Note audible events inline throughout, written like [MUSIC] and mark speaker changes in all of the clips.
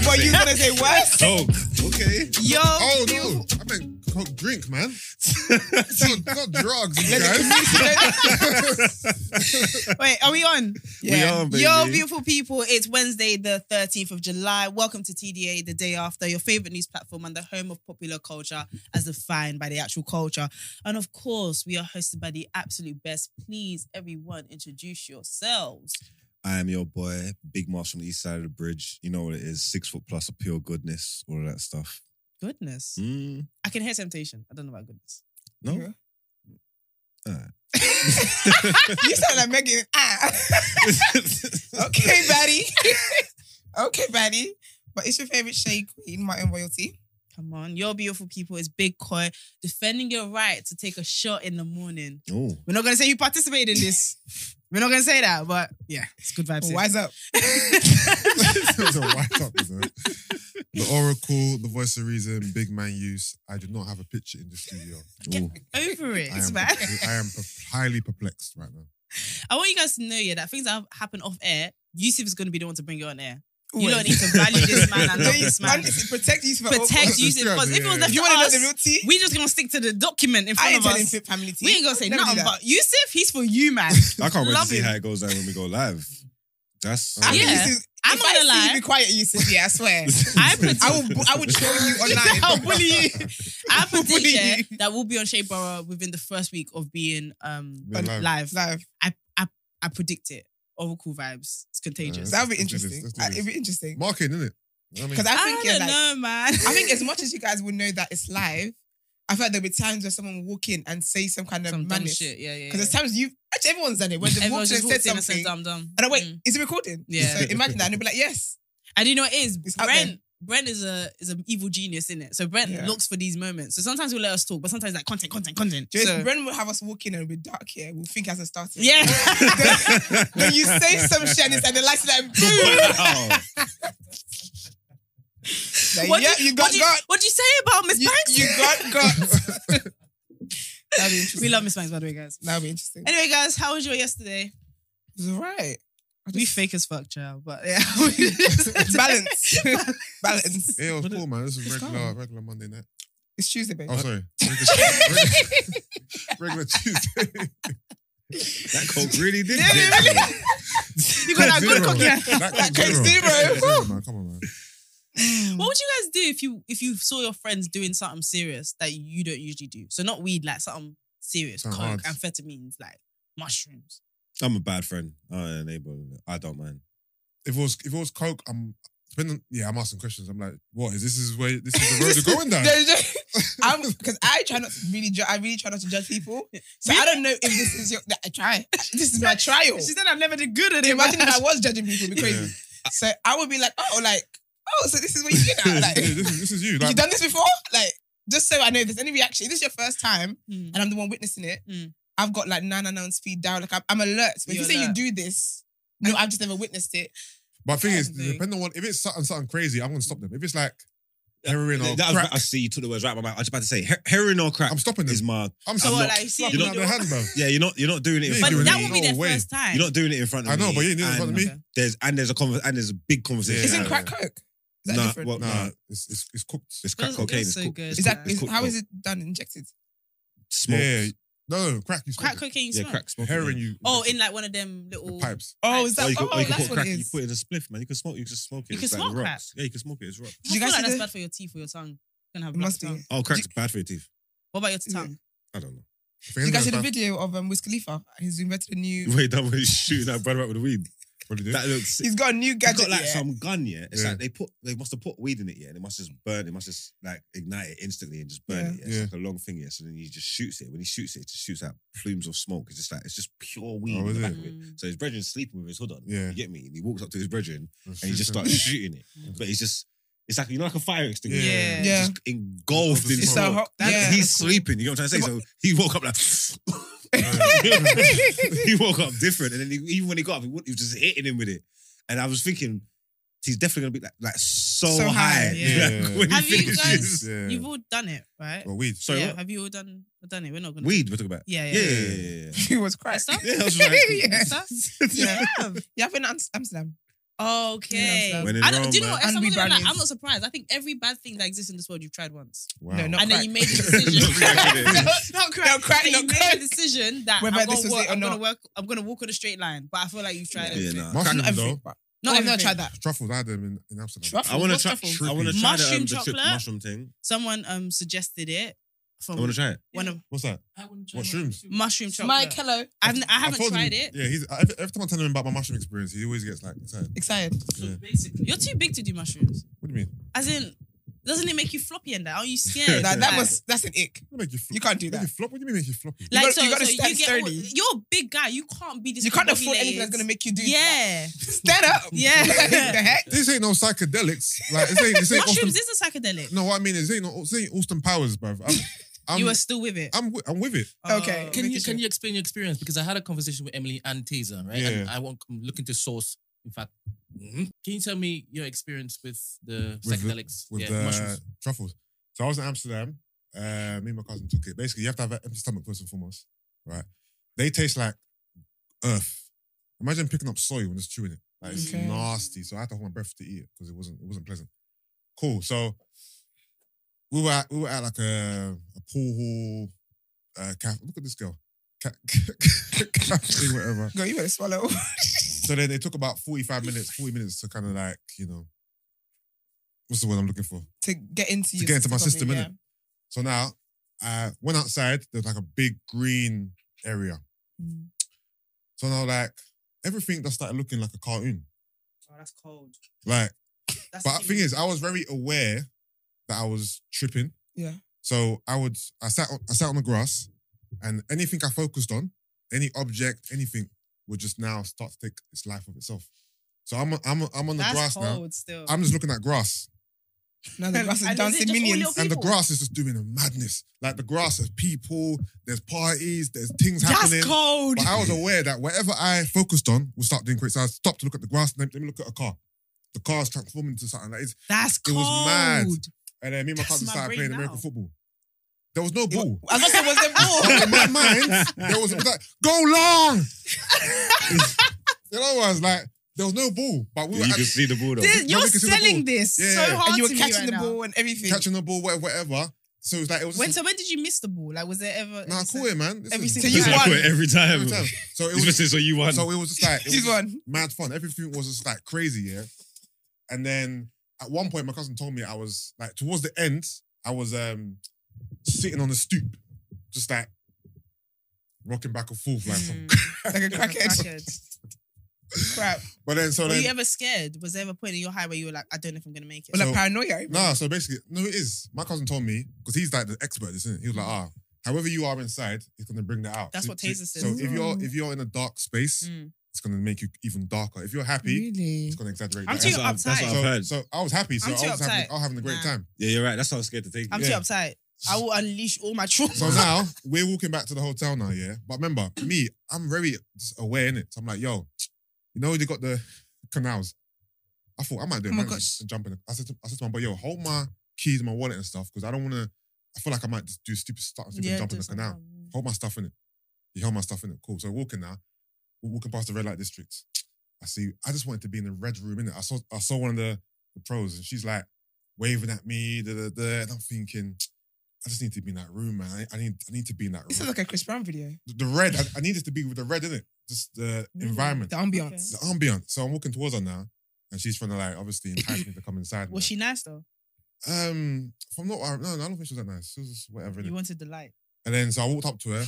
Speaker 1: Okay, what?
Speaker 2: Coke.
Speaker 3: Okay.
Speaker 1: Yo,
Speaker 3: Oh
Speaker 1: you-
Speaker 3: no, I meant coke drink, man. not, not drugs, you guys.
Speaker 1: Let me- Wait, are we on?
Speaker 2: We are, baby.
Speaker 1: Yo, beautiful people, it's Wednesday, the 13th of July. Welcome to TDA, the day after, your favorite news platform and the home of popular culture as defined by the actual culture. And of course, we are hosted by the absolute best. Please, everyone, introduce yourselves.
Speaker 2: I am your boy, Big Marsh on the east side of the bridge. You know what it is, six foot plus of pure goodness, all of that stuff.
Speaker 1: Goodness.
Speaker 2: Mm,
Speaker 1: I can hear temptation. I don't know about
Speaker 2: [LAUGHS]
Speaker 1: goodness. [LAUGHS]
Speaker 2: no?
Speaker 3: Yeah.
Speaker 2: [LAUGHS]
Speaker 1: You sound like Megan. Ah. [LAUGHS] okay, buddy. okay, buddy.
Speaker 4: But it's your favorite shade queen, Martin Royalty.
Speaker 1: Come on, your beautiful people is Big Koi defending your right to take a shot in the morning.
Speaker 2: oh,
Speaker 1: We're not gonna say you participated in
Speaker 4: [LAUGHS]
Speaker 1: this. We're not gonna say that, but yeah, it's good vibes. here. [LAUGHS]
Speaker 4: Wise up.
Speaker 3: [LAUGHS] It's a wise up, isn't it? The Oracle, the voice of reason, big man use. I do not have a picture in the studio.
Speaker 2: oh.
Speaker 1: Over it,
Speaker 3: I am,
Speaker 1: man.
Speaker 3: perpl- I am per- highly perplexed right now.
Speaker 1: I want you guys to know, yeah, that things that have happened off air, Yusuf is gonna be the one to bring it on air. You don't need to value [LAUGHS] this man
Speaker 4: [LAUGHS]
Speaker 1: and love this man.
Speaker 4: Honestly, protect you
Speaker 1: [LAUGHS]
Speaker 4: from
Speaker 1: Protect
Speaker 4: [LAUGHS]
Speaker 3: you.
Speaker 1: Yusuf because if it
Speaker 3: Yeah.
Speaker 1: was left
Speaker 4: If you
Speaker 1: to
Speaker 4: want to know
Speaker 1: us,
Speaker 4: the real tea?
Speaker 1: we just gonna stick to the document in front
Speaker 4: I ain't
Speaker 1: of
Speaker 4: telling
Speaker 1: us.
Speaker 4: fit family tea.
Speaker 1: We ain't gonna say
Speaker 4: Never do
Speaker 1: nothing,
Speaker 4: that.
Speaker 1: but Yusuf, he's for you,
Speaker 4: [LAUGHS]
Speaker 1: man.
Speaker 2: I can't wait to
Speaker 1: Love
Speaker 2: see
Speaker 1: him.
Speaker 2: how it goes down when we go live.
Speaker 4: [LAUGHS]
Speaker 2: That's
Speaker 3: I
Speaker 4: I mean,
Speaker 1: Yeah.
Speaker 4: this is-
Speaker 1: I'm
Speaker 4: if
Speaker 1: not
Speaker 4: I
Speaker 1: gonna
Speaker 4: see
Speaker 1: lie.
Speaker 4: You be quiet, Yusuf. Yeah,
Speaker 1: [LAUGHS]
Speaker 4: I swear.
Speaker 1: I predict.
Speaker 4: I will.
Speaker 3: [LAUGHS]
Speaker 4: I would troll
Speaker 1: [LAUGHS]
Speaker 4: you online.
Speaker 1: I'll bully you.
Speaker 4: [LAUGHS]
Speaker 1: I predict
Speaker 4: Bully
Speaker 1: yeah,
Speaker 4: you.
Speaker 1: that we'll be on Shea Borough within the first week of being um
Speaker 3: Being live.
Speaker 1: live.
Speaker 4: Live.
Speaker 1: I predict it. Oracle vibes. It's contagious.
Speaker 3: Yeah.
Speaker 4: That would be
Speaker 3: Let's do this,
Speaker 4: interesting.
Speaker 3: let's do
Speaker 4: Uh,
Speaker 3: this.
Speaker 4: It'd be interesting.
Speaker 3: Marketing, isn't it?
Speaker 4: Because I think yeah,
Speaker 1: don't
Speaker 4: like,
Speaker 1: know, man.
Speaker 4: I think as much as you guys will know that it's live, I feel like there'll be times where someone will walk in and say some kind of
Speaker 1: [LAUGHS] some dumb
Speaker 4: madness.
Speaker 1: shit. Yeah, yeah.
Speaker 4: Because there's times you actually everyone's done it when
Speaker 1: yeah.
Speaker 4: they
Speaker 1: Everyone
Speaker 4: walked in
Speaker 1: just
Speaker 4: and
Speaker 1: walked
Speaker 4: said
Speaker 1: in and said dumb,
Speaker 4: something.
Speaker 1: dumb.
Speaker 4: And I wait,
Speaker 1: Mm.
Speaker 4: is it recording?
Speaker 1: Yeah.
Speaker 4: So imagine that and they'll be like, yes.
Speaker 1: And you know what it is?
Speaker 4: It's out
Speaker 1: Brent.
Speaker 4: there.
Speaker 1: Brent is a is an evil genius in it. So Brent
Speaker 4: Yeah.
Speaker 1: looks for these moments. So sometimes he'll let us talk, but sometimes like content, content, content.
Speaker 4: Just
Speaker 1: So-
Speaker 4: Bren will have us walk in and we're dark here. We'll think it hasn't
Speaker 1: [LAUGHS]
Speaker 4: started. [LAUGHS]
Speaker 1: yeah.
Speaker 4: then, then you say
Speaker 3: [LAUGHS]
Speaker 4: some shit and it's like the lights are like, boom.
Speaker 2: wow.
Speaker 4: [LAUGHS] Like,
Speaker 1: [LAUGHS] What do
Speaker 4: yeah,
Speaker 1: you-
Speaker 4: you got
Speaker 1: what do you- [LAUGHS]
Speaker 4: got.
Speaker 1: What'd you say about Miss
Speaker 4: You,
Speaker 1: Banks?
Speaker 4: you
Speaker 1: [LAUGHS]
Speaker 4: got got. That'd be interesting.
Speaker 1: we love Miss Banks, by the way, guys.
Speaker 4: That'd be interesting.
Speaker 1: Anyway, guys, how was your yesterday?
Speaker 4: It's
Speaker 1: [LAUGHS]
Speaker 4: all right.
Speaker 1: We fake as fuck, child, but [LAUGHS] yeah. Balance.
Speaker 4: [LAUGHS] Balance. Balance.
Speaker 3: Yeah, it was
Speaker 1: What
Speaker 3: cool, man. This is
Speaker 4: it's
Speaker 3: regular,
Speaker 4: calm.
Speaker 3: regular Monday night.
Speaker 4: It's Tuesday, babe.
Speaker 3: Oh,
Speaker 4: [LAUGHS]
Speaker 3: sorry. Regular, regular Tuesday. [LAUGHS]
Speaker 4: [LAUGHS]
Speaker 2: That Coke really did.
Speaker 1: Yeah,
Speaker 2: get me.
Speaker 1: you got that good
Speaker 3: Zero.
Speaker 1: cookie.
Speaker 3: That
Speaker 4: Coke Zero.
Speaker 3: Coke Zero, man. Come on, man.
Speaker 1: What would you guys do if you if you saw your friends doing something serious that you don't usually do? So not weed, like something serious,
Speaker 3: Something
Speaker 1: coke,
Speaker 3: hard.
Speaker 1: amphetamines, like mushrooms.
Speaker 2: I'm a bad friend. Oh, yeah, neighbor. I don't mind.
Speaker 3: If it was, if it was Coke, I'm. Depending, yeah, I'm asking questions. I'm like, what is this? Is where this is the road you're going down?
Speaker 4: [LAUGHS] There's just-
Speaker 3: [LAUGHS]
Speaker 4: I'm because I try not to really judge. I really try not to judge people. So I don't know if this is your. I try. This is my trial.
Speaker 3: Oh.
Speaker 1: She said I've never did good at it. [LAUGHS]
Speaker 4: Imagine if I was judging people, it'd be crazy. So I would be like, oh, like, oh, so this is what [LAUGHS] you did now.
Speaker 3: [LAUGHS]
Speaker 4: Like,
Speaker 3: Yeah, this,
Speaker 4: [LAUGHS]
Speaker 3: is, this is you.
Speaker 4: you
Speaker 3: Like,
Speaker 4: done this before? Like, just so I know if there's any reaction, if this is your first time
Speaker 1: Mm.
Speaker 4: and I'm the one witnessing it,
Speaker 1: Mm.
Speaker 4: I've got like nine on speed down. Like, I'm, I'm alert. But if
Speaker 1: You're
Speaker 4: you say
Speaker 1: alert.
Speaker 4: you do this, no, I've just never witnessed it.
Speaker 3: but the thing is,
Speaker 1: Something.
Speaker 3: depending on what, if it's something, something crazy, I'm gonna stop them. If it's like heroin or
Speaker 2: That was,
Speaker 3: crack,
Speaker 2: I see you took the words right out of my mouth. I was about to say he- heroin or crack
Speaker 3: I'm stopping them.
Speaker 2: is my.
Speaker 3: I'm
Speaker 1: So
Speaker 3: stopping
Speaker 1: what,
Speaker 3: them.
Speaker 1: like, see,
Speaker 3: Slapping
Speaker 1: you
Speaker 3: out their
Speaker 1: don't-
Speaker 3: hand, man.
Speaker 2: Yeah, you're not. You're not doing it.
Speaker 3: You
Speaker 2: In
Speaker 3: ain't
Speaker 1: but
Speaker 2: front
Speaker 3: doing
Speaker 2: of
Speaker 1: that
Speaker 2: me.
Speaker 1: won't be
Speaker 3: No
Speaker 1: their
Speaker 3: way.
Speaker 1: first time.
Speaker 2: You're not doing it in front of
Speaker 3: I
Speaker 2: me.
Speaker 3: know, but you didn't in front of
Speaker 2: And
Speaker 3: me.
Speaker 1: Okay.
Speaker 2: There's and there's a conver- and there's a big conversation.
Speaker 3: Yeah.
Speaker 4: Isn't crack coke? Is that
Speaker 2: Nah,
Speaker 4: different?
Speaker 2: well,
Speaker 3: Nah,
Speaker 2: nah,
Speaker 3: it's, it's it's cooked.
Speaker 2: it's crack
Speaker 1: That's-
Speaker 2: cocaine.
Speaker 1: that's
Speaker 2: It's
Speaker 1: so
Speaker 2: cooked.
Speaker 1: good.
Speaker 2: It's
Speaker 4: is that
Speaker 2: it's
Speaker 4: is,
Speaker 2: cooked
Speaker 4: how
Speaker 2: coke.
Speaker 4: is it done? Injected?
Speaker 2: smoked.
Speaker 3: Yeah, no, no, crack. You
Speaker 1: Crack
Speaker 3: smoke it.
Speaker 1: cocaine
Speaker 2: Yeah,
Speaker 1: smoke.
Speaker 2: crack smoke.
Speaker 3: Heroin, you.
Speaker 1: Oh, in like one of them
Speaker 3: the
Speaker 1: little
Speaker 3: pipes.
Speaker 4: Oh, is
Speaker 2: Or
Speaker 4: that?
Speaker 2: you can,
Speaker 4: oh,
Speaker 2: or you can
Speaker 4: that's
Speaker 2: put
Speaker 4: what
Speaker 2: crack.
Speaker 4: it
Speaker 2: You
Speaker 4: is.
Speaker 2: put it in a spliff, man. You can smoke. You can smoke it.
Speaker 1: You can
Speaker 2: It's
Speaker 1: smoke
Speaker 2: like
Speaker 1: crack.
Speaker 2: rocks. Yeah, you can smoke it. It's rocks.
Speaker 4: Did
Speaker 1: I feel
Speaker 4: you guys
Speaker 1: like
Speaker 4: see
Speaker 1: that's
Speaker 4: the-
Speaker 1: bad for your teeth or your tongue. You can have
Speaker 4: It
Speaker 1: blocked
Speaker 4: must be.
Speaker 1: tongue.
Speaker 2: Oh, crack's bad for your teeth.
Speaker 1: What about your
Speaker 4: it?
Speaker 1: tongue?
Speaker 2: I don't know. [LAUGHS]
Speaker 4: You guys see the video of um, Wiz Khalifa? He's invented a new.
Speaker 2: Wait, that was shooting that brother out with the weed.
Speaker 3: What did you do?
Speaker 2: That looks. sick.
Speaker 4: He's got a new
Speaker 2: It's
Speaker 4: gadget.
Speaker 2: got like
Speaker 4: yeah.
Speaker 2: some gun, yeah. It's
Speaker 3: Yeah.
Speaker 2: like they put, they must have put weed in it, yeah. And it must just burn, it must just like ignite it instantly and just burn
Speaker 4: Yeah.
Speaker 2: it. Yeah. It's
Speaker 3: Yeah.
Speaker 2: like a long thing, yeah. So then he just shoots it. When he shoots it, it just shoots out plumes of smoke. It's just like it's just pure weed.
Speaker 3: Oh,
Speaker 2: in the
Speaker 3: is
Speaker 2: back
Speaker 3: it?
Speaker 2: of
Speaker 1: Mm.
Speaker 2: So his brethren's sleeping with his hood on.
Speaker 3: Yeah.
Speaker 2: You get me? And he walks up to his brethren and he just starts shooting it. But he's just, it's like you know, like a fire extinguisher.
Speaker 3: Yeah.
Speaker 2: It's
Speaker 4: Yeah.
Speaker 2: Just engulfed in
Speaker 3: It's
Speaker 4: It's
Speaker 2: smoke.
Speaker 4: so hot.
Speaker 1: That-
Speaker 4: yeah.
Speaker 2: He's sleeping. You know what I'm trying to say? So he woke up like.
Speaker 4: [LAUGHS]
Speaker 2: [LAUGHS] he woke up different, and then he, even when he got up, he, wa- he was just hitting him with it. And I was thinking, he's definitely gonna be like, like so,
Speaker 4: So
Speaker 2: high.
Speaker 4: high,
Speaker 1: yeah.
Speaker 2: [LAUGHS] like, when
Speaker 1: Have
Speaker 3: [LAUGHS]
Speaker 2: he
Speaker 1: you guys-
Speaker 2: finishes.
Speaker 3: Yeah.
Speaker 1: You've all done it, right?
Speaker 3: Well, weed.
Speaker 2: Sorry,
Speaker 1: yeah.
Speaker 2: what?
Speaker 1: Have you all done done it? We're not gonna.
Speaker 2: weed. We're talking about.
Speaker 1: Yeah, yeah.
Speaker 2: Yeah, yeah, yeah. yeah,
Speaker 4: [LAUGHS] he was
Speaker 1: That
Speaker 4: Christ.
Speaker 1: stuff? [LAUGHS]
Speaker 2: Yeah, I was like-
Speaker 4: yeah. [LAUGHS]
Speaker 1: That stuff?
Speaker 4: Yeah.
Speaker 1: Yeah.
Speaker 3: [LAUGHS]
Speaker 4: yeah, I've been to Amsterdam.
Speaker 1: Okay.
Speaker 4: Yeah,
Speaker 3: When in
Speaker 1: I don't,
Speaker 3: Rome,
Speaker 1: do you know
Speaker 3: man.
Speaker 1: what? If
Speaker 4: And
Speaker 1: someone's
Speaker 4: rebrandings.
Speaker 1: like, I'm not surprised. I think every bad thing that exists in this world, you've tried once.
Speaker 3: Wow.
Speaker 4: No, not
Speaker 1: and
Speaker 4: crack.
Speaker 1: then you made the decision. [LAUGHS] not crack.
Speaker 4: Not crack,
Speaker 1: So you
Speaker 4: not
Speaker 1: made
Speaker 4: crack.
Speaker 1: the decision that
Speaker 4: Whether
Speaker 1: I'm
Speaker 4: this
Speaker 1: gonna,
Speaker 4: was
Speaker 1: work,
Speaker 4: it or
Speaker 1: I'm gonna
Speaker 4: not.
Speaker 1: work. I'm gonna walk on a straight line. But I feel like you've tried
Speaker 4: Yeah.
Speaker 1: it.
Speaker 2: Yeah, nah.
Speaker 3: Most
Speaker 4: Not
Speaker 3: people,
Speaker 4: everything,
Speaker 3: though.
Speaker 4: but-
Speaker 1: Not everyone tried that.
Speaker 3: Truffles, I had them in, in Amsterdam.
Speaker 4: Truffle?
Speaker 2: I want to
Speaker 4: What's
Speaker 2: try.
Speaker 4: truffle?
Speaker 2: I want to try the, um,
Speaker 1: Mushroom
Speaker 2: the trip,
Speaker 1: chocolate?
Speaker 2: mushroom thing.
Speaker 1: Someone um suggested it
Speaker 2: I
Speaker 1: from
Speaker 2: want to try it.
Speaker 1: [LAUGHS] one of
Speaker 3: What's that? What, shrooms?
Speaker 1: mushroom chocolate.
Speaker 4: Mike, hello.
Speaker 1: I've, I haven't
Speaker 3: told
Speaker 1: tried
Speaker 3: him-
Speaker 1: it.
Speaker 3: Yeah, he's, every, every time I tell him about my mushroom experience, he always gets like excited.
Speaker 4: Excited.
Speaker 3: Yeah.
Speaker 5: basically,
Speaker 1: You're too big to do mushrooms.
Speaker 3: What do you mean?
Speaker 1: As in, doesn't it make you floppy and that? Aren't you scared?
Speaker 4: Nah, that
Speaker 1: Like-
Speaker 4: was that's an ick.
Speaker 3: What make you flop?
Speaker 4: You can't do
Speaker 3: Make
Speaker 4: that.
Speaker 3: you flop? What do you mean make you floppy?
Speaker 1: Like
Speaker 4: gotta-
Speaker 1: so,
Speaker 4: you gotta
Speaker 1: so
Speaker 4: stand
Speaker 1: you get all-
Speaker 4: sturdy.
Speaker 1: you're a big guy. You can't be this.
Speaker 4: You can't afford anything that's gonna
Speaker 1: populated.
Speaker 4: make you do. that.
Speaker 1: Yeah, [LAUGHS]
Speaker 4: Stand up.
Speaker 1: Yeah.
Speaker 4: [LAUGHS] Like, the heck?
Speaker 3: This ain't no psychedelics. Like this ain't this ain't Austin.
Speaker 1: mushrooms is a psychedelic.
Speaker 3: No, what I mean is this ain't no this ain't Austin Powers, bruv. I'm, I'm,
Speaker 1: [LAUGHS] you are still with it.
Speaker 3: I'm, wi- I'm with it.
Speaker 4: Okay.
Speaker 1: Oh.
Speaker 5: Can
Speaker 4: Make
Speaker 5: you
Speaker 4: it
Speaker 5: can
Speaker 4: sure.
Speaker 5: you explain your experience? Because I had a conversation with Emily and Taser, right? And
Speaker 3: Yeah.
Speaker 5: I want I'm looking to source. In fact, mm-hmm. can you tell me your experience with the
Speaker 3: With the-
Speaker 5: psychedelics?
Speaker 3: with
Speaker 5: yeah,
Speaker 3: the
Speaker 5: mushrooms.
Speaker 3: truffles. So I was in Amsterdam. Uh, me and my cousin took it. Basically, you have to have an empty stomach first and foremost, right? They taste like earth. Imagine picking up soil and just chewing it. Like it's
Speaker 4: Okay.
Speaker 3: nasty. So I had to hold my breath to eat it because it wasn't it wasn't pleasant. Cool. So we were at, we were at like a, a pool hall. Uh, cafe. Look at this girl. Ca- [LAUGHS] cafe, whatever.
Speaker 4: Girl, you better swallow. [LAUGHS]
Speaker 3: So then they took about 45 minutes, 40 minutes to kind of like, you know, what's the word I'm looking for?
Speaker 4: to get into you.
Speaker 3: get into my system, innit? So now I went outside, there's like a big green area.
Speaker 4: Mm.
Speaker 3: So now like everything just started looking like a cartoon.
Speaker 1: Oh, that's cold.
Speaker 3: Like,
Speaker 1: That's
Speaker 3: but the thing is, I was very aware that I was tripping.
Speaker 4: Yeah.
Speaker 3: So I would I sat on I sat on the grass and anything I focused on, any object, anything, would just now start to take its life of itself. So I'm I'm I'm on the
Speaker 1: that's
Speaker 3: grass now.
Speaker 1: cold still.
Speaker 3: I'm just looking at grass.
Speaker 4: Now the
Speaker 1: [LAUGHS]
Speaker 4: grass
Speaker 1: And
Speaker 4: is
Speaker 1: is it
Speaker 4: dancing
Speaker 1: just all
Speaker 4: minions.
Speaker 1: your-
Speaker 3: And the
Speaker 1: people.
Speaker 3: grass is just doing a madness. Like the grass is people, there's parties, there's things happening.
Speaker 4: That's cold.
Speaker 3: But I was aware that whatever I focused on will start doing great. So I stopped to look at the grass, and then let me look at a car. The car's transforming into something like it's,
Speaker 1: that's
Speaker 3: it
Speaker 1: cold.
Speaker 3: was mad. And then me and my
Speaker 1: That's
Speaker 3: cousin
Speaker 1: my
Speaker 3: started
Speaker 1: brain
Speaker 3: playing
Speaker 1: now.
Speaker 3: American football. There was no ball.
Speaker 4: I was gonna say, was
Speaker 1: [LAUGHS]
Speaker 4: there
Speaker 3: But
Speaker 4: more?
Speaker 3: in my
Speaker 2: [LAUGHS]
Speaker 3: mind, there was, it was like, go
Speaker 1: [LAUGHS]
Speaker 3: long. you know, I was like, there was no ball. But we were
Speaker 2: You
Speaker 3: at-
Speaker 2: can see the ball though.
Speaker 1: This-
Speaker 3: No,
Speaker 1: you're
Speaker 3: because of the ball.
Speaker 1: selling this
Speaker 3: Yeah, yeah.
Speaker 1: so hard
Speaker 4: and you were
Speaker 1: to me
Speaker 4: catching
Speaker 1: right
Speaker 4: the
Speaker 1: now.
Speaker 4: ball and everything.
Speaker 3: catching the ball, whatever, whatever. So it was like, it was
Speaker 1: When
Speaker 3: just,
Speaker 1: so when did you miss the ball? Like was there ever?
Speaker 3: nah, cool it, man. Listen,
Speaker 1: Every
Speaker 3: it's
Speaker 1: single
Speaker 4: So you
Speaker 3: like-
Speaker 2: I
Speaker 4: won.
Speaker 2: quit every time.
Speaker 3: every time. So it
Speaker 2: It's
Speaker 3: was
Speaker 2: just so you won.
Speaker 3: so it was just like it was
Speaker 4: She's one.
Speaker 3: mad fun. Everything was just like crazy, yeah. And then at one point, my cousin told me I was like towards the end, I was um sitting on the stoop, just like rocking back and forth, like.
Speaker 1: Mm. [LAUGHS]
Speaker 4: Like
Speaker 3: [LAUGHS]
Speaker 4: a crackhead.
Speaker 1: Crackhead.
Speaker 4: Crap.
Speaker 3: But then, so
Speaker 1: Were
Speaker 3: then,
Speaker 1: you ever scared? Was there ever a point in your high where you were like, I don't know if I'm gonna make it?
Speaker 4: Or
Speaker 3: So-
Speaker 4: like paranoia. even.
Speaker 3: nah. So basically, no, it is. My cousin told me because he's like the expert, at this, isn't it? He was like, ah, however you are inside, it's gonna bring that out.
Speaker 1: Hmm. That's
Speaker 3: So-
Speaker 1: what
Speaker 3: so-
Speaker 1: Taser says
Speaker 3: So
Speaker 1: as
Speaker 3: if
Speaker 4: well.
Speaker 3: you're if you're in a dark space,
Speaker 1: Mm.
Speaker 3: it's gonna make you even darker. If you're happy,
Speaker 4: Really?
Speaker 3: it's gonna exaggerate.
Speaker 1: Hmm. I'm
Speaker 3: that.
Speaker 1: too
Speaker 2: that's, what I've, that's
Speaker 1: uptight.
Speaker 2: what
Speaker 3: so,
Speaker 2: I've heard.
Speaker 3: so I was happy. So
Speaker 1: I'm too
Speaker 3: I was having,
Speaker 1: uptight.
Speaker 3: I was having a great
Speaker 1: Nah.
Speaker 3: time.
Speaker 2: yeah, you're right. That's why I was scared to take it.
Speaker 1: I'm
Speaker 3: Yeah.
Speaker 1: too uptight. I will unleash all my trauma.
Speaker 3: So now we're walking back to the hotel now, yeah. But remember, me, I'm very just aware in it. So I'm like, yo, you know they got the canals. I thought I might do it.
Speaker 4: Oh my
Speaker 3: man,
Speaker 4: gosh.
Speaker 3: and jump in. I said, to, I said to my boy, yo, hold my keys, and my wallet and stuff, because I don't want to. I feel like I might just do stupid stuff and
Speaker 1: Yeah,
Speaker 3: jump in
Speaker 1: do
Speaker 3: the
Speaker 1: something.
Speaker 3: canal. Hold my stuff in it. He held my stuff in it. Cool. So we're walking now. We're walking past the red light district. I see. I just wanted to be in the red room. In it, I saw. I saw one of the, the pros, and she's like waving at me. Da, da, da, and I'm thinking, I just need to be in that room, man. I, I need. I need to be in that
Speaker 4: This is
Speaker 3: room.
Speaker 4: like a Chris Brown video.
Speaker 3: the red. I, I needed to be with the red in it. Just the
Speaker 1: Really?
Speaker 3: environment,
Speaker 4: The ambiance.
Speaker 3: the ambiance. So I'm walking towards her now, and she's trying to like obviously entice me to come inside.
Speaker 4: [LAUGHS]
Speaker 1: Was
Speaker 3: now.
Speaker 1: she nice though?
Speaker 3: Um, if I'm not. No, no, I don't think she was that nice. She was just whatever. innit?
Speaker 1: You wanted the light.
Speaker 3: And then so I walked up to her.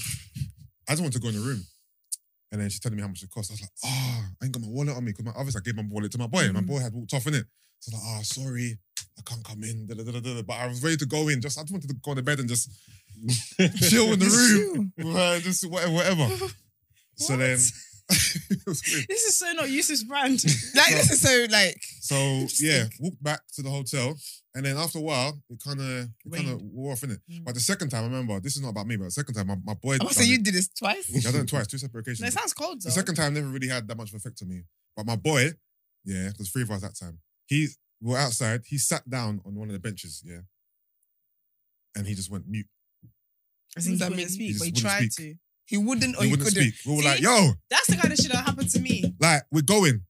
Speaker 3: I just wanted to go in the room. And then she's telling me how much it cost. I was like, oh, I ain't got my wallet on me. Because my obviously I gave my wallet to my boy. And my
Speaker 4: Mhm.
Speaker 3: boy had walked off in it. So I was like, oh, sorry, I can't come in. da, da, da, da, da, da. But I was ready to go in. Just I just wanted to go on the bed and just chill
Speaker 2: [LAUGHS]
Speaker 3: in the
Speaker 4: Just
Speaker 3: room. [LAUGHS] Uh, just whatever, whatever. So then [LAUGHS] it was weird.
Speaker 1: [LAUGHS] This is so not
Speaker 3: [LAUGHS]
Speaker 1: useless brand.
Speaker 4: Like this is so like
Speaker 3: So yeah, walked back to the hotel, and then after a while, it kind of it kind of wore off in it.
Speaker 1: Mm.
Speaker 3: But the second time, I remember this is not about me, but the second time, my, my boy.
Speaker 4: I'm
Speaker 3: done
Speaker 4: saying
Speaker 3: it.
Speaker 4: you did this twice.
Speaker 3: [LAUGHS] Yeah, I done it twice, two separate occasions.
Speaker 1: No, it sounds cold though.
Speaker 3: The second time never really had that much of an effect on me. But my boy, yeah, because three of us that time, he we were outside, he sat down on one of the benches, yeah. And he just went mute.
Speaker 1: I think
Speaker 4: That
Speaker 1: he wouldn't
Speaker 4: means-
Speaker 1: speak,
Speaker 3: He
Speaker 1: but he
Speaker 3: just wouldn't
Speaker 1: tried to.
Speaker 4: He wouldn't or
Speaker 3: he
Speaker 4: he,
Speaker 3: wouldn't
Speaker 4: couldn't.
Speaker 3: speak. We were
Speaker 1: oh, See?
Speaker 3: like, yo,
Speaker 1: That's the kind of shit that happened to me.
Speaker 3: like, we're going.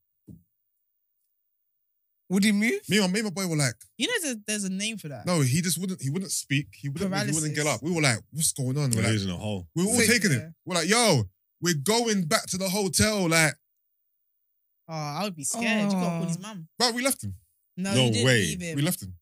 Speaker 4: Would he move?
Speaker 3: Me and me and my boy were like,
Speaker 1: You know, there's a, there's a name for that.
Speaker 3: no, he just wouldn't. He wouldn't speak. He wouldn't. move, He wouldn't get
Speaker 1: Paralysis.
Speaker 3: up. We were like, what's going on? We're
Speaker 2: We're
Speaker 3: like,
Speaker 2: losing a hole. [LAUGHS]
Speaker 3: we were all
Speaker 1: [LAUGHS]
Speaker 4: Sick,
Speaker 3: taking
Speaker 4: yeah.
Speaker 3: it. We're like, yo, we're going back to the hotel. Like,
Speaker 1: Oh, I would be scared. You gotta call
Speaker 3: Oh.
Speaker 1: his mum.
Speaker 3: but we left him.
Speaker 1: No,
Speaker 2: No
Speaker 1: you didn't
Speaker 2: way.
Speaker 1: leave him.
Speaker 3: We left him.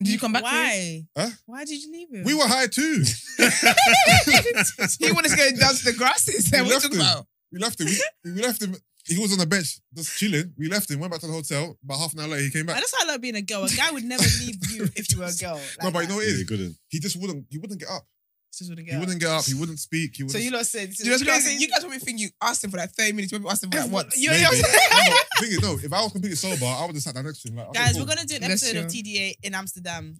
Speaker 4: Did you come back?
Speaker 1: Why?
Speaker 3: Huh?
Speaker 1: Why did you leave him?
Speaker 3: We were high too.
Speaker 4: To it? he wanted to go down to the
Speaker 3: [LAUGHS]
Speaker 4: grasses.
Speaker 3: We
Speaker 4: What are you
Speaker 3: left
Speaker 4: talking
Speaker 3: him.
Speaker 4: about?
Speaker 3: We left him. We, we left him. He was on the bench just chilling. We left him. Went back to the hotel. About half an hour later, he came
Speaker 1: I
Speaker 3: back.
Speaker 1: just like being a girl. A guy would never leave
Speaker 3: [LAUGHS]
Speaker 1: you if you were a girl. Like
Speaker 3: No, but you know
Speaker 1: that.
Speaker 3: what it
Speaker 2: Yeah,
Speaker 3: is?
Speaker 2: he couldn't.
Speaker 3: He just wouldn't. He wouldn't get up.
Speaker 1: Just wouldn't
Speaker 3: He
Speaker 1: get out.
Speaker 3: wouldn't get up. He wouldn't speak. He
Speaker 1: So
Speaker 3: wouldn't.
Speaker 1: you lot said,
Speaker 4: Do you know what's crazy? You guys probably think you asked him for like 30 minutes, maybe asked him for like
Speaker 1: Everyone-
Speaker 4: once.
Speaker 1: you-
Speaker 3: Maybe.
Speaker 1: know what I'm
Speaker 3: [LAUGHS] No, no, the thing is, no, if I was completely sober, I would have sat down next to him. Like, okay,
Speaker 1: guys,
Speaker 3: cool.
Speaker 1: we're gonna do an
Speaker 4: Bless
Speaker 1: episode of
Speaker 4: you.
Speaker 1: TDA in Amsterdam.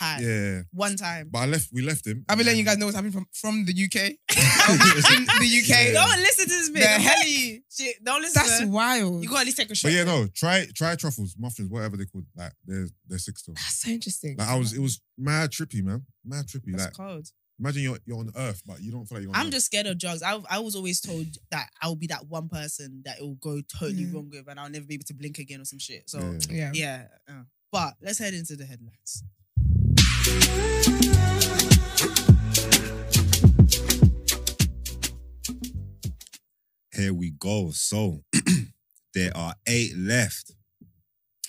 Speaker 1: Hi,
Speaker 3: Yeah,
Speaker 1: one time.
Speaker 3: but I left. We left him.
Speaker 4: I've been letting you guys know what's happening from, from the UK. In
Speaker 1: [LAUGHS]
Speaker 4: the UK.
Speaker 3: Yeah.
Speaker 1: Don't listen to this bitch.
Speaker 4: The
Speaker 1: I'm
Speaker 4: hell-
Speaker 1: telling you. Shit, don't listen.
Speaker 4: That's
Speaker 1: to her.
Speaker 4: wild.
Speaker 1: You gotta at least take a
Speaker 3: [LAUGHS]
Speaker 1: shot.
Speaker 3: But yeah, no. Try try truffles, muffins, whatever they called. Like they're they're sick still.
Speaker 4: That's so interesting.
Speaker 3: Like I was, it was mad trippy, man. Mad trippy.
Speaker 1: That's
Speaker 3: like
Speaker 1: cold.
Speaker 3: imagine you're you're on Earth, but you don't feel like you're. On
Speaker 1: I'm
Speaker 3: Earth.
Speaker 1: just scared of drugs. I I was always told that I will be that one person that it will go totally
Speaker 4: Yeah.
Speaker 1: wrong with, and I'll never be able to blink again or some shit. So
Speaker 3: Yeah, yeah.
Speaker 4: yeah.
Speaker 1: yeah. uh, But let's head into the headlines.
Speaker 2: Here we go. So [CLEARS THROAT] there are eight left.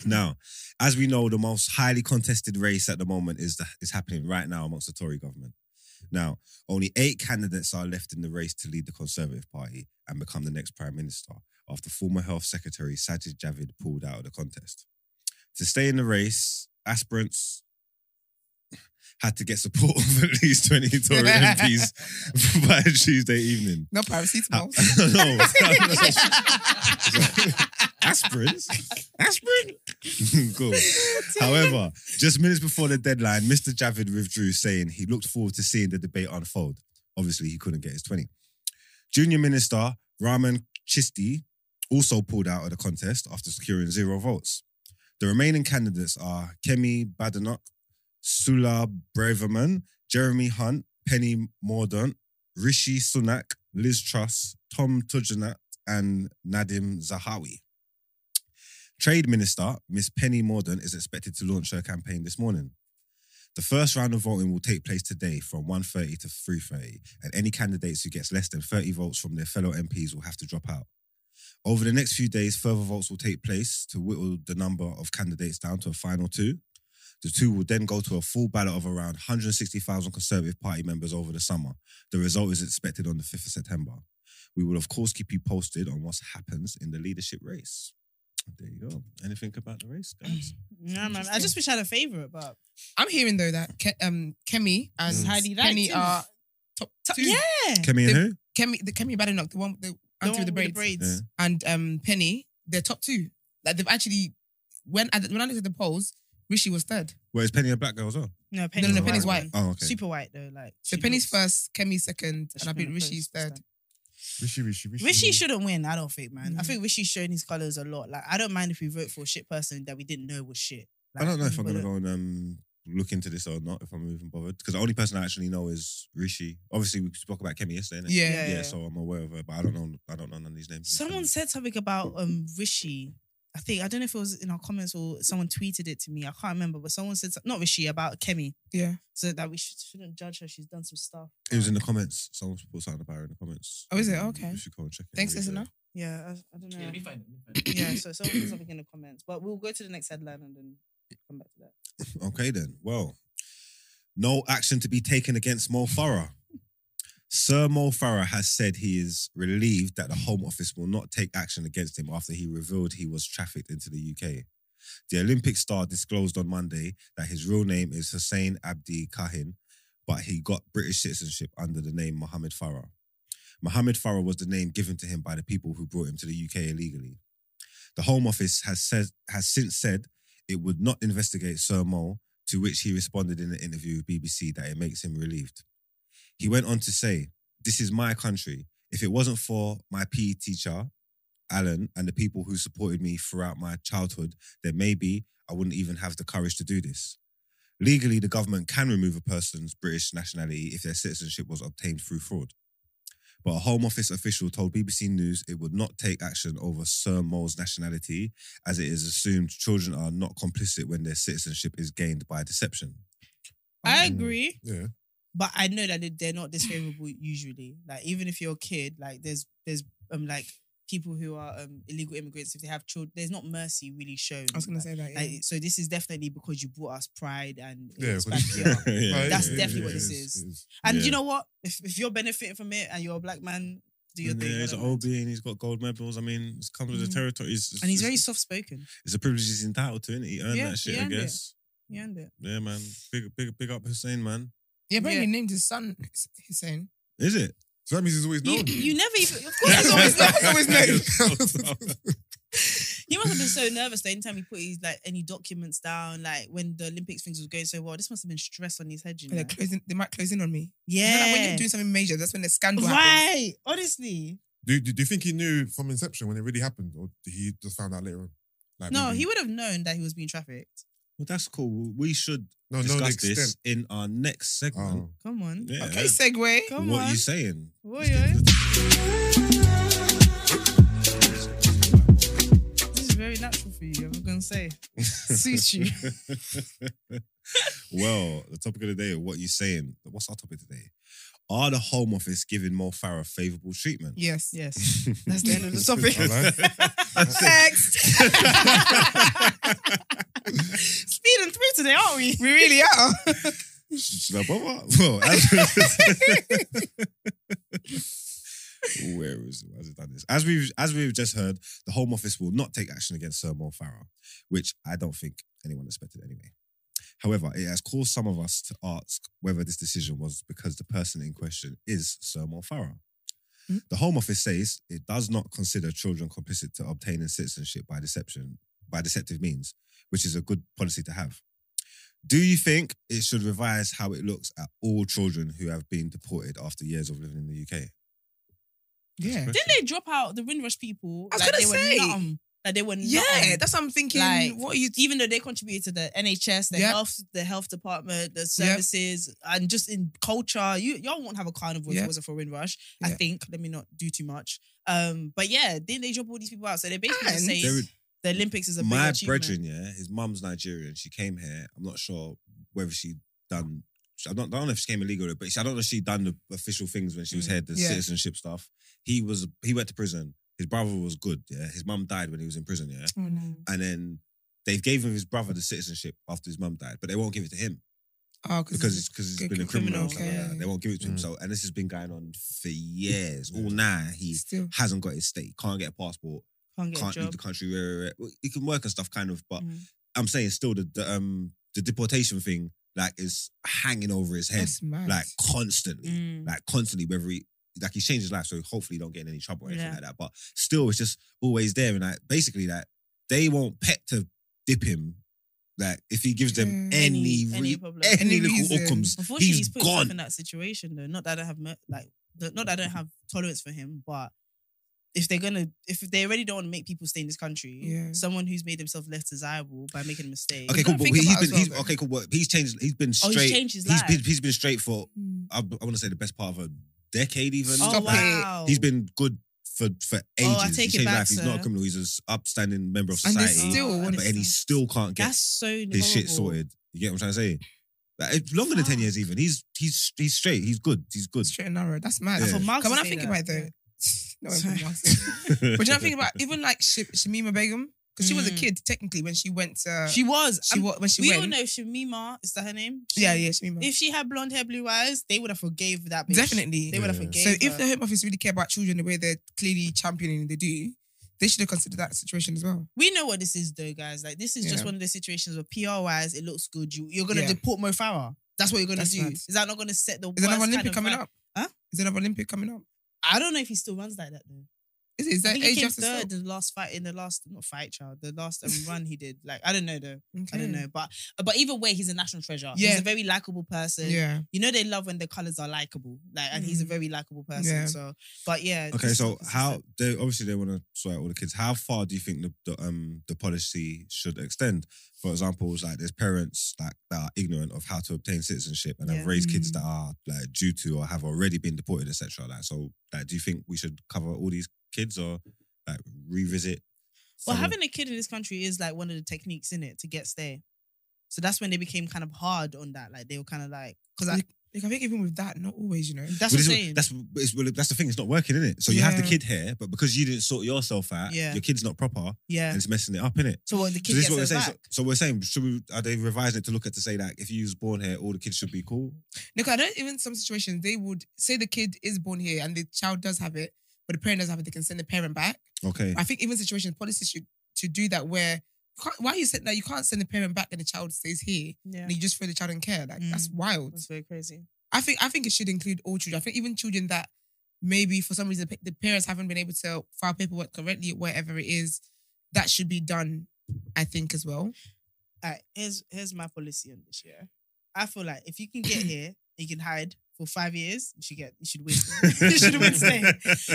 Speaker 2: Now, as we know, the most highly contested race at the moment is the, is happening right now amongst the Tory government. Now, only eight candidates are left in the race to lead the Conservative Party and become the next Prime Minister after former Health Secretary Sajid Javid pulled out of the contest. To stay in the race, aspirants [CLEARS THROAT] had to get support [LAUGHS] of at least 20 Tory MPs [LAUGHS] by Tuesday evening. [LAUGHS]
Speaker 4: No
Speaker 1: [LAUGHS]
Speaker 4: paracetamol.
Speaker 2: no. Aspirins? [LAUGHS] Aspirin? cool. However, just minutes before the deadline, Mr. Javid withdrew, saying he looked forward to seeing the debate unfold. Obviously, he couldn't get his 20. Junior Minister Raman Chisti also pulled out of the contest after securing zero votes. The remaining candidates are Kemi Badenoch, Sula Braverman, Jeremy Hunt, Penny Mordaunt, Rishi Sunak, Liz Truss, Tom Tujanat, and Nadim Zahawi. Trade Minister Miss Penny Mordaunt is expected to launch her campaign this morning. The first round of voting will take place today from 1.30 to 3.30, and any candidates who gets less than 30 votes from their fellow MPs will have to drop out. Over the next few days, further votes will take place to whittle the number of candidates down to a final two. The two will then go to a full ballot of around 160,000 Conservative Party members over the summer. The result is expected on the 5th of September. We will, of course, keep you posted on what happens in the leadership race. There you go. Anything about the race,
Speaker 4: Mm.
Speaker 2: guys?
Speaker 1: Yeah, man. I just wish I had a favorite, but
Speaker 4: I'm hearing though that Ke- um, Kemi and
Speaker 1: Mm. Highly liked,
Speaker 4: Penny
Speaker 1: isn't it?
Speaker 4: are top two.
Speaker 1: yeah.
Speaker 2: Kemi and who?
Speaker 4: Kemi, the Kemi Badenoch, the one, the auntie with the braids,
Speaker 2: Yeah.
Speaker 4: and um, Penny, they're top two. Like they've actually, when I, when I looked at the polls, Rishi was third.
Speaker 2: Well, is Penny a black girl as well?
Speaker 1: No, Penny's,
Speaker 4: no, no,
Speaker 1: the
Speaker 4: Penny's
Speaker 1: white
Speaker 4: white.
Speaker 1: one.
Speaker 2: Oh, okay.
Speaker 1: Super white though. Like
Speaker 4: So
Speaker 1: she
Speaker 4: Penny's
Speaker 1: looks-
Speaker 4: first, Kemi second,
Speaker 1: she
Speaker 4: and I
Speaker 1: should be
Speaker 4: think
Speaker 1: on the
Speaker 4: Rishi's
Speaker 1: first
Speaker 4: third.
Speaker 1: stand.
Speaker 3: Rishi, Rishi, Rishi.
Speaker 1: Rishi shouldn't win, I don't think, man. I
Speaker 4: Mm.
Speaker 1: think Rishi's shown his colours a lot. Like, I don't mind if we vote for a shit person that we didn't know was shit.
Speaker 2: I don't know if I'm
Speaker 1: Like,
Speaker 2: going to go and um, look into this or not, if I'm even bothered. Because the only person I actually know is Rishi. Obviously, we spoke about Kemi yesterday, innit?
Speaker 4: Yeah.
Speaker 1: Yeah.
Speaker 2: Yeah, so I'm aware of her, but I don't know. I don't know none of these names.
Speaker 1: Someone said something about um Rishi. I think I don't know if it was in our comments or someone tweeted it to me. I can't remember, but someone said some- not Rishi about Kemi.
Speaker 4: Yeah.
Speaker 1: So that we should, shouldn't judge her. She's done some stuff.
Speaker 2: It was in the comments. Someone put something about her in the comments.
Speaker 4: Oh, is it?
Speaker 2: Um,
Speaker 4: Okay.
Speaker 2: You should go and check it.
Speaker 4: Thanks,
Speaker 2: Read it.
Speaker 4: listener.
Speaker 1: Yeah, I, I don't
Speaker 5: Yeah, let me
Speaker 1: know.
Speaker 5: find it. Let me find [COUGHS] it.
Speaker 1: Yeah, so someone said something in the comments, but we'll go to the next headline and then come back to that.
Speaker 2: Okay then. Well, no action to be taken against Mo Farah. Sir Mo Farah has said he is relieved that the Home Office will not take action against him after he revealed he was trafficked into the UK. The Olympic star disclosed on Monday that his real name is Hussein Abdi Kahin, but he got British citizenship under the name Mohammed Farah. Mohammed Farah was the name given to him by the people who brought him to the UK illegally. The Home Office has said has since said it would not investigate Sir Mo to which he responded in an interview with BBC that it makes him relieved. He went on to say, This is my country. If it wasn't for my PE teacher, Alan, and the people who supported me throughout my childhood, then maybe I wouldn't even have the courage to do this. Legally, the government can remove a person's British nationality if their citizenship was obtained through fraud. but a Home Office official told BBC News it would not take action over Sir Mole's nationality, as it is assumed children are not complicit when their citizenship is gained by deception.
Speaker 1: I
Speaker 2: Mm.
Speaker 1: agree,
Speaker 3: Yeah.
Speaker 1: but I know that they- they're not this favorable usually. Like even if you're a kid, like there's there's um like people who are um illegal immigrants if they have children, there's not mercy really shown.
Speaker 4: I was gonna say that. Yeah.
Speaker 1: Like, so this is definitely because you brought us pride and
Speaker 3: Yeah,
Speaker 1: it's
Speaker 3: because-
Speaker 2: [LAUGHS]
Speaker 1: back here.
Speaker 3: Right,
Speaker 1: That's
Speaker 3: it is,
Speaker 1: definitely
Speaker 3: it
Speaker 1: what this is. And
Speaker 2: Yeah.
Speaker 1: you know what? If, if you're benefiting from it and you're a black man, do your
Speaker 2: And,
Speaker 1: thing.
Speaker 2: yeah,
Speaker 1: I
Speaker 2: he's
Speaker 1: don't
Speaker 2: an
Speaker 1: mind.
Speaker 2: OB and he's got gold medals. I mean, it's comes with the
Speaker 1: Mhm.
Speaker 2: territory. It's, it's-
Speaker 1: and he's very
Speaker 2: it's-
Speaker 1: soft spoken.
Speaker 2: It's a privilege he's entitled to, is He earned
Speaker 1: Yeah,
Speaker 2: that shit,
Speaker 1: he
Speaker 2: I
Speaker 1: earned it.
Speaker 2: guess.
Speaker 1: You earned it.
Speaker 2: Yeah, man. Big, big, big up Hussein, man.
Speaker 4: yeah, but
Speaker 1: Yeah.
Speaker 4: he named his son Hussein.
Speaker 2: Is it?
Speaker 3: So that means he's always
Speaker 1: You,
Speaker 3: known.
Speaker 1: you never even.
Speaker 4: [LAUGHS]
Speaker 1: Of course, he's always.
Speaker 4: known.
Speaker 1: [LAUGHS]
Speaker 3: [LAUGHS]
Speaker 4: Always
Speaker 1: He must have been so nervous. The anytime he put his like any documents down, like when the Olympics things was going so well, this must have been stress on his head. You
Speaker 4: And
Speaker 1: know?
Speaker 4: they're closing. They might close in on me. You know,
Speaker 1: yeah.
Speaker 4: like when you're doing something major, that's when the scandal happens.
Speaker 1: right. Honestly,
Speaker 3: do, do, do you think he knew from inception when it really happened, or did he just found out later on? Like
Speaker 1: no,
Speaker 3: maybe-
Speaker 1: he would have known that he was being trafficked.
Speaker 2: Well, that's cool. We should
Speaker 3: no, no, the
Speaker 2: discuss
Speaker 3: extent.
Speaker 2: this in our next segment.
Speaker 3: Oh.
Speaker 1: [LAUGHS] Come on.
Speaker 2: Yeah.
Speaker 4: Okay, segue.
Speaker 1: Come
Speaker 2: what
Speaker 1: on.
Speaker 2: are you saying?
Speaker 1: Oi,
Speaker 2: Let's get
Speaker 1: oi.
Speaker 2: to the-
Speaker 1: This is very natural for you. I'm gonna say.
Speaker 4: Suits [LAUGHS] you.
Speaker 2: well, the topic of the day, what are you saying? What's our topic today? Are the Home Office giving Mo Farah favourable treatment?
Speaker 4: Yes.
Speaker 1: Yes. That's the end of the topic. [LAUGHS]
Speaker 3: I like-
Speaker 2: That's it.
Speaker 4: Next.
Speaker 1: Speeding through today, aren't we?
Speaker 4: we really are.
Speaker 2: Should I bother? Well, as- [LAUGHS] Where is it? Why has it done this? As we've as we've just heard, the Home Office will not take action against Sir Mo Farah, which I don't think anyone expected anyway. However, it has caused some of us to ask whether this decision was because the person in question is Sir Mo Farah.
Speaker 4: Hmm.
Speaker 2: The Home Office says it does not consider children complicit to obtaining citizenship by deception by deceptive means, which is a good policy to have. Do you think it should revise how it looks at all children who have been deported after years of living in the UK?
Speaker 4: Yeah.
Speaker 1: Didn't they drop out the Windrush people?
Speaker 4: I was gonna
Speaker 1: they
Speaker 4: say.
Speaker 1: were numb, that they were numb.
Speaker 4: Yeah, that's what I'm thinking.
Speaker 1: Like,
Speaker 4: what are you?
Speaker 1: even though they contributed to the NHS, the
Speaker 4: Yep.
Speaker 1: health, the health department, the
Speaker 4: Yep.
Speaker 1: services, and just in culture, you y'all won't have a carnival if
Speaker 4: Yep.
Speaker 1: it wasn't for Windrush. I
Speaker 4: Yep.
Speaker 1: think. Let me not do too much. Um, but yeah, then they drop all these people out, so they're basically just
Speaker 4: And-
Speaker 1: saying
Speaker 2: There were-
Speaker 1: the Olympics is a
Speaker 2: My
Speaker 1: big achievement.
Speaker 2: brethren, yeah, his mum's Nigerian. She came here. I'm not sure whether she done. I don't, I don't know if she came illegally, but she, I don't know if she done the official things when she was
Speaker 1: Mm,
Speaker 2: here, the
Speaker 4: yeah.
Speaker 2: citizenship stuff. He was he went to prison. His brother was good. Yeah, his mum died when he was in prison. Yeah,
Speaker 4: Oh no.
Speaker 2: and then they gave him his brother the citizenship after his mum died, but they won't give it to him.
Speaker 4: Oh,
Speaker 2: because it's because he's
Speaker 4: good
Speaker 2: been a criminal.
Speaker 4: criminal,
Speaker 2: and stuff like
Speaker 4: okay.
Speaker 2: that. They won't give it to him.
Speaker 3: Mm.
Speaker 2: So, and this has been going on
Speaker 1: [LAUGHS]
Speaker 2: for years. All night he
Speaker 4: still.
Speaker 2: hasn't got his state, can't get a passport,
Speaker 1: Can't get
Speaker 2: can't
Speaker 1: a
Speaker 2: leave
Speaker 1: job.
Speaker 2: the country. Rah, rah, rah. Well, He can work and stuff, kind of. But
Speaker 1: Mhm.
Speaker 2: I'm saying still the, the um the deportation thing like is hanging over his head
Speaker 4: That's mad.
Speaker 2: like constantly,
Speaker 1: Mm.
Speaker 2: like constantly. Whether he like he's changed his life, so hopefully he don't get in any trouble or anything
Speaker 1: Yeah.
Speaker 2: like that. But still, it's just always there, and like basically like they won't pet to dip him. Like if he gives them
Speaker 4: Mm.
Speaker 2: any
Speaker 1: Any- any
Speaker 2: re- any,
Speaker 1: problem.
Speaker 4: Any
Speaker 2: little
Speaker 4: reason.
Speaker 2: ookums,
Speaker 1: Unfortunately, he's,
Speaker 2: he's
Speaker 1: put himself
Speaker 2: gone.
Speaker 1: in that situation though. Not that I don't have mer- like, th- not that I don't have tolerance for him, but if they're gonna, if they already don't want to make people stay in this country,
Speaker 4: Yeah.
Speaker 1: someone who's made himself less desirable by making a mistake.
Speaker 2: Okay,
Speaker 4: You
Speaker 2: cool.
Speaker 4: gotta
Speaker 2: But
Speaker 4: think
Speaker 2: he's
Speaker 4: about
Speaker 2: been,
Speaker 4: as
Speaker 2: he's,
Speaker 4: well,
Speaker 2: okay, cool. But he's changed. He's been
Speaker 1: Oh,
Speaker 2: straight.
Speaker 1: he's changed his
Speaker 2: he's
Speaker 1: life.
Speaker 2: been he's been straight for
Speaker 4: Mm.
Speaker 2: I, want to say the best part of a decade, even.
Speaker 1: oh
Speaker 4: Stop it.
Speaker 2: Like,
Speaker 1: wow, Oh,
Speaker 2: He's been good for for ages.
Speaker 1: I take
Speaker 2: he's
Speaker 1: it
Speaker 2: changed
Speaker 1: back,
Speaker 2: life. He's not
Speaker 1: sir.
Speaker 2: a criminal. He's an upstanding member of
Speaker 4: And they
Speaker 2: society.
Speaker 4: still
Speaker 1: Oh,
Speaker 4: want
Speaker 2: but and he still can't get
Speaker 1: That's so
Speaker 2: his shit
Speaker 1: horrible.
Speaker 2: sorted. You get what I'm trying to say? Like, it's longer than ten years, even. He's he's he's straight. He's good. He's good. [LAUGHS]
Speaker 4: straight and narrow. That's mad.
Speaker 2: Yeah.
Speaker 1: For Mark
Speaker 4: Come
Speaker 1: to
Speaker 4: on, I
Speaker 1: say
Speaker 4: think
Speaker 1: that,
Speaker 4: about it
Speaker 1: yeah.
Speaker 4: though. [LAUGHS] no,
Speaker 1: Sorry.
Speaker 4: for Mark's sake. But do you know, think
Speaker 2: [LAUGHS]
Speaker 4: about even like Sh- Shamima Begum because she was a
Speaker 1: Mm.
Speaker 4: kid technically when she went to
Speaker 1: She was.
Speaker 4: she
Speaker 1: I'm-
Speaker 4: wa- when she
Speaker 1: we
Speaker 4: went.
Speaker 1: all know Shamima. Is that her name?
Speaker 4: Yeah,
Speaker 1: She-
Speaker 4: yeah, Shamima.
Speaker 1: If she had blonde hair, blue eyes, they would have forgave that. Bitch.
Speaker 4: Definitely.
Speaker 1: they would have
Speaker 3: Yeah.
Speaker 1: forgave.
Speaker 4: so if
Speaker 1: her.
Speaker 4: the Home Office really care about children the way they're clearly championing they do, they should have considered that situation as well.
Speaker 1: We know what this is, though, guys. Like, this is just
Speaker 4: Yeah.
Speaker 1: one of the situations where PR wise, it looks good. You, you're going to
Speaker 4: Yeah.
Speaker 1: deport Mo Farah. That's what you're going to
Speaker 4: That's
Speaker 1: do.
Speaker 4: mad.
Speaker 1: Is that not going to set the
Speaker 4: Is another
Speaker 1: worst
Speaker 4: Olympic
Speaker 1: kind of
Speaker 4: coming
Speaker 1: vibe?
Speaker 4: up?
Speaker 1: Huh?
Speaker 4: Is another Olympic coming up?
Speaker 1: I don't know if he still runs like that, though.
Speaker 4: Is it? Is
Speaker 1: I
Speaker 4: that
Speaker 1: think he
Speaker 4: age
Speaker 1: came
Speaker 4: after
Speaker 1: third in the last fight in the last not fight child the last um, run he did like I don't know though I don't know but but either way he's a national treasure he's
Speaker 4: Yeah.
Speaker 1: a very likable person
Speaker 4: Yeah.
Speaker 1: you know they love when the colors are likable like and he's a
Speaker 4: Mhm.
Speaker 1: very likable person
Speaker 4: Yeah.
Speaker 1: so but yeah
Speaker 2: Okay,
Speaker 1: just-
Speaker 2: so
Speaker 1: just-
Speaker 2: how they obviously they want to swear at all the kids. How far do you think the, the um the policy should extend? For example, it's like there's parents like that are ignorant of how to obtain citizenship and
Speaker 1: Yeah.
Speaker 2: have raised kids
Speaker 4: Mm.
Speaker 2: that are like due to or have already been deported, etc. Like, so like, do you think we should cover all these kids or like revisit?
Speaker 1: well
Speaker 2: some of-
Speaker 1: having a kid in this country is like one of the techniques in it to get stay so that's when they became kind of hard on that like they were kind of like because I
Speaker 4: Like, I think even with that, not always, you know.
Speaker 1: that's what I'm
Speaker 2: Well, this is-
Speaker 1: saying
Speaker 2: that's but it's, well, that's the thing. It's not working, is it? So you have the
Speaker 4: Yeah.
Speaker 2: kid here, but because you didn't sort yourself out,
Speaker 1: Yeah.
Speaker 2: your kid's not proper,
Speaker 1: yeah
Speaker 2: and [LAUGHS] it's messing it up, in it.
Speaker 1: so what the
Speaker 2: So
Speaker 1: kid gets
Speaker 2: this is what we're
Speaker 1: her
Speaker 2: saying.
Speaker 1: back
Speaker 2: So, so we're saying, should we? Are they revising it to look at to say that if you was born here, all the kids should be cool?
Speaker 4: Look, I know even some situations they would say the kid is born here and the child does have it, but the parent doesn't have it. They can send the parent back.
Speaker 2: Okay.
Speaker 4: I think even situations policy should to do that where you can't, why you said that you can't send the parent back and the child stays here
Speaker 1: yeah
Speaker 4: and you just throw the child in care. Like that's
Speaker 1: Mm.
Speaker 4: wild.
Speaker 1: that's very crazy
Speaker 4: I think I think it should include all children. I think even children that maybe for some reason the pa- the parents haven't been able to file paperwork correctly, whatever it is, that should be done. I think as well.
Speaker 1: All right, here's here's my policy on this. Yeah, I feel like if you can
Speaker 2: [LAUGHS]
Speaker 1: get here, you can hide for five years. You should get, you should win. [LAUGHS] you should win stay.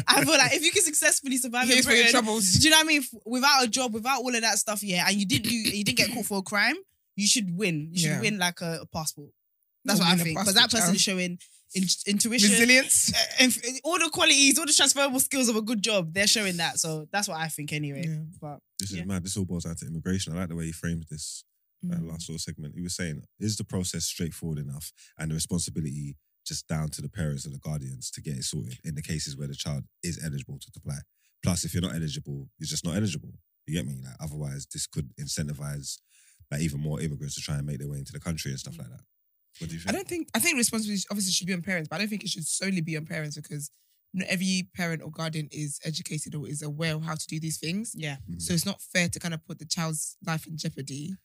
Speaker 1: I feel like if you can successfully survive
Speaker 4: [LAUGHS]
Speaker 1: in
Speaker 4: Here's for your
Speaker 1: Britain,
Speaker 4: troubles.
Speaker 1: do you know what I mean? F- Without a job, without all of that stuff, yeah, and you didn't do, you didn't get caught for a crime, you should win. You should
Speaker 4: Yeah.
Speaker 1: win like a, a passport. [LAUGHS] That's
Speaker 4: Or [LAUGHS]
Speaker 1: what I
Speaker 4: win a
Speaker 1: think. Because that
Speaker 4: passport,
Speaker 1: person
Speaker 4: child.
Speaker 1: is showing in, intuition.
Speaker 4: Resilience.
Speaker 1: uh, inf- all the qualities, all the transferable skills of a good job, they're showing that. So that's what I think, anyway.
Speaker 4: Yeah.
Speaker 1: But
Speaker 2: This is
Speaker 1: Yeah.
Speaker 2: mad. This all boils down to immigration. I like the way he framed this
Speaker 4: Mm.
Speaker 2: uh,
Speaker 1: Mm.
Speaker 2: last little segment. He was saying, is the process straightforward enough and the responsibility just down to the parents and the guardians to get it sorted in the cases where the child is eligible to apply? Plus, if you're not eligible, you're just not eligible. You get me? Like, otherwise, this could incentivize like even more immigrants to try and make their way into the country and stuff like that. What do you think?
Speaker 4: I don't think I think responsibility obviously should be on parents, but I don't think it should solely be on parents because not every parent or guardian is educated or is aware of how to do these things.
Speaker 1: yeah,
Speaker 2: Mhm.
Speaker 4: So it's not fair to kind of put the child's life in jeopardy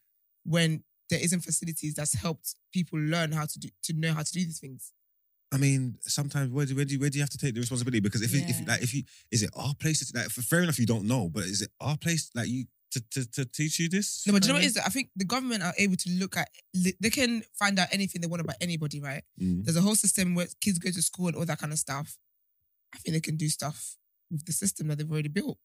Speaker 4: when there isn't facilities that's helped people learn how to do to know how to do these things.
Speaker 2: I mean, sometimes where do, where do where do you have to take the responsibility? Because if it,
Speaker 1: Yeah.
Speaker 2: if like if you is it our place? To, like, fair enough, you don't know, but is it our place? Like you to to, to teach you this?
Speaker 4: No, but do you know what it is? I think the government are able to look at they can find out anything they want about anybody, right?
Speaker 2: Mhm.
Speaker 4: There's a whole system where kids go to school and all that kind of stuff. I think they can do stuff with the system that they've already built.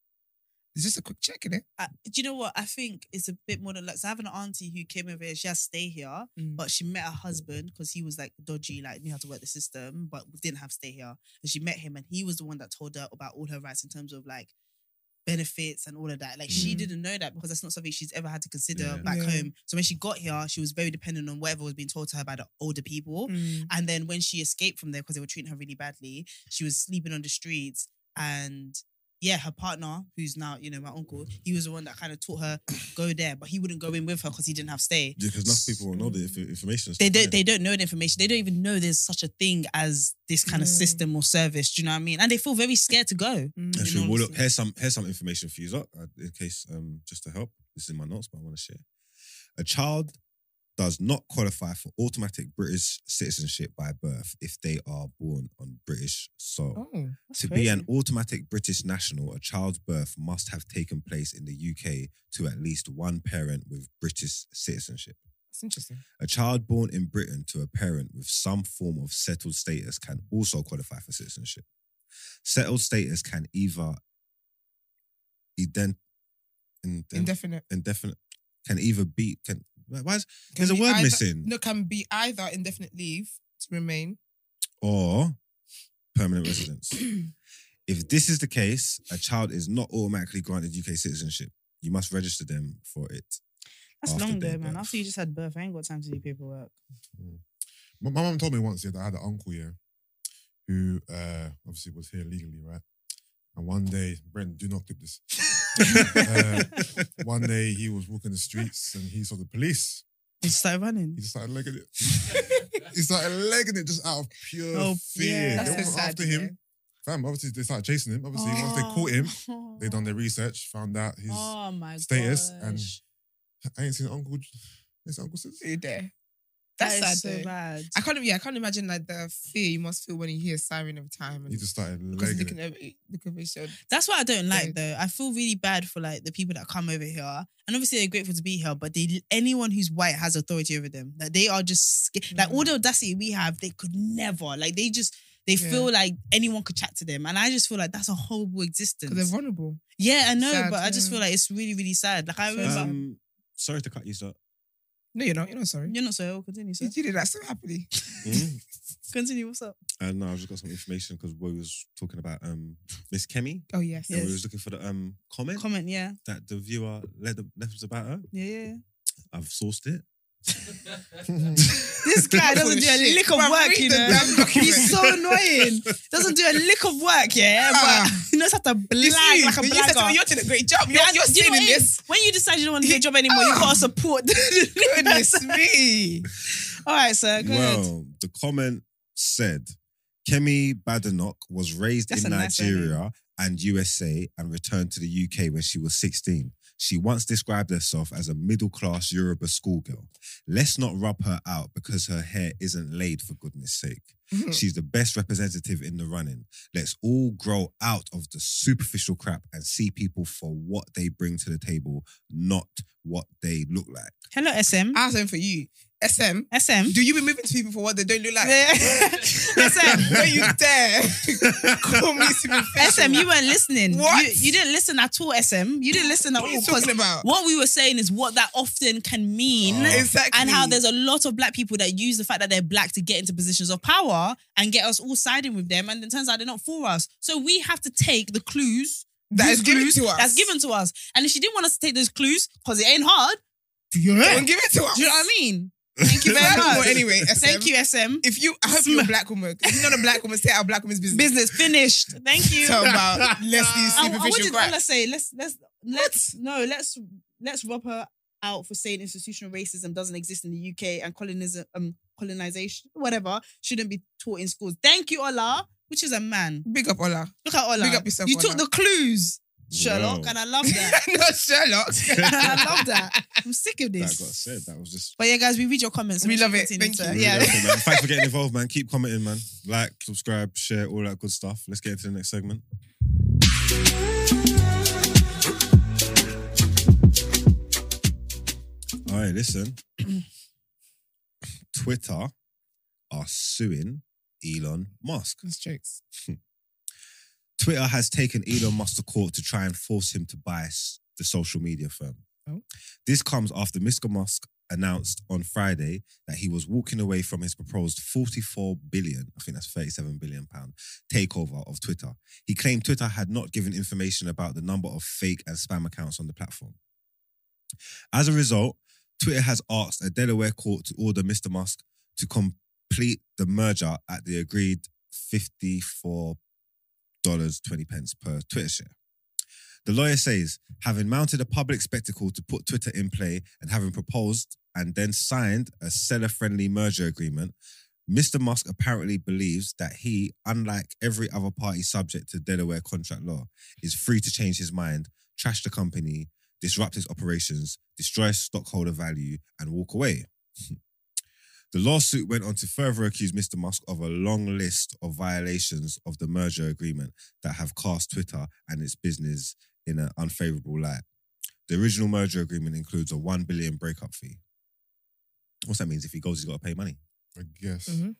Speaker 4: It's just a quick check in it.
Speaker 1: I, Uh, do you know what? I think it's a bit more than luck. So I have an auntie who came over here. She has to stay here, but she met her husband because he was like dodgy, like knew how to work the system, but didn't have to stay here. And she met him, and he was the one that told her about all her rights in terms of like benefits and all of that. Like she
Speaker 4: Mhm.
Speaker 1: didn't know that because that's not something she's ever had to consider
Speaker 2: Yeah.
Speaker 1: back
Speaker 4: Yeah.
Speaker 1: home. So when she got here, she was very dependent on whatever was being told to her by the older people.
Speaker 4: Mm.
Speaker 3: Mm.
Speaker 1: And then when she escaped from there because they were treating her really badly, she was sleeping on the streets. And yeah, her partner, who's now, you know, my uncle, he was the one that kind of taught her [COUGHS] go there, but he wouldn't go in with her because he didn't have stay.
Speaker 2: Yeah, because enough people will know the inf- information. and
Speaker 1: They
Speaker 2: stuff,
Speaker 1: don't
Speaker 2: innit?
Speaker 1: they don't know the information. They don't even know there's such a thing as this kind of
Speaker 4: Yeah.
Speaker 1: system or service. Do you know what I mean? And they feel very scared to go.
Speaker 2: That's
Speaker 1: you
Speaker 2: true.
Speaker 1: know,
Speaker 2: Well, look,
Speaker 1: honestly.
Speaker 2: here's some here's some information for you lot, uh, in case um just to help. This is in my notes, but I want to share. A child does not qualify for automatic British citizenship by birth if they are born on British soil.
Speaker 4: Oh,
Speaker 2: To be an automatic British national, a child's birth must have taken place in the UK to at least one parent with British citizenship.
Speaker 4: that's interesting.
Speaker 2: A child born in Britain to a parent with some form of settled status can also qualify for citizenship. Settled status can either ident, inden-
Speaker 4: Indefinite.
Speaker 2: indefinite can either be can like, why is
Speaker 4: Can
Speaker 2: there's a
Speaker 4: be
Speaker 2: word
Speaker 4: either-
Speaker 2: missing
Speaker 4: No, can be either indefinite leave to
Speaker 3: [LAUGHS]
Speaker 4: remain.
Speaker 2: or
Speaker 4: [CLEARS THROAT]
Speaker 2: permanent residence. If this is the case, a child is not automatically granted UK citizenship. You must register them for it.
Speaker 1: That's
Speaker 2: after
Speaker 1: long
Speaker 2: their
Speaker 1: though, man.
Speaker 2: birth.
Speaker 1: After you just had birth, I ain't got time to do paperwork.
Speaker 3: [LAUGHS] My, my mum told me once, yeah, that I had an uncle, yeah, who uh, obviously was here legally, right? And one day, Brent, do not clip this.
Speaker 4: [LAUGHS]
Speaker 3: Uh,
Speaker 1: [LAUGHS]
Speaker 3: one day he was walking the streets and he saw the police.
Speaker 1: You just started running.
Speaker 3: He just started legging it. he started legging it just out of pure
Speaker 1: Oh,
Speaker 3: fear.
Speaker 1: yeah.
Speaker 3: They
Speaker 4: That's so
Speaker 3: went
Speaker 4: sad,
Speaker 3: after
Speaker 4: you
Speaker 3: him. Fam, obviously they started chasing him. Obviously, once they
Speaker 1: Oh.
Speaker 3: caught him, they done their research, found out his.
Speaker 1: oh my
Speaker 3: status and-
Speaker 1: gosh.
Speaker 3: I ain't seen uncle. His uncle since.
Speaker 4: Are you there? That's
Speaker 1: That
Speaker 4: sad
Speaker 1: is so
Speaker 4: though.
Speaker 1: bad.
Speaker 4: I can't. Yeah, I can't imagine like the fear you must feel when you hear siren every time
Speaker 3: You
Speaker 4: and
Speaker 3: just started
Speaker 4: because
Speaker 3: legging
Speaker 4: looking
Speaker 3: it.
Speaker 4: over, look over his shoulder.
Speaker 1: That's what I don't like
Speaker 4: Right.
Speaker 1: though. I feel really bad for like the people that come over here. And obviously they're grateful to be here, but they anyone who's white has authority over them. Like they are just scared. Like
Speaker 4: Mm.
Speaker 1: all the audacity we have, they could never. Like they just they
Speaker 4: Yeah.
Speaker 1: feel like anyone could chat to them. And I just feel like that's a horrible
Speaker 4: Because they're
Speaker 1: existence.
Speaker 4: vulnerable.
Speaker 1: Yeah, I know,
Speaker 4: Sad,
Speaker 1: but I just
Speaker 4: yeah.
Speaker 1: feel like it's really, really sad. Like I
Speaker 4: Sad.
Speaker 1: remember
Speaker 2: Um, sorry to cut you, sir.
Speaker 4: No, you're not. You're not sorry.
Speaker 1: you're not so ill. Continue, sir.
Speaker 4: You did that so happily.
Speaker 2: Mm.
Speaker 1: Continue, what's up?
Speaker 2: and Uh, no, I've just got some information because we was talking about um [LAUGHS] Miss Kemi.
Speaker 4: Oh yes.
Speaker 2: And
Speaker 1: Yes.
Speaker 2: we was looking for the um comment
Speaker 1: Comment, yeah.
Speaker 2: that the viewer led, left us about her.
Speaker 1: Yeah, yeah. yeah.
Speaker 2: I've sourced it.
Speaker 1: This guy doesn't do a
Speaker 4: Shit.
Speaker 1: lick of
Speaker 4: Bruh,
Speaker 1: work,
Speaker 4: read
Speaker 1: you
Speaker 4: the
Speaker 1: know.
Speaker 4: damn document.
Speaker 1: [LAUGHS]
Speaker 4: Ah.
Speaker 1: He's so annoying. Doesn't do a lick of work, yeah. But he knows how to blag like a
Speaker 4: you said to
Speaker 1: blagger.
Speaker 4: me, you're doing a great job. You're,
Speaker 1: Yeah,
Speaker 4: you're
Speaker 1: do you know
Speaker 4: sitting in
Speaker 1: what it
Speaker 4: this.
Speaker 1: is? When you decide you don't want to do a job anymore, you gotta support. [LAUGHS]
Speaker 4: [LAUGHS] Goodness me. [LAUGHS]
Speaker 1: All right, sir. Go ahead.
Speaker 2: Well, the comment said Kemi Badenoch was raised
Speaker 1: That's
Speaker 2: in
Speaker 1: a nice
Speaker 2: Nigeria and USA and returned to the UK when she was 16. She once described herself as a middle class Yoruba schoolgirl. Let's not rub her out because her hair isn't laid, for goodness sake.
Speaker 4: Mm.
Speaker 2: She's the best representative in the running. Let's all grow out of the superficial crap and see people for what they bring to the table, not what they look like.
Speaker 1: [LAUGHS] Hello, SM.
Speaker 4: I have something for you. SM, [LAUGHS]
Speaker 1: SM.
Speaker 4: do you be moving to people for what they don't
Speaker 1: [LAUGHS]
Speaker 4: look like?
Speaker 1: Yeah. [LAUGHS] SM.
Speaker 4: Don't [LAUGHS] you dare
Speaker 1: [LAUGHS]
Speaker 4: call me superficial.
Speaker 1: SM, you weren't listening.
Speaker 4: What?
Speaker 1: You, you didn't listen at all, SM. You didn't listen at
Speaker 4: [LAUGHS] What are
Speaker 1: all.
Speaker 4: you
Speaker 1: 'cause
Speaker 4: talking about?
Speaker 1: What we were saying is what that often can mean.
Speaker 2: Oh.
Speaker 4: Exactly.
Speaker 1: and how there's a lot of black people that use the fact that they're black to get into positions of power and get us all siding with them, and it turns out they're not for us. So we have to take the clues
Speaker 4: that
Speaker 1: these
Speaker 4: is given
Speaker 1: clues
Speaker 4: to us.
Speaker 1: That's given to us. And if she didn't want us to take those clues because it ain't hard,
Speaker 4: Don't give it to us.
Speaker 1: do you know what I mean?
Speaker 4: [LAUGHS] Thank you very much.
Speaker 1: much.
Speaker 4: anyway, SM,
Speaker 1: Thank you, SM.
Speaker 4: If you, I hope you're a black woman. If you're not a black woman, stay out of black women's business.
Speaker 1: Business finished. Thank you.
Speaker 4: Talk
Speaker 1: [LAUGHS]
Speaker 4: about Leslie's
Speaker 1: Oh, I, I, what
Speaker 4: superficial
Speaker 1: did
Speaker 4: crap.
Speaker 1: Ella say? Let's let's let's no let's let's rub her out for saying institutional racism doesn't exist in the UK and colonism um colonization whatever shouldn't be taught in schools. Thank you, Ola, which is a man.
Speaker 4: Big up, Ola. [LAUGHS]
Speaker 1: Look at Ola.
Speaker 4: Big up yourself,
Speaker 1: you took
Speaker 4: Ola.
Speaker 1: the clues, Sherlock,
Speaker 2: Wow.
Speaker 1: and I love
Speaker 4: [LAUGHS]
Speaker 1: that. [LAUGHS]
Speaker 4: not Sherlock.
Speaker 1: I love that. I'm sick of
Speaker 2: That got
Speaker 1: this.
Speaker 2: said. That was just
Speaker 1: but yeah, guys, we read your comments. so
Speaker 4: We
Speaker 1: should
Speaker 4: love it.
Speaker 1: continue,
Speaker 4: Thank
Speaker 1: sir.
Speaker 4: you.
Speaker 2: Really
Speaker 1: Yeah.
Speaker 2: helpful, man. Thanks for getting involved, man. Keep commenting, man. Like, subscribe, share, all that good stuff. Let's get into the next segment. All right, listen. Twitter are suing Elon Musk.
Speaker 4: That's jokes.
Speaker 2: Twitter has taken Elon Musk to court to try and force him to buy s- the social media firm.
Speaker 4: Oh.
Speaker 2: This comes after Mr. Musk announced on Friday that he was walking away from his proposed 44 billion, I think that's 37 billion pound takeover of Twitter. He claimed Twitter had not given information about the number of fake and spam accounts on the platform. As a result, Twitter has asked a Delaware court to order Mr. Musk to complete the merger at the agreed 54 dollars twenty pence per Twitter share. The lawyer says, having mounted a public spectacle to put Twitter in play and having proposed and then signed a seller-friendly merger agreement, Mr. Musk apparently believes that he, unlike every other party subject to Delaware contract law, is free to change his mind, trash the company, disrupt its operations, destroy stockholder value, and walk away. [LAUGHS] The lawsuit went on to further accuse Mr. Musk of a long list of violations of the merger agreement that have cast Twitter and its business in an unfavorable light. The original merger agreement includes a one billion breakup fee. What's that means? If he goes, he's got to pay money.
Speaker 3: I guess.
Speaker 4: Mhm.
Speaker 1: Mm-hmm.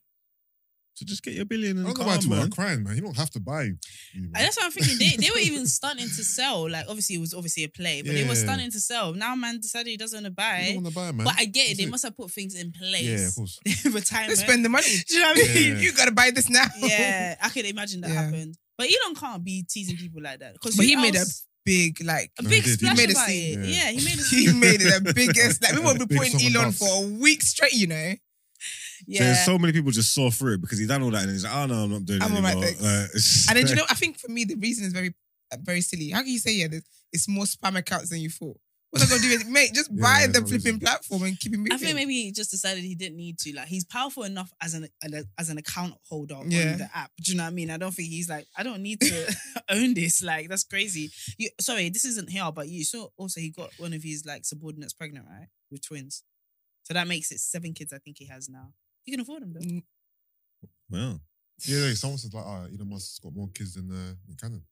Speaker 2: So just get your billion
Speaker 3: I
Speaker 2: and
Speaker 3: don't know
Speaker 2: come
Speaker 3: why
Speaker 2: on,
Speaker 3: people are
Speaker 2: man.
Speaker 3: crying, man. You don't have to buy. You,
Speaker 1: Uh,
Speaker 3: man.
Speaker 1: [LAUGHS] That's what I'm thinking. They, they were even starting to sell. Like obviously it was obviously a play, but they were
Speaker 3: Yeah.
Speaker 1: starting to sell. Now man decided he doesn't want to buy.
Speaker 3: You don't want to buy, man.
Speaker 1: But I get it. They
Speaker 3: That's
Speaker 1: must have put things in
Speaker 3: Yeah, of
Speaker 1: [LAUGHS] place.
Speaker 3: course.
Speaker 4: They
Speaker 1: Retirement.
Speaker 4: [LAUGHS] spend the money.
Speaker 1: Do you know what I mean?
Speaker 3: Yeah.
Speaker 4: [LAUGHS] you gotta buy this now.
Speaker 1: Yeah, I could imagine that
Speaker 4: Yeah.
Speaker 1: happened. But Elon can't be teasing people like that. Because
Speaker 4: But he made a [LAUGHS] big like.
Speaker 1: a
Speaker 3: No, he
Speaker 1: big
Speaker 3: did. He
Speaker 1: splash
Speaker 4: made a
Speaker 1: about
Speaker 4: scene.
Speaker 1: it.
Speaker 3: Yeah.
Speaker 1: Yeah. he made
Speaker 4: [LAUGHS]
Speaker 1: a
Speaker 4: He made it the biggest. Like we would be
Speaker 3: Big
Speaker 4: putting
Speaker 3: song and
Speaker 4: Elon
Speaker 3: dance.
Speaker 4: for a week straight. You know.
Speaker 2: So
Speaker 1: yeah.
Speaker 2: so many people just saw through it because he done all that and he's like, oh no, I'm not doing it
Speaker 4: I'm all right,
Speaker 2: anymore.
Speaker 4: thanks.
Speaker 2: Like, it's just
Speaker 4: And then do you know,
Speaker 2: like-
Speaker 4: I think for me the reason is very, uh, very silly. How can you say yeah? There's, it's more spam accounts than you thought. What's I gonna do
Speaker 2: [LAUGHS]
Speaker 4: is mate, just
Speaker 3: Yeah,
Speaker 4: buy
Speaker 3: yeah,
Speaker 4: the
Speaker 3: that's what it
Speaker 4: flipping
Speaker 3: is.
Speaker 4: platform and keep it moving.
Speaker 1: I think maybe he just decided he didn't need to. Like he's powerful enough as an as an account holder
Speaker 4: Yeah.
Speaker 1: on the app. Do you know what I mean? I don't think he's like I don't need to [LAUGHS] own this. Like that's crazy. You sorry, this isn't here, but you saw also he got one of his like subordinates pregnant, right? With twins. So So that makes it seven kids. I think he has now. You can afford them though.
Speaker 2: Well,
Speaker 3: Yeah, yeah, someone says like, ah, Elon Musk's got more kids than uh, than Cannon.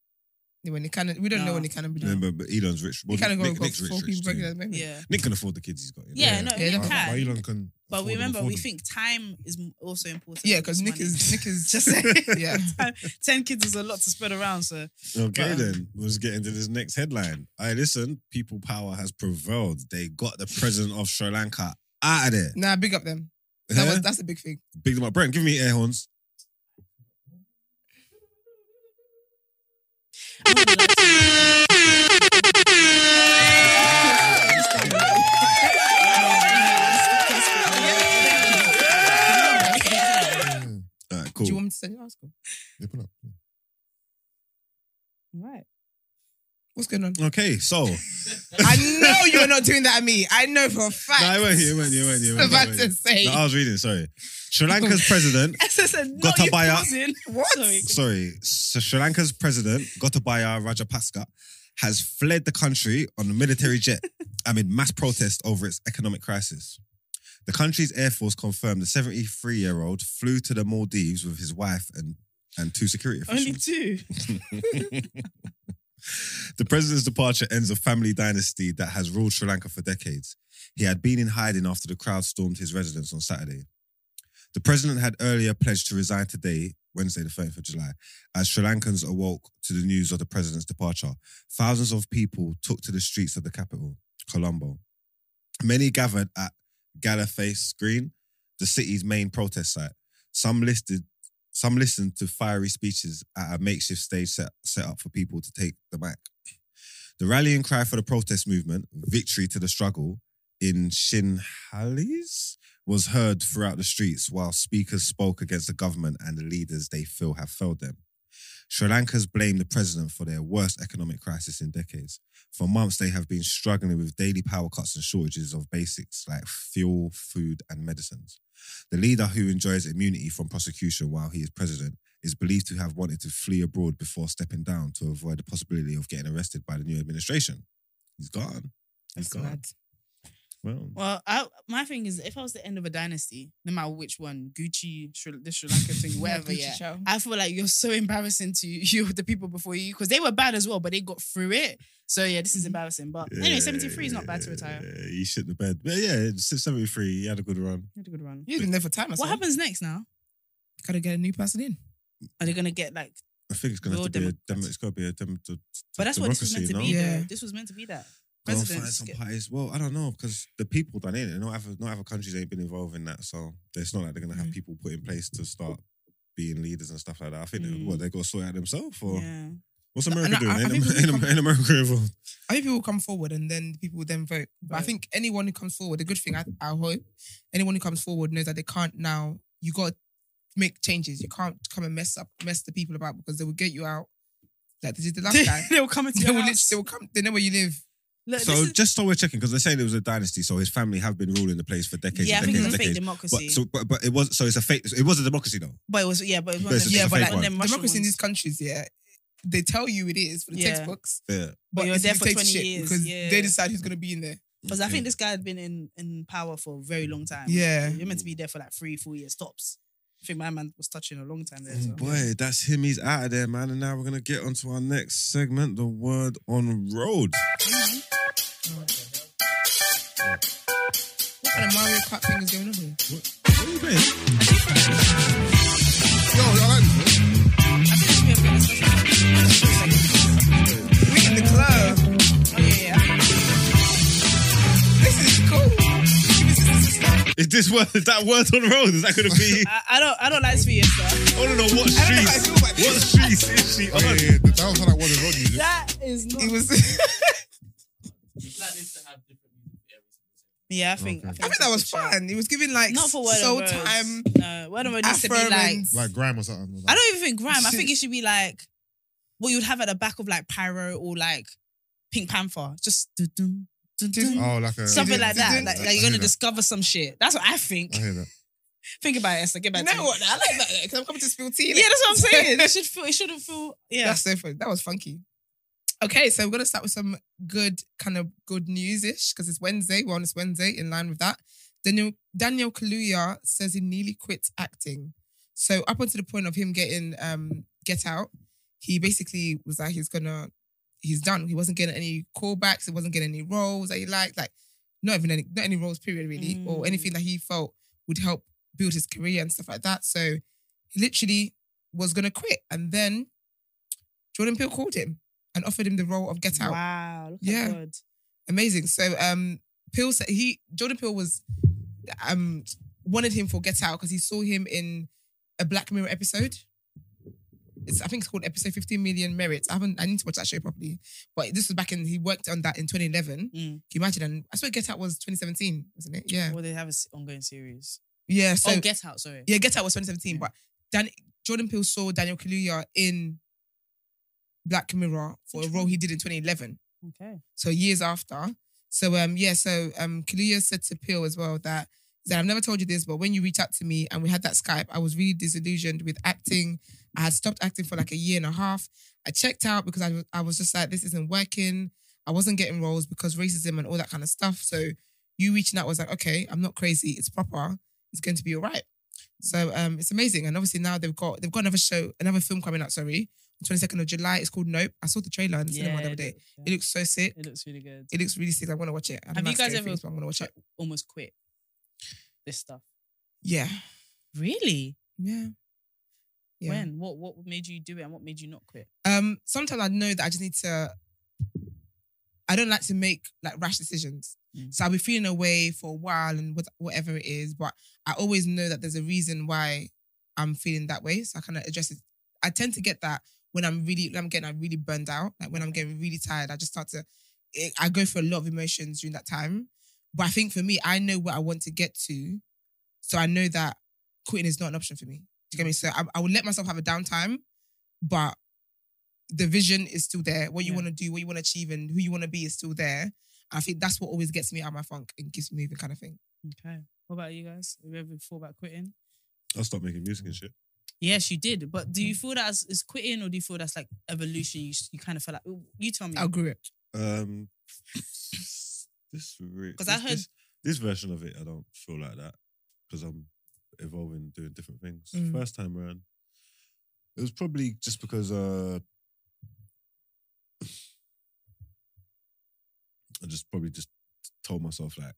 Speaker 4: When they can, we don't know
Speaker 1: No.
Speaker 4: when they can be
Speaker 2: no,
Speaker 4: done.
Speaker 2: but, but Elon's rich. Well,
Speaker 4: You kind of
Speaker 2: Nick,
Speaker 4: go
Speaker 2: Nick's
Speaker 4: four
Speaker 2: rich, rich
Speaker 4: people
Speaker 2: too.
Speaker 4: regular, maybe.
Speaker 1: Yeah.
Speaker 2: Nick can afford the kids he's got. you know?
Speaker 1: Yeah, no,
Speaker 4: Yeah,
Speaker 1: Nick
Speaker 4: no,
Speaker 3: But-
Speaker 1: can.
Speaker 3: But Elon can.
Speaker 1: but
Speaker 3: afford them,
Speaker 1: remember,
Speaker 3: afford
Speaker 1: we
Speaker 3: them.
Speaker 1: think time is m- also important.
Speaker 4: Yeah, because Nick
Speaker 1: Money.
Speaker 4: is Nick is
Speaker 1: [LAUGHS] just saying. Ten kids is a lot to spread around. So
Speaker 2: Okay,
Speaker 1: But-
Speaker 2: then let's get into this next headline. I listen. People power has prevailed. They got the president of Sri Lanka out of there.
Speaker 4: Nah, big up
Speaker 2: [LAUGHS]
Speaker 4: them. That was that's a big
Speaker 1: [LAUGHS]
Speaker 4: thing.
Speaker 2: Big them up, Brent. Give me air horns.
Speaker 3: Yeah,
Speaker 2: All right,
Speaker 4: Do you
Speaker 2: cool.
Speaker 4: want me to send your article?
Speaker 3: yeah, pull
Speaker 1: [LAUGHS]
Speaker 3: up.
Speaker 1: right.
Speaker 4: What's going on?
Speaker 2: Okay,
Speaker 4: [LAUGHS]
Speaker 2: so no,
Speaker 4: I know you're not doing that at me. I know for a fact.
Speaker 2: I went here, went here, went here.
Speaker 4: I
Speaker 2: Went
Speaker 4: was
Speaker 2: here,
Speaker 4: about
Speaker 2: went
Speaker 4: to
Speaker 2: here.
Speaker 4: say.
Speaker 2: No, I was
Speaker 4: [LAUGHS]
Speaker 2: reading. Sorry, Sri Lanka's president.
Speaker 1: As [LAUGHS] I said, no, you
Speaker 2: Gotabaya.
Speaker 1: [LAUGHS] pausing.
Speaker 4: What?
Speaker 1: Sorry.
Speaker 2: Sorry, so Sri Lanka's president Gotabaya Rajapaksa has fled the country on a
Speaker 4: [LAUGHS]
Speaker 2: military jet amid mass protest over its economic crisis. The country's air force confirmed the 73-year-old flew to the Maldives with his wife and and two security officials.
Speaker 1: [LAUGHS] Only two.
Speaker 2: the president's departure ends a family dynasty that has ruled Sri Lanka for decades. He had been in hiding after the crowd stormed his residence on Saturday. The president had earlier pledged to resign today, Wednesday, the 30th of July, as Sri Lankans awoke to the news of the president's departure. Thousands of people took to the streets of the capital, Colombo. Many gathered at Galaface Green, the city's main protest site. Some listed some listened to fiery speeches at a makeshift stage set, set up for people to take the mic. The rallying cry for the protest movement, victory to the struggle, in Shinhalis was heard throughout the streets while speakers spoke against the government and the leaders they feel have failed them. Sri Lanka's blamed the president for their worst economic crisis in decades. For months, they have been struggling with daily power cuts and shortages of basics like fuel, food, and medicines. The leader who enjoys immunity from prosecution while he is president is believed to have wanted to flee abroad before stepping down to avoid the possibility of getting arrested by the new administration. He's gone. He's
Speaker 4: That's
Speaker 2: gone.
Speaker 4: mad.
Speaker 2: Well,
Speaker 1: Well, I, my thing is, if I was the end of a dynasty, no matter which one, Gucci, Sri, the Sri Lanka thing, whatever, [LAUGHS] yeah, I feel like you're so embarrassing to [LAUGHS] you, the people before you, because they were bad as well, but they got through it. So Mm-hmm. yeah, this is
Speaker 4: Mhm.
Speaker 1: embarrassing. But anyway, 73 is not bad to retire.
Speaker 2: Yeah, You shit the bed. But yeah, 73, he had a good run.
Speaker 1: You had a good run.
Speaker 4: You've been there for time. I
Speaker 1: What
Speaker 4: said.
Speaker 1: happens next now?
Speaker 4: Gotta get a new person in.
Speaker 1: Are they gonna get like?
Speaker 2: I think it's gonna have
Speaker 1: Real
Speaker 2: to be a dem-
Speaker 1: democrats.
Speaker 2: it's gotta be a dem- d- d-
Speaker 1: But that's what this was
Speaker 2: democracy,
Speaker 1: meant to
Speaker 2: no?
Speaker 1: be.
Speaker 4: Yeah.
Speaker 1: Though. This was meant to be that.
Speaker 2: Go and find
Speaker 1: Presidents
Speaker 2: some
Speaker 1: get-
Speaker 2: parties. Well, I don't know because the people done in it. Not other, not other countries ain't been involved in that, so it's not like they're gonna have
Speaker 1: Mm.
Speaker 4: Mhm.
Speaker 2: people put in place to start being leaders and stuff like that. I think they-
Speaker 1: Mm.
Speaker 2: what they got to sort it out themselves. Or
Speaker 1: Yeah.
Speaker 2: what's
Speaker 4: And
Speaker 2: America
Speaker 4: I-
Speaker 2: doing?
Speaker 4: I
Speaker 2: Ain't
Speaker 4: think
Speaker 2: Am-
Speaker 4: we
Speaker 2: ain't
Speaker 4: come-
Speaker 2: Am- ain't America involved?
Speaker 4: I think people come forward and then people will then vote. But I
Speaker 1: Vote.
Speaker 4: think anyone who comes forward, the good thing I, I hope, anyone who comes forward knows that they can't now. You got to make changes. You can't come and mess up, mess the people about because they will get you out. Like [LAUGHS] they did
Speaker 1: [LAUGHS]
Speaker 4: the last guy.
Speaker 1: They'll come into
Speaker 4: they
Speaker 1: your
Speaker 4: will literally,
Speaker 1: house.
Speaker 4: they will come. They know where you live.
Speaker 1: Look,
Speaker 2: So
Speaker 1: this is-
Speaker 2: just so we're checking because they're saying it was a dynasty, so his family have been ruling the place for decades,
Speaker 1: yeah, I
Speaker 2: and
Speaker 1: think
Speaker 2: decades,
Speaker 1: it's a fake
Speaker 2: and decades.
Speaker 1: democracy.
Speaker 2: But so, but, but it was so it's a fake. It was a democracy though.
Speaker 1: But it was yeah, but it was one of
Speaker 2: But it's
Speaker 1: them,
Speaker 2: just
Speaker 1: yeah,
Speaker 2: a
Speaker 1: but
Speaker 2: fake
Speaker 1: like one
Speaker 2: one.
Speaker 1: of them Russian
Speaker 4: Democracy in these
Speaker 1: ones.
Speaker 4: countries, yeah, they tell you it is for the
Speaker 1: Yeah.
Speaker 4: textbooks,
Speaker 2: Yeah.
Speaker 1: But you're
Speaker 4: it's a
Speaker 1: there for 20
Speaker 4: dictatorship
Speaker 1: years,
Speaker 4: because
Speaker 1: yeah.
Speaker 4: they decide who's gonna be in there.
Speaker 1: Because I think this guy had been in in power for a very long time.
Speaker 4: Yeah.
Speaker 1: you're meant to be there for like three, four years tops. I think my man was touching a long time there.
Speaker 2: Oh
Speaker 1: So.
Speaker 2: boy, that's him. He's out of there, man. And now we're gonna get onto our next segment, the word on road.
Speaker 4: What kind of Mario Kart thing is going on here?
Speaker 2: What are you playing?
Speaker 3: Yo, I like this. man.
Speaker 4: We in the club. This is cool.
Speaker 2: Is this word? Is that word on road? Is that
Speaker 1: [LAUGHS]
Speaker 2: gonna be?
Speaker 1: [LAUGHS] I, I don't, I don't like Fiesta.
Speaker 2: I don't know what
Speaker 4: I don't know how I
Speaker 2: streets.
Speaker 4: feel about
Speaker 2: What
Speaker 4: this.
Speaker 2: streets is she on?
Speaker 3: Yeah, yeah, yeah. That was how that was in road music.
Speaker 1: That is not.
Speaker 4: It was. [LAUGHS]
Speaker 1: yeah, I think. I
Speaker 3: Okay.
Speaker 1: think,
Speaker 4: I think that was fun. It was giving like
Speaker 1: Not for word
Speaker 4: soul
Speaker 1: on roads.
Speaker 4: time.
Speaker 1: No, word on road needs to be like.
Speaker 4: afferents.
Speaker 3: Like grime or something.
Speaker 1: I don't even think grime. I think it should be like what you'd have at the back of like Pyro or like Pink Panther. Just dun-dun, dun-dun,
Speaker 3: Oh, like a
Speaker 1: something like that.
Speaker 4: dun-dun.
Speaker 1: Like,
Speaker 3: I
Speaker 1: like you're
Speaker 3: hear
Speaker 1: gonna
Speaker 3: that.
Speaker 1: discover some shit. That's what I think.
Speaker 3: I hear that.
Speaker 1: Think about it, Esther. Get
Speaker 4: you
Speaker 1: back to
Speaker 4: know
Speaker 1: me.
Speaker 4: what? I like that because I'm coming to spill tea.
Speaker 1: Yeah,
Speaker 4: innit?
Speaker 1: that's what I'm saying.
Speaker 4: [LAUGHS]
Speaker 1: It should feel. It shouldn't feel. Yeah.
Speaker 4: That's so fun. That was funky. Okay, so we're gonna start with some good kind of good news ish because it's Wednesday. We're on this Wednesday in line with that. Daniel Daniel Kaluuya says he nearly quit acting. So up until the point of him getting um Get Out, he basically was like he's gonna he's done. He wasn't getting any callbacks. He wasn't getting any roles that he liked. Like not even any not any roles period really or
Speaker 1: Mm.
Speaker 4: anything that he felt would help build his career and stuff like that. So he literally was gonna quit, and then Jordan Peele called him and offered him the role of Get Out.
Speaker 1: Wow. Look
Speaker 4: Yeah.
Speaker 1: at God.
Speaker 4: Amazing. So um Peele said he Jordan Peele was um wanted him for Get Out because he saw him in a Black Mirror episode. It's, I think it's called episode 15 million merits. I haven't I need to watch that show properly. But this was back in he worked on that in 2011.
Speaker 1: Mm.
Speaker 4: Can you imagine? And I swear Get Out was 2017, wasn't it? Yeah.
Speaker 1: Well, they have an ongoing series.
Speaker 4: Yeah. So
Speaker 1: oh, Get Out, sorry.
Speaker 4: yeah, Get Out was 2017,
Speaker 1: Yeah.
Speaker 4: but Dan, Jordan Peele saw Daniel Kaluuya in Black Mirror for a role he did in 2011.
Speaker 1: Okay.
Speaker 4: So years after. So um yeah, so um Kaluuya said to Peel as well that that I've never told you this, but when you reached out to me and we had that Skype, I was really disillusioned with acting. I had stopped acting for like a year and a half. I checked out because I was, I was just like, this isn't working. I wasn't getting roles because racism and all that kind of stuff. So you reaching out was like, okay, I'm not crazy. It's proper. It's going to be all right. So um, it's amazing. And obviously now they've got they've got another show, another film coming out. Sorry, twenty second of July. It's called Nope. I saw the trailer in the cinema the other
Speaker 1: it
Speaker 4: day.
Speaker 1: looks-
Speaker 4: It looks so sick.
Speaker 1: it looks really good.
Speaker 4: It looks really sick. I want to watch it. I
Speaker 1: Have
Speaker 4: don't
Speaker 1: you
Speaker 4: like
Speaker 1: guys
Speaker 4: scary
Speaker 1: ever-
Speaker 4: Things, but I'm gonna watch it.
Speaker 1: Almost quit this stuff.
Speaker 4: Yeah.
Speaker 1: Really?
Speaker 4: Yeah. Yeah.
Speaker 1: When? What what made you do it and what made you not quit?
Speaker 4: Um. Sometimes I know that I just need to. I don't like to make like rash decisions,
Speaker 1: Mm.
Speaker 4: so I'll be feeling away for a while and what, whatever it is. But I always know that there's a reason why I'm feeling that way, so I kind of address it. I tend to get that when I'm really, when I'm getting, I'm really burned out. Like when I'm getting really tired, I just start to. It, I go through a lot of emotions during that time, but I think for me, I know what I want to get to, so I know that quitting is not an option for me. Do you get me? So I, I will let myself have a downtime, but the vision is still there. What you
Speaker 1: Yeah.
Speaker 4: want to do, what you want to achieve, and who you want to be is still there. I think that's what always gets me out of my funk and keeps me moving, kind of thing.
Speaker 1: Okay. What about you guys? Have you ever thought about quitting?
Speaker 2: I'll stop making music
Speaker 3: Mm.
Speaker 2: and shit.
Speaker 1: Yes, you did. But do you feel that as is quitting or do you feel that's like evolution? You, you kind of feel like you tell me.
Speaker 4: I grew it.
Speaker 2: Um, [LAUGHS] this re-
Speaker 1: 'Cause I
Speaker 2: this-
Speaker 1: heard-
Speaker 2: this, this version of it. I don't feel like that because I'm evolving, doing different things.
Speaker 4: Mm.
Speaker 2: First time around, it was probably just because uh, I just probably just told myself like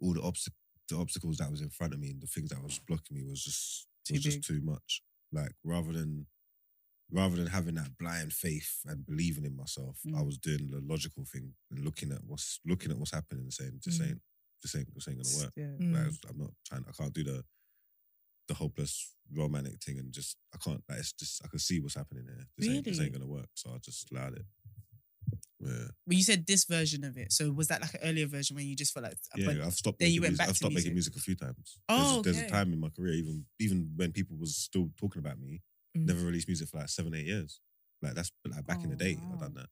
Speaker 2: all the obstacles. The obstacles that was in front of me and the things that was blocking me was just
Speaker 1: Too
Speaker 2: was just too much. Like rather than rather than having that blind faith and believing in myself, I
Speaker 1: Mm.
Speaker 2: was doing the logical thing and looking at what's looking at what's happening and saying, this
Speaker 4: Mm.
Speaker 2: ain't this ain't this ain't gonna work.
Speaker 1: Yeah.
Speaker 2: Like,
Speaker 4: Mm.
Speaker 2: I'm not trying. I can't do the the hopeless romantic thing and just I can't. Like it's just I can see what's happening here. This ain't this ain't
Speaker 1: Really?
Speaker 2: gonna work. So I just allowed it. Yeah,
Speaker 1: Well, you said this version of it. So was that like an earlier version when you just felt like,
Speaker 2: yeah.
Speaker 1: but
Speaker 2: I've stopped.
Speaker 1: then you
Speaker 2: making
Speaker 1: went
Speaker 2: music.
Speaker 1: back
Speaker 2: I've
Speaker 1: to
Speaker 2: stopped making music a few times.
Speaker 1: Oh,
Speaker 2: there's, a,
Speaker 1: okay.
Speaker 2: there's a time in my career, even even when people was still talking about me,
Speaker 4: Mm.
Speaker 2: never released music for like seven, eight years. Like that's like back in the
Speaker 1: Oh,
Speaker 2: day,
Speaker 1: wow.
Speaker 2: I done that.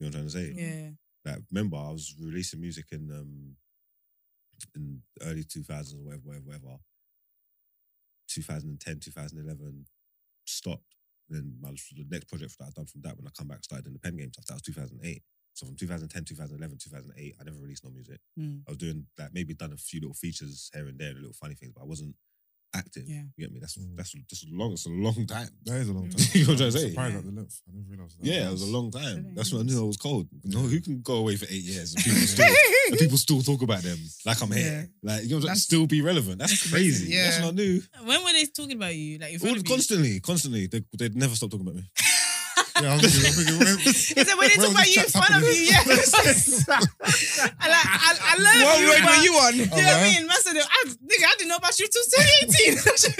Speaker 2: You know what I'm trying to say?
Speaker 1: yeah.
Speaker 2: Like remember, I was releasing music in um in the early 2000s, or whatever, whatever, whatever. 2010, 2011, stopped. Then my the next project that I done from that when I come back started in the pen game stuff. That was 2008. So from 2010, 2011, 2008, I never released no music.
Speaker 1: Mm.
Speaker 2: I was doing like maybe done a few little features here and there, little funny things, but I wasn't active.
Speaker 1: Yeah.
Speaker 2: You get me? That's
Speaker 3: Mm.
Speaker 2: that's that's a long. It's a long time.
Speaker 3: That is a
Speaker 2: [LAUGHS]
Speaker 3: long time.
Speaker 1: Mm.
Speaker 2: You know what I'm
Speaker 3: I'm
Speaker 2: saying?
Speaker 3: surprised at the length. I didn't realize that.
Speaker 2: Yeah, it was a long
Speaker 1: Seven
Speaker 2: time. That's when I knew I was cold. No, who can go away for eight years and
Speaker 1: [LAUGHS]
Speaker 2: people [LAUGHS]
Speaker 4: [LAUGHS]
Speaker 2: still, and
Speaker 4: yeah.
Speaker 2: people still talk about them like I'm here, like you know, what I'm saying?
Speaker 4: That's-
Speaker 2: still be relevant. That's crazy.
Speaker 4: Yeah.
Speaker 2: That's what I knew.
Speaker 1: When were they talking about you? Like, in front
Speaker 2: All,
Speaker 1: of you?
Speaker 2: constantly, constantly, they, they'd never stop talking about me.
Speaker 1: [LAUGHS]
Speaker 3: Yeah, I was thinking, I was thinking, where-
Speaker 1: Is it
Speaker 2: [LAUGHS]
Speaker 1: when
Speaker 3: Where
Speaker 1: they talk
Speaker 3: all
Speaker 1: about
Speaker 3: these
Speaker 1: you in
Speaker 3: chats
Speaker 1: front of you? Yeah. I, like, I, I love you. but-
Speaker 4: on?
Speaker 1: Do you know what I mean? Master, I, nigga, I didn't know about you till 2018.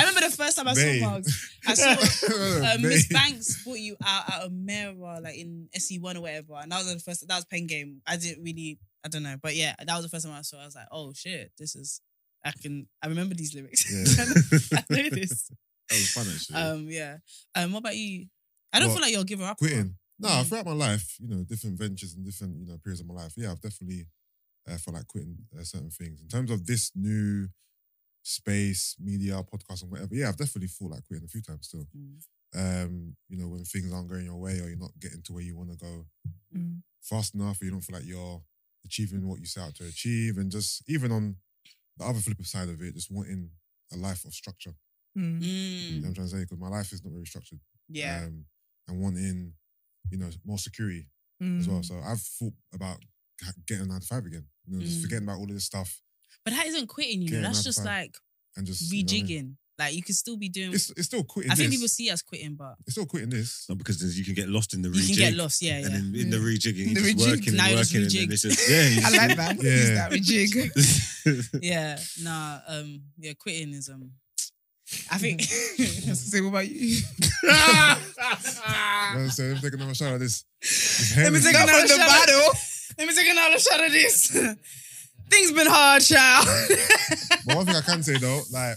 Speaker 1: [LAUGHS] I remember the first time I
Speaker 3: Babe.
Speaker 1: saw Mugs.
Speaker 3: [LAUGHS]
Speaker 1: I saw [LAUGHS] uh, Miss
Speaker 2: [LAUGHS]
Speaker 3: Babe.
Speaker 1: Banks brought you out at a Mera, like in SE1 or whatever. And that was the first, that was Pen Game. I didn't really, I don't know. But yeah, that was the first time I saw it. I was like, oh shit, this is, I can, I remember these lyrics.
Speaker 2: Yeah.
Speaker 1: [LAUGHS] I know this.
Speaker 2: That was fun actually.
Speaker 1: Um, yeah. Um, what about you? I don't
Speaker 3: What?
Speaker 1: feel like you're a giver up.
Speaker 3: quitting. No,
Speaker 1: Mm.
Speaker 3: throughout my life, you know, different ventures and different, you know, periods of my life. Yeah, I've definitely uh, felt like quitting uh, certain things. In terms of this new space, media, podcast, and whatever, yeah, I've definitely felt like quitting a few times still.
Speaker 1: Mm.
Speaker 3: Um, you know, when things aren't going your way or you're not getting to where you want to go
Speaker 1: Mm.
Speaker 3: fast enough or you don't feel like you're achieving what you set out to achieve, and just even on the other flip side of it, just wanting a life of structure.
Speaker 4: Mm.
Speaker 3: You know
Speaker 1: Mm,
Speaker 3: what I'm trying to say? Because my life is not very structured.
Speaker 1: yeah.
Speaker 3: Um, and wanting, you know, more security as
Speaker 1: Mm.
Speaker 3: well. So I've thought about g- getting a nine to five again. You know, just
Speaker 1: Mm.
Speaker 3: forgetting about all of this stuff
Speaker 1: But that isn't quitting, you know.
Speaker 3: Yeah,
Speaker 1: That's
Speaker 3: that's
Speaker 1: just
Speaker 3: fine.
Speaker 1: like
Speaker 3: and just you know what I mean?
Speaker 1: rejigging. Like you can still be doing.
Speaker 3: It's it's still quitting.
Speaker 1: I think
Speaker 3: this.
Speaker 1: people see it as quitting, but
Speaker 3: It's still quitting this.
Speaker 2: No, because there's- you can get lost in the
Speaker 1: you
Speaker 2: rejig.
Speaker 1: can get lost. Yeah, yeah.
Speaker 2: And in, in the rejigging,
Speaker 4: Mm. The
Speaker 2: you're just
Speaker 4: rejig.
Speaker 2: working
Speaker 1: Now
Speaker 2: and
Speaker 1: you're just
Speaker 2: working, and then
Speaker 1: rejigged.
Speaker 2: it's just yeah.
Speaker 4: [LAUGHS] mm. I like that. I'm gonna use that
Speaker 1: [LAUGHS]
Speaker 2: [LAUGHS]
Speaker 4: rejig.
Speaker 2: that.
Speaker 1: [LAUGHS] yeah. Nah. Um. Yeah. Quitting is um.
Speaker 3: [LAUGHS]
Speaker 1: I think. [LAUGHS]
Speaker 4: [LAUGHS] Just to say, what about you?
Speaker 3: You know what I'm saying? Let me take another shot at this. this
Speaker 1: Ah. Let
Speaker 3: Henry.
Speaker 1: me take
Speaker 4: Not
Speaker 1: another
Speaker 4: from the
Speaker 1: shot. Of, [LAUGHS] let me take another shot of this. [LAUGHS] Things been hard, child. [LAUGHS]
Speaker 3: But one thing I can say though, like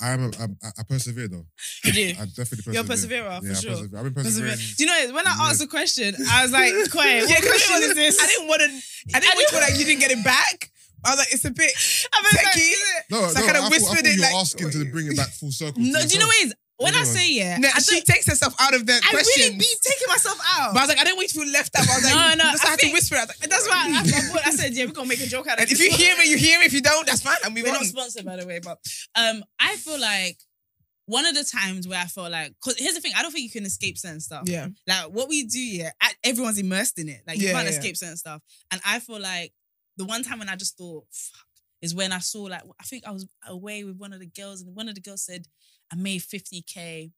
Speaker 3: I am, a, I'm- I, I persevere though.
Speaker 1: you do. [LAUGHS]
Speaker 3: I definitely persevere.
Speaker 1: You're a perseverer, for
Speaker 3: yeah, I
Speaker 1: sure.
Speaker 3: persevere. I've been persevering.
Speaker 1: Persevere. Do you know when I
Speaker 3: Yeah.
Speaker 1: asked the question, I was
Speaker 4: [LAUGHS]
Speaker 1: like, "Quay, what question is this?"
Speaker 4: I didn't want to. I didn't want to like you didn't get it back. I was like, it's a bit
Speaker 1: [LAUGHS] I was like,
Speaker 4: techie.
Speaker 3: No, no,
Speaker 4: So I
Speaker 3: I,
Speaker 4: kinda
Speaker 3: thought, I
Speaker 4: whispered
Speaker 3: thought
Speaker 4: it
Speaker 3: you were
Speaker 4: like-
Speaker 3: asking
Speaker 1: [LAUGHS]
Speaker 3: to bring it back full circle.
Speaker 1: No,
Speaker 3: to
Speaker 1: do you know
Speaker 3: yourself.
Speaker 1: what it is? When I
Speaker 3: Hold on.
Speaker 1: say yeah,
Speaker 4: No,
Speaker 1: I,
Speaker 4: she
Speaker 1: don't-
Speaker 4: takes herself out of the
Speaker 1: I
Speaker 4: question.
Speaker 1: really be taking myself out.
Speaker 4: But I was like, I don't want you to feel left out. But I was like,
Speaker 1: No, no,
Speaker 4: that's
Speaker 1: I
Speaker 4: why I had to
Speaker 1: think-
Speaker 4: whisper. I was like, "Mm."
Speaker 1: That's why I, I, thought- I said, yeah, we're gonna make a joke out of
Speaker 4: [LAUGHS] And
Speaker 1: it.
Speaker 4: if you hear me, you hear me. If you don't, that's fine. And we
Speaker 1: we're not
Speaker 4: went on.
Speaker 1: sponsored, by the way. But um, I feel like one of the times where I felt like, cause here's the thing, I don't think you can escape certain stuff.
Speaker 4: Yeah. [LAUGHS]
Speaker 1: Like what we do here, I- everyone's immersed in it. Like you
Speaker 4: Yeah,
Speaker 1: can't
Speaker 4: yeah.
Speaker 1: escape certain stuff. And I feel like the one time when I just thought, fuck, is when I saw like I think I was away with one of the girls, and one of the girls said, I made 50k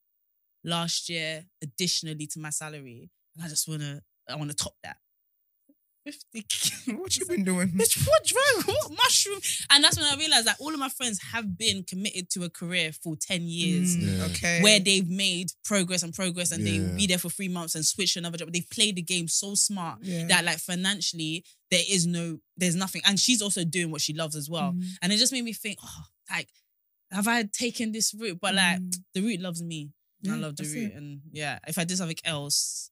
Speaker 1: last year additionally to my salary. And I just wanna I wanna top that. 50k.
Speaker 4: What you been doing?
Speaker 1: [LAUGHS] Bitch, what drug? What mushroom? And that's when I realized that all of my friends have been committed to a career for 10 years
Speaker 4: Mm,
Speaker 3: Yeah.
Speaker 4: Okay.
Speaker 1: where they've made progress and progress and
Speaker 3: Yeah.
Speaker 1: they be there for three months and switch to another job. They've played the game so smart
Speaker 4: Yeah.
Speaker 1: that like financially there is no, there's nothing. And she's also doing what she loves as well.
Speaker 4: Mm.
Speaker 1: And it just made me think, oh, like, have I taken this route? But like
Speaker 4: Mm.
Speaker 1: the route loves me.
Speaker 4: Yeah,
Speaker 1: I love the
Speaker 4: that's
Speaker 1: route.
Speaker 4: it.
Speaker 1: And yeah, if I did something else,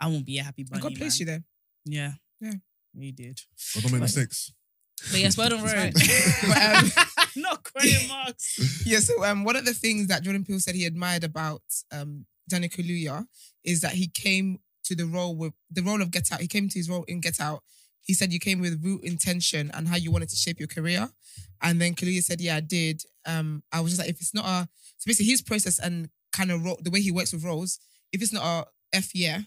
Speaker 1: I won't be a happy bunny.
Speaker 4: And God placed you there.
Speaker 1: man. Yeah.
Speaker 4: Yeah.
Speaker 1: You did.
Speaker 3: Well, don't make
Speaker 1: [LAUGHS]
Speaker 3: mistakes.
Speaker 1: But yes,
Speaker 4: [LAUGHS]
Speaker 1: well done, Rory. [LAUGHS]
Speaker 4: But, um,
Speaker 1: Not credit marks.
Speaker 4: [LAUGHS] Yeah, so um, one of the things that Jordan Peele said he admired about um, Danny Kaluuya is that he came to the role with the role of Get Out. He came to his role in Get Out. He said you came with real intention and how you wanted to shape your career. And then Kaluuya said, "Yeah, I did. Um, I was just like, if it's not a so basically his process and kind of role, the way he works with roles, if it's not a F yeah,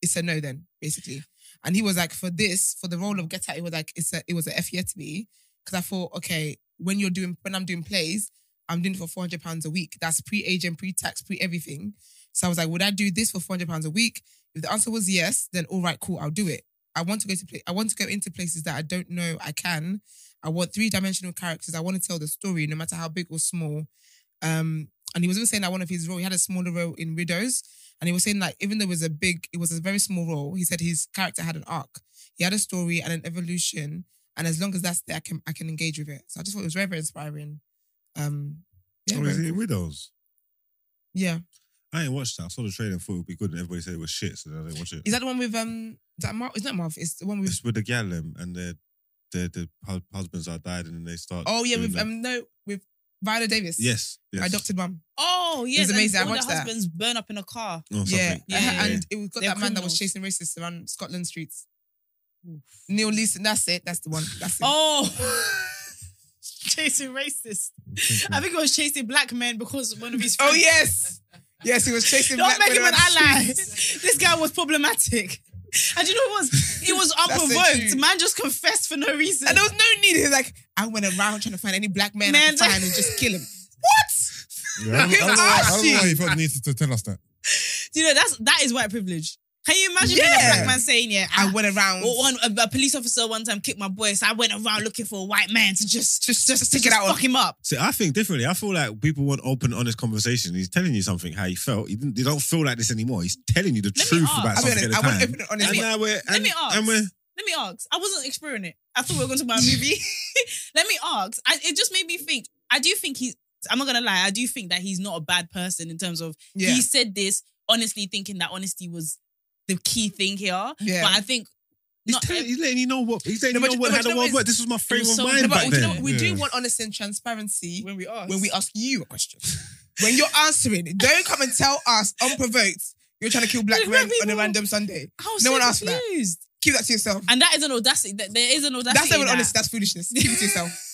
Speaker 4: it's a no then basically." And he was like, for this, for the role of Get Out, it was like it's a it was a F yeah to me because I thought, okay, when you're doing when I'm doing plays, I'm doing it for 400 pounds a week. That's pre-agent, pre-tax, pre-everything. So I was like, would I do this for 400 pounds a week? If the answer was yes, then all right, cool, I'll do it. I want to go to pla- I want to go into places that I don't know I can. I want three-dimensional characters. I want to tell the story, no matter how big or small. Um, and he was even saying that one of his role, he had a smaller role in Widows, and he was saying like even though it was a big, it was a very small role. He said his character had an arc, he had a story and an evolution, and as long as that's there, I can I can engage with it. So I just thought it was very very inspiring. Um, yeah,
Speaker 2: Oh,
Speaker 4: very
Speaker 2: is it Widows?
Speaker 4: yeah.
Speaker 2: I ain't watched that. I saw the trailer and thought it would be good, and everybody said it was shit, so I didn't watch it.
Speaker 4: Is that the one with um? Is that Marv? It's not Marv. It's the one with.
Speaker 2: It's with the gal them, and their their the husbands are died, and then they start.
Speaker 4: Oh yeah,
Speaker 2: doing
Speaker 4: with
Speaker 2: that.
Speaker 4: um no with Viola Davis.
Speaker 2: yes, yes.
Speaker 4: my adopted mum.
Speaker 1: Oh, yeah.
Speaker 4: It was amazing. I
Speaker 1: All
Speaker 4: watched
Speaker 1: the
Speaker 4: that.
Speaker 1: husbands burn up in a car.
Speaker 2: Or Oh, something.
Speaker 4: Yeah.
Speaker 1: Yeah,
Speaker 4: Uh,
Speaker 1: yeah,
Speaker 4: and it was got
Speaker 1: They're
Speaker 4: that man that
Speaker 1: criminals.
Speaker 4: was chasing racists around Scotland streets. Neil Leeson. That's it. That's the one. That's it.
Speaker 1: Oh. [LAUGHS] chasing racist. I think he was chasing black men because one of his
Speaker 4: Oh,
Speaker 1: friends.
Speaker 4: yes, yes. He was [LAUGHS] chasing.
Speaker 1: Don't
Speaker 4: black
Speaker 1: make
Speaker 4: men
Speaker 1: him an
Speaker 4: around the
Speaker 1: ally. [LAUGHS]
Speaker 4: streets.
Speaker 1: this guy was problematic. And you know what it was? It
Speaker 4: [LAUGHS]
Speaker 1: was
Speaker 4: the
Speaker 1: unprovoked.
Speaker 4: truth.
Speaker 1: Man just confessed for no reason.
Speaker 4: [LAUGHS] And there was no need. He's like, I went around trying to find any black man, I
Speaker 1: Man,
Speaker 4: could find and just kill him. What?
Speaker 3: Yeah, I, don't, I, don't know why, I don't know why you felt the need to, to tell us that.
Speaker 1: you know, that's that is white privilege. Can you imagine being
Speaker 4: Yeah.
Speaker 1: a black man saying, yeah, I,
Speaker 4: I [LAUGHS] went around
Speaker 1: Well, one a, a police officer one time kicked my boy, so I went around looking for a white man to just just just,
Speaker 4: to get out
Speaker 1: fuck
Speaker 4: of.
Speaker 1: him up.
Speaker 2: See, I think differently. I feel like people want open, honest conversation. He's telling you something how he felt. He didn't, they don't feel like this anymore. He's telling you the
Speaker 1: me
Speaker 2: truth
Speaker 1: ask.
Speaker 2: about
Speaker 4: I'll be
Speaker 2: something
Speaker 4: honest. I want
Speaker 2: at the
Speaker 4: to
Speaker 2: time.
Speaker 4: open it honestly.
Speaker 2: and now we're, and,
Speaker 1: me ask.
Speaker 2: And we're,
Speaker 1: Let me ask. I wasn't exploring it. I thought we were going to buy a
Speaker 4: [LAUGHS]
Speaker 1: movie. [LAUGHS] Let me ask. I, it just made me think. I do think he's. I'm not gonna lie. I do think that he's not a bad person in terms of
Speaker 4: Yeah.
Speaker 1: he said this honestly, thinking that honesty was the key thing here.
Speaker 4: Yeah.
Speaker 1: But I think
Speaker 2: he's,
Speaker 1: not.
Speaker 2: telling, he's letting you know what, he's letting
Speaker 4: No, but
Speaker 2: you know
Speaker 4: you-
Speaker 2: what,
Speaker 4: no,
Speaker 2: how
Speaker 4: but you
Speaker 2: the
Speaker 4: know
Speaker 2: world
Speaker 4: what
Speaker 2: worked. This was my frame
Speaker 1: was
Speaker 2: of
Speaker 1: so-
Speaker 2: mind
Speaker 1: No,
Speaker 4: but
Speaker 2: back
Speaker 4: you
Speaker 2: then.
Speaker 4: know what? we do
Speaker 3: Yeah.
Speaker 4: want honesty and transparency
Speaker 1: when we ask,
Speaker 4: when we ask you a question. when you're answering, don't come and tell us unprovoked you're trying to kill black
Speaker 1: Black
Speaker 4: men on a
Speaker 1: people.
Speaker 4: random Sunday.
Speaker 1: I was
Speaker 4: No
Speaker 1: so
Speaker 4: one asked for that.
Speaker 1: confused.
Speaker 4: Keep that to yourself.
Speaker 1: And that is an audacity. that- There is an audacity.
Speaker 4: That's not
Speaker 1: in
Speaker 4: even
Speaker 1: that.
Speaker 4: honest. That's foolishness. Keep it to
Speaker 1: [LAUGHS]
Speaker 4: yourself.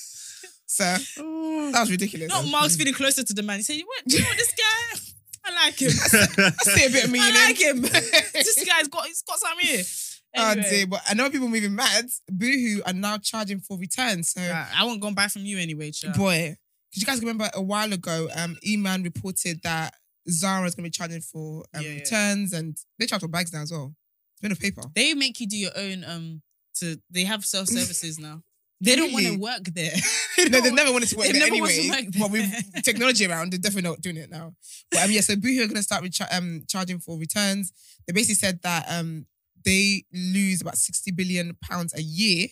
Speaker 4: So that was ridiculous.
Speaker 1: Not Mark's feeling closer to the man. He said, "You what? Do you know
Speaker 4: [LAUGHS]
Speaker 1: this guy? I like him.
Speaker 2: [LAUGHS]
Speaker 4: I see a bit eh? of me in
Speaker 1: I like
Speaker 4: him.
Speaker 1: him. [LAUGHS] this guy's got he's got something here."
Speaker 4: [LAUGHS] Oh
Speaker 1: Anyway,
Speaker 4: dear, but I know people moving mad. Boohoo are now charging for returns. So
Speaker 1: right, I won't go and buy from you anyway, child.
Speaker 4: boy, because you guys remember a while ago, um, E-Man reported that Zara is going to be charging for um,
Speaker 1: Yeah, yeah.
Speaker 4: returns, and they charge for bags now as well. It's been a paper.
Speaker 1: They make you do your own. Um, to they have self services now. They don't want
Speaker 4: Really?
Speaker 1: to work there.
Speaker 4: [LAUGHS] No, they've never wanted to work
Speaker 1: They've
Speaker 4: there
Speaker 1: never wanted to
Speaker 4: anyway.
Speaker 1: work there. [LAUGHS]
Speaker 4: But with technology around, they're definitely not doing it now. But um, yeah, so Boohoo are going to start with cha- um, charging for returns. They basically said that um, they lose about sixty billion pounds a year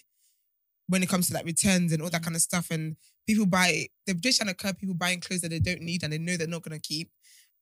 Speaker 4: when it comes to like returns and all that kind of stuff. And people buy, they're just trying to curb people buying clothes that they don't need and they know they're not going to keep.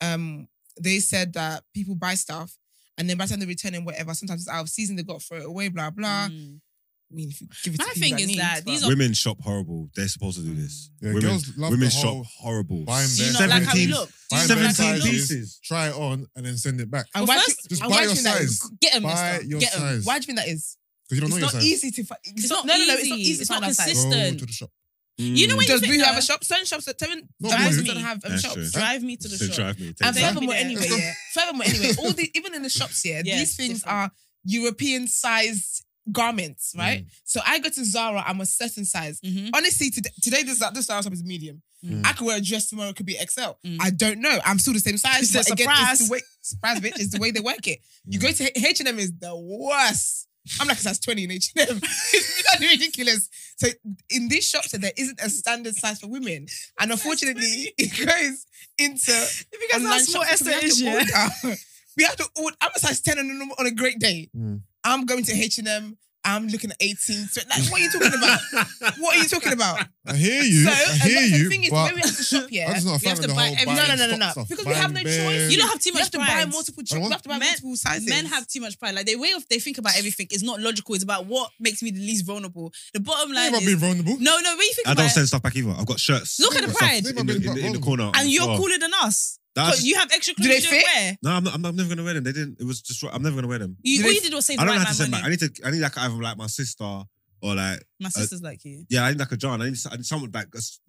Speaker 4: Um, they said that people buy stuff. And then by the time they're returning whatever, sometimes it's out of season, they got to throw it away, blah, blah.
Speaker 1: Mm.
Speaker 4: I mean, if you give it
Speaker 1: My
Speaker 4: to
Speaker 1: thing
Speaker 4: people that
Speaker 1: is
Speaker 4: need,
Speaker 1: that
Speaker 4: but-
Speaker 1: these are-
Speaker 2: Women shop horrible. They're supposed to do this.
Speaker 3: Yeah,
Speaker 2: women
Speaker 3: girls love
Speaker 2: women
Speaker 3: the
Speaker 2: shop
Speaker 3: whole
Speaker 2: horrible.
Speaker 3: buying
Speaker 1: Do you
Speaker 3: bare
Speaker 1: not like how we
Speaker 3: sizes.
Speaker 2: 17
Speaker 1: look? Do
Speaker 3: Buying
Speaker 1: you not
Speaker 3: bare
Speaker 1: like how we
Speaker 3: sizes.
Speaker 1: look?
Speaker 2: pieces.
Speaker 3: Try it on and then send it back.
Speaker 4: And
Speaker 3: Because
Speaker 4: why
Speaker 1: Well,
Speaker 4: do you-
Speaker 1: first-
Speaker 3: just
Speaker 4: and
Speaker 3: buy your
Speaker 4: why do you think that is-
Speaker 3: size.
Speaker 1: Get them
Speaker 3: Buy
Speaker 1: messed up.
Speaker 3: your
Speaker 1: Get 'em.
Speaker 3: size.
Speaker 4: Why do you think that is?
Speaker 3: you don't know
Speaker 4: It's
Speaker 3: your
Speaker 4: not
Speaker 3: size.
Speaker 4: easy to find. It's,
Speaker 1: not
Speaker 4: not, no, no, no. It's not
Speaker 1: easy.
Speaker 4: easy
Speaker 1: It's
Speaker 4: to
Speaker 1: not
Speaker 4: find our size.
Speaker 3: Go
Speaker 1: consistent. Distant.
Speaker 3: to the shop.
Speaker 1: You know when
Speaker 4: Does
Speaker 1: you
Speaker 4: Boohoo
Speaker 1: think,
Speaker 4: have
Speaker 1: uh,
Speaker 4: a shop? Certain shops, certain
Speaker 3: No,
Speaker 4: guys
Speaker 3: Boohoo.
Speaker 4: don't have um,
Speaker 2: That's
Speaker 4: shops.
Speaker 2: true.
Speaker 1: Drive me to the
Speaker 2: So
Speaker 1: shop.
Speaker 2: Mm. drive me.
Speaker 4: And
Speaker 2: take
Speaker 1: Drive
Speaker 2: me.
Speaker 1: me
Speaker 4: furthermore,
Speaker 1: there.
Speaker 4: anyway, yeah. furthermore, anyway,
Speaker 1: [LAUGHS]
Speaker 4: all the even in the shops here,
Speaker 1: Yes,
Speaker 4: these things
Speaker 1: different.
Speaker 4: are European sized garments,
Speaker 3: Mm.
Speaker 4: right? So I go to Zara, I'm a certain size.
Speaker 1: Mhm.
Speaker 4: Honestly, today, today this this Zara shop is medium.
Speaker 3: Mm.
Speaker 4: I could wear a dress tomorrow, it could be XL.
Speaker 1: Mm.
Speaker 4: I don't know. I'm still the same size.
Speaker 1: It's a
Speaker 4: But again, it's
Speaker 1: surprise.
Speaker 4: the way surprise bitch is the way they work it. You
Speaker 3: Mm.
Speaker 4: go to H and M is the worst. I'm like a size 20 in H and M. [LAUGHS] It's bloody ridiculous. So in these shops, there isn't a standard size for women, and unfortunately, [LAUGHS] it goes into
Speaker 1: If you guys
Speaker 4: online
Speaker 1: ask what
Speaker 4: shops, so
Speaker 1: Esther is,
Speaker 4: we
Speaker 1: yeah.
Speaker 4: have to order. [LAUGHS] we have to order. I'm a size 10 on a, normal- on a great day.
Speaker 3: Mm.
Speaker 4: I'm going to H&M. I'm looking at 18. So, like, what are you talking
Speaker 3: [LAUGHS]
Speaker 4: about? what are you talking about?
Speaker 3: I hear you.
Speaker 4: so,
Speaker 3: I
Speaker 4: and
Speaker 3: hear
Speaker 4: that's
Speaker 3: you.
Speaker 4: the thing is,
Speaker 3: but
Speaker 4: when we have to
Speaker 2: [LAUGHS]
Speaker 4: shop here,
Speaker 3: I'm just not a
Speaker 4: we
Speaker 3: fan
Speaker 4: have
Speaker 3: of
Speaker 4: to
Speaker 3: the
Speaker 4: buy
Speaker 3: whole
Speaker 4: every- no, no, no, no,
Speaker 3: buying
Speaker 4: no,
Speaker 3: stock stuff,
Speaker 4: because we have no
Speaker 3: buying
Speaker 4: choice.
Speaker 3: bare-
Speaker 1: You don't have too
Speaker 4: You
Speaker 1: much
Speaker 4: have to buy
Speaker 1: pride.
Speaker 4: multiple.
Speaker 3: I
Speaker 4: You
Speaker 3: want-
Speaker 4: have to buy
Speaker 1: Men-
Speaker 4: multiple sizes.
Speaker 1: Men have too much pride. Like their way of they think about everything is not logical. It's about what makes me the least vulnerable. The bottom
Speaker 3: They
Speaker 1: line
Speaker 3: might be
Speaker 1: is
Speaker 3: vulnerable.
Speaker 1: no, no. When you think
Speaker 2: I don't
Speaker 1: about it,
Speaker 2: send stuff back either. I've got shirts.
Speaker 1: Look at the
Speaker 2: Stuff
Speaker 1: pride.
Speaker 2: in the, in the- in the corner.
Speaker 1: and you're
Speaker 2: Oh,
Speaker 1: cooler than us.
Speaker 2: that's-
Speaker 1: But you have extra clothes
Speaker 4: Do they
Speaker 1: you
Speaker 4: fit?
Speaker 1: don't wear.
Speaker 2: No, I'm, not, I'm, not, I'm never gonna wear them. They didn't. It was just. I'm never gonna wear them.
Speaker 1: You,
Speaker 4: Do
Speaker 1: all
Speaker 4: they
Speaker 1: you did was save the
Speaker 2: I don't
Speaker 1: right
Speaker 2: have
Speaker 1: man
Speaker 2: to send back. I
Speaker 1: money.
Speaker 2: need to. I need like either like my sister or like
Speaker 1: My sister's like you.
Speaker 2: yeah. I need like a jar. And I need, I need someone back.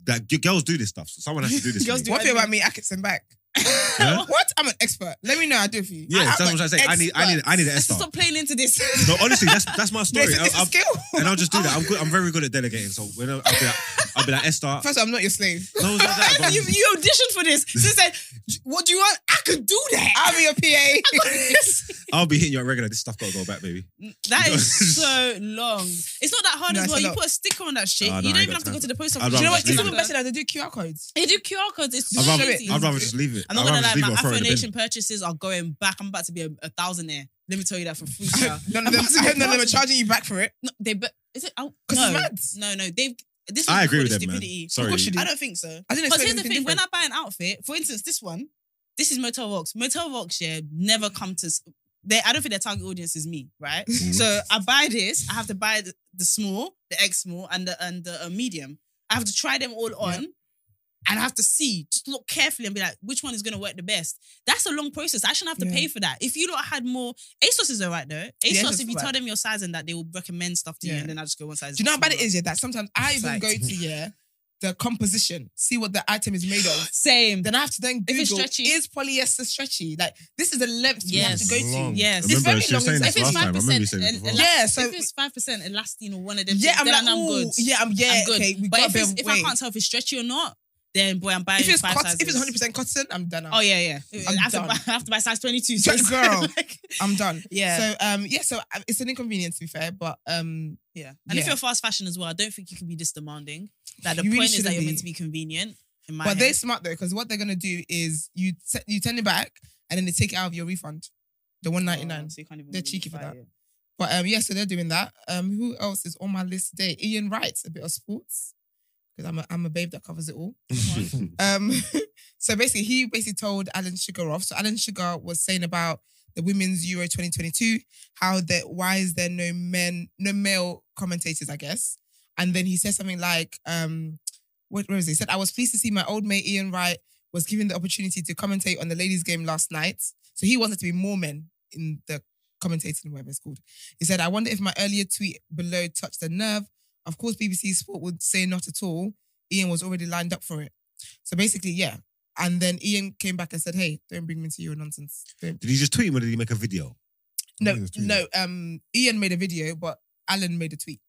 Speaker 2: Like g- girls do this stuff. So someone has to do this. for
Speaker 1: Girls
Speaker 2: me.
Speaker 1: do
Speaker 4: One
Speaker 1: I
Speaker 4: thing
Speaker 1: do.
Speaker 4: about me, I can send
Speaker 2: [LAUGHS]
Speaker 4: back.
Speaker 2: Huh?
Speaker 4: What? I'm an expert. Let me know. I do it for you.
Speaker 2: Yeah,
Speaker 4: I,
Speaker 2: that's what I'm trying to say. I need. I need. I need an
Speaker 1: Let's
Speaker 2: Esther.
Speaker 1: stop playing into this.
Speaker 2: No, honestly, that's that's my
Speaker 4: No,
Speaker 2: story.
Speaker 4: it's, it's
Speaker 2: I,
Speaker 4: a
Speaker 2: I,
Speaker 4: skill.
Speaker 2: and I'll just do that. I'm good. I'm very good at delegating. So when I- I'll be like, I'll be like Esther.
Speaker 4: [LAUGHS] First, of all, I'm not your slave.
Speaker 2: No, it's not that,
Speaker 1: [LAUGHS]
Speaker 2: but-
Speaker 1: you, you auditioned for this. She said, "What do you want? I could do that."
Speaker 4: I'll be your [LAUGHS] PA.
Speaker 2: I'll be hitting you at regular. This stuff gotta go back, baby.
Speaker 1: That
Speaker 2: [LAUGHS]
Speaker 1: is so long. It's not that hard
Speaker 4: No,
Speaker 1: as
Speaker 4: it's
Speaker 1: well.
Speaker 4: a
Speaker 1: You
Speaker 4: lot.
Speaker 1: put a sticker on that shit. you
Speaker 2: Ah, no, I
Speaker 1: don't
Speaker 2: ain't
Speaker 1: even
Speaker 2: got
Speaker 1: have to go
Speaker 2: time.
Speaker 1: to the post
Speaker 2: I'd
Speaker 1: office.
Speaker 2: rather
Speaker 1: Do you know what?
Speaker 2: just leave
Speaker 1: It's even
Speaker 2: it.
Speaker 4: Even
Speaker 1: better.
Speaker 4: better now, they do QR codes.
Speaker 1: They do QR codes. It's
Speaker 2: I'd rather,
Speaker 1: crazy.
Speaker 2: I'd rather just leave it.
Speaker 1: I'm not
Speaker 2: I'd
Speaker 1: gonna
Speaker 2: rather
Speaker 1: lie,
Speaker 2: just leave
Speaker 1: my
Speaker 2: it or throw it
Speaker 1: Afro
Speaker 2: in the bin.
Speaker 1: Nation purchases are going back. I'm about to be a, a thousandaire. Let me tell you that for free. child.
Speaker 4: [LAUGHS] None of them, I hope none of them are charging you back for it.
Speaker 1: no, they but is it? Oh,
Speaker 4: [LAUGHS] 'Cause
Speaker 1: no,
Speaker 4: it's
Speaker 1: no, no. They've this.
Speaker 2: I
Speaker 1: is
Speaker 2: agree with
Speaker 1: called
Speaker 2: them, man.
Speaker 1: stupidity.
Speaker 2: Sorry.
Speaker 4: course you do.
Speaker 1: I don't think so.
Speaker 4: I didn't
Speaker 1: Because
Speaker 4: expect
Speaker 1: here's the
Speaker 4: anything
Speaker 1: thing: when
Speaker 4: different.
Speaker 1: I buy an outfit, for instance, this one, this is Motel Vox. Motel Vox, yeah, never come to. s- They, I don't think their target audience is me, right?
Speaker 4: Mm-hmm.
Speaker 1: So I buy this. I have to buy the, the small, the X small, and the and the uh, medium. I have to try them all on, and I have to see, just look carefully, and be like, which one is going to work the best. That's a long process. I shouldn't have to
Speaker 4: Yeah.
Speaker 1: pay for that. If you lot had more, ASOS is alright though. ASOS,
Speaker 4: Yeah, ASOS
Speaker 1: if
Speaker 4: is
Speaker 1: you tell
Speaker 4: right.
Speaker 1: them your size and that, they will recommend stuff to you,
Speaker 4: Yeah.
Speaker 1: and then I just go one size.
Speaker 4: Do you know how bad it
Speaker 1: smaller.
Speaker 4: is, yeah? That sometimes I even
Speaker 1: Fact.
Speaker 4: go to, yeah, the composition, see what the item is made of.
Speaker 1: Same.
Speaker 4: Then I have to then
Speaker 1: If
Speaker 4: Google,
Speaker 1: it's stretchy.
Speaker 4: is polyester stretchy? Like, this is the length we have
Speaker 1: Yes.
Speaker 4: to go to.
Speaker 3: Long.
Speaker 1: Yes.
Speaker 4: It's
Speaker 2: Remember,
Speaker 4: very
Speaker 2: she was
Speaker 4: long
Speaker 2: saying
Speaker 4: as-
Speaker 2: this
Speaker 4: if
Speaker 2: last
Speaker 4: it's
Speaker 2: time. I remember you saying it
Speaker 1: and-
Speaker 2: before.
Speaker 1: and
Speaker 4: Yeah,
Speaker 1: like,
Speaker 4: so-
Speaker 1: if it's five percent elastine or one of them,
Speaker 4: Yeah, I'm
Speaker 1: then
Speaker 4: like,
Speaker 1: I'm
Speaker 4: ooh,
Speaker 1: good.
Speaker 4: yeah, I'm, yeah,
Speaker 1: I'm good.
Speaker 4: okay, we
Speaker 1: but
Speaker 4: got
Speaker 1: if,
Speaker 4: a bit
Speaker 1: it's,
Speaker 4: of
Speaker 1: if I
Speaker 4: weight.
Speaker 1: can't tell if it's stretchy or not, then boy, I'm buying
Speaker 4: If it's
Speaker 1: five
Speaker 4: cotton,
Speaker 1: sizes.
Speaker 4: if it's 100% cotton, I'm done.
Speaker 1: oh yeah, yeah. i
Speaker 4: I'm
Speaker 1: have to
Speaker 4: done.
Speaker 1: buy, I have to buy size twenty two. So it's [LAUGHS]
Speaker 4: Girl.
Speaker 1: like-
Speaker 4: I'm done.
Speaker 1: Oh, [LAUGHS] yeah.
Speaker 4: So um yeah, so uh, it's an inconvenience to be fair, but um
Speaker 1: Yeah. And if
Speaker 4: Yeah.
Speaker 1: you're fast fashion as well, I don't think you can be this demanding. That the
Speaker 4: You
Speaker 1: point
Speaker 4: really
Speaker 1: is that
Speaker 4: shouldn't
Speaker 1: you're meant
Speaker 4: be.
Speaker 1: to be convenient. In my
Speaker 4: but
Speaker 1: head.
Speaker 4: they're smart though because what they're gonna do is you t- you turn it back and then they take it out of your refund, the one ninety nine.
Speaker 1: Oh, so you can't even
Speaker 4: They're
Speaker 1: really
Speaker 4: cheeky for
Speaker 1: buy
Speaker 4: that. [LAUGHS]
Speaker 1: it.
Speaker 4: But um yeah, so they're doing that. Um, who else is on my list today? Ian Wright, a bit of sports because I'm a, I'm a babe that covers it all. Um, [LAUGHS] so basically, he basically told Alan Sugar off. So Alan Sugar was saying about the women's Euro 2022, how that why is there no men, no male commentators, I guess. And then he said something like, um, what where was it? He said, I was pleased to see my old mate Ian Wright was given the opportunity to commentate on the ladies' game last night. So he wanted to be more men in the commentating, whatever it's called. He said, I wonder if my earlier tweet below touched a nerve. Of course, BBC Sport would say not at all. Ian was already lined up for it. So basically, yeah. And then Ian came back and said, Hey, don't bring me to your nonsense. Don't.
Speaker 2: [LAUGHS] Did he just tweet him or did he make a video?
Speaker 4: No,
Speaker 3: Ian's tweet.
Speaker 4: no. Um, Ian made a video, but Alan made a tweet.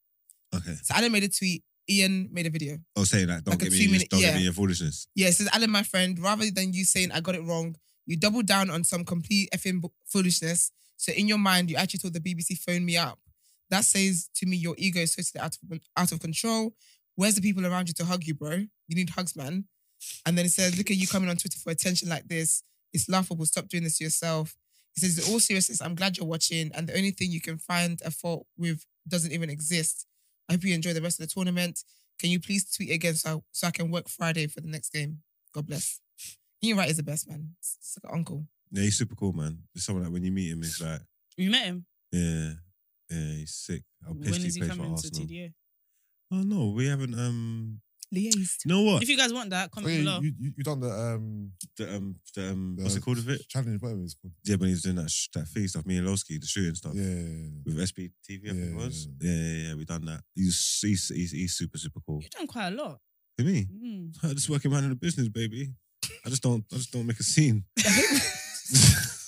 Speaker 2: Okay.
Speaker 4: So Alan made a tweet. Ian made a video.
Speaker 2: Oh, saying that. Don't
Speaker 4: Like a
Speaker 2: get me. in
Speaker 4: two-minute-
Speaker 2: this- Don't get
Speaker 4: yeah.
Speaker 2: me in your foolishness.
Speaker 4: Yeah, it says Alan, my friend, rather than you saying I got it wrong, you doubled down on some complete effing bu- foolishness. So in your mind, you actually told the BBC phone me up. That says to me your ego is totally out of out of control. Where's the people around you to hug you, bro? You need hugs, man. And then it says, look at you coming on Twitter for attention like this. It's laughable. Stop doing this to yourself. It says, in all seriousness, I'm glad you're watching. And the only thing you can find a fault with doesn't even exist. I hope you enjoy the rest of the tournament. Can you please tweet again so I, so I can work Friday for the next game? God bless. Ian Wright is the best man. It's, it's like an uncle.
Speaker 2: Yeah, he's super cool, man. It's someone that when you meet him, it's like,
Speaker 1: You met him.
Speaker 2: yeah, yeah, he's sick. I'm pissed
Speaker 1: when is he
Speaker 2: he plays for
Speaker 1: coming to
Speaker 2: Arsenal.
Speaker 1: TDA?
Speaker 2: Oh no, we haven't. Um,
Speaker 4: Liaised.
Speaker 2: you
Speaker 4: [LAUGHS]
Speaker 2: know what?
Speaker 1: If you guys want that,
Speaker 3: Oh,
Speaker 1: comment
Speaker 3: yeah,
Speaker 1: below.
Speaker 3: you, you, you done the um
Speaker 2: The, um, the, um,
Speaker 3: the
Speaker 2: what's it called of it?
Speaker 3: Challenge, whatever it's called.
Speaker 2: Yeah, when he was doing that sh- that thing stuff, me and Lowski, the shooting stuff
Speaker 3: Yeah, yeah, yeah.
Speaker 2: with SBTV, I think it
Speaker 3: Yeah.
Speaker 2: was. Yeah, yeah, yeah, we done that. He's he's he's, he's super super cool.
Speaker 1: You've done quite a lot.
Speaker 2: To me, [LAUGHS]
Speaker 1: Mm.
Speaker 2: I just working man in the business, baby. I just don't I just don't make
Speaker 4: [LAUGHS]
Speaker 2: a scene. [LAUGHS]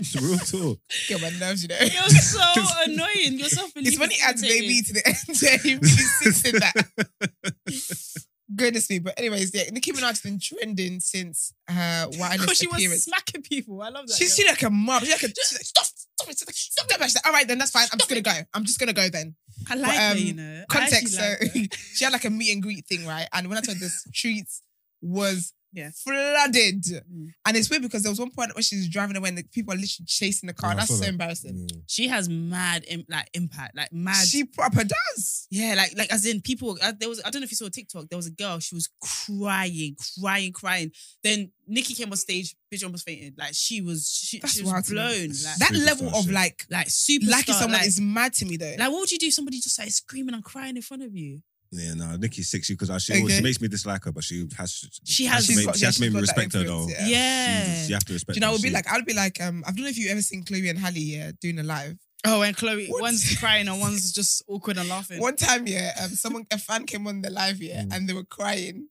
Speaker 2: It's real talk.
Speaker 4: Get my nerves, you know.
Speaker 1: You're [LAUGHS] so annoying. You're so
Speaker 4: It's funny adds
Speaker 1: irritating.
Speaker 4: baby
Speaker 1: [LAUGHS]
Speaker 4: to the end there. He really sits in that.
Speaker 1: [LAUGHS]
Speaker 4: Goodness me. But anyways, yeah, Nicki Minaj has been trending since her
Speaker 1: Because
Speaker 4: wireless
Speaker 1: she was
Speaker 4: appearance.
Speaker 1: smacking people. I love that.
Speaker 4: She's
Speaker 1: girl.
Speaker 4: she like a mom. She's like, a, she's like stop, stop it, stop it, stop it. She's like, all right, then that's fine. I'm just gonna go. I'm just gonna go then.
Speaker 1: I like
Speaker 4: But,
Speaker 1: her,
Speaker 4: um,
Speaker 1: you know. I actually
Speaker 4: context.
Speaker 1: like
Speaker 4: so
Speaker 1: her.
Speaker 4: [LAUGHS] she had like a meet and greet thing, right? And when I told
Speaker 1: [LAUGHS]
Speaker 4: the streets was
Speaker 1: Yeah.
Speaker 4: flooded,
Speaker 1: Mm.
Speaker 4: and it's weird because there was one point where she's driving away and the people are literally chasing the car.
Speaker 3: Yeah, I
Speaker 4: That's
Speaker 3: saw
Speaker 4: so
Speaker 3: that.
Speaker 4: embarrassing.
Speaker 3: Yeah.
Speaker 1: she has mad im- like impact, like mad.
Speaker 4: She proper does.
Speaker 1: yeah, like like as in people. Uh, there was I don't know if you saw TikTok. There was a girl. She was crying, crying, crying. Then Nikki came on stage. Bitch almost fainted. Like she was, she,
Speaker 4: That's
Speaker 1: she was
Speaker 4: wild to me.
Speaker 1: blown. Like,
Speaker 4: That
Speaker 2: Superstar
Speaker 4: level of
Speaker 2: shit.
Speaker 4: like
Speaker 1: like super.
Speaker 4: liking someone
Speaker 1: like,
Speaker 4: is mad to me though.
Speaker 1: like what would you do? if Somebody just like screaming and crying in front of you.
Speaker 2: Yeah, no, Nikki's six because I she,
Speaker 4: Okay.
Speaker 2: always- she makes me dislike her, but she has
Speaker 1: She has-
Speaker 2: she,
Speaker 1: She's
Speaker 2: made,
Speaker 4: got-
Speaker 2: she
Speaker 4: yeah,
Speaker 2: has
Speaker 4: she's
Speaker 2: made
Speaker 4: got
Speaker 2: me
Speaker 4: that
Speaker 2: respect her though.
Speaker 4: influence,
Speaker 1: Yeah.
Speaker 4: Yeah.
Speaker 2: She, you have to respect.
Speaker 4: do you know, I
Speaker 2: her.
Speaker 4: would be
Speaker 2: She-
Speaker 4: like, I'd be like, um, I don't know if you've ever seen Chloe and Halle yeah, doing a live.
Speaker 1: Oh, and Chloe,
Speaker 4: What?
Speaker 1: one's crying and one's just awkward and laughing.
Speaker 4: One time, yeah, um, someone a fan came on the live, yeah,
Speaker 3: Mm.
Speaker 4: and they were crying,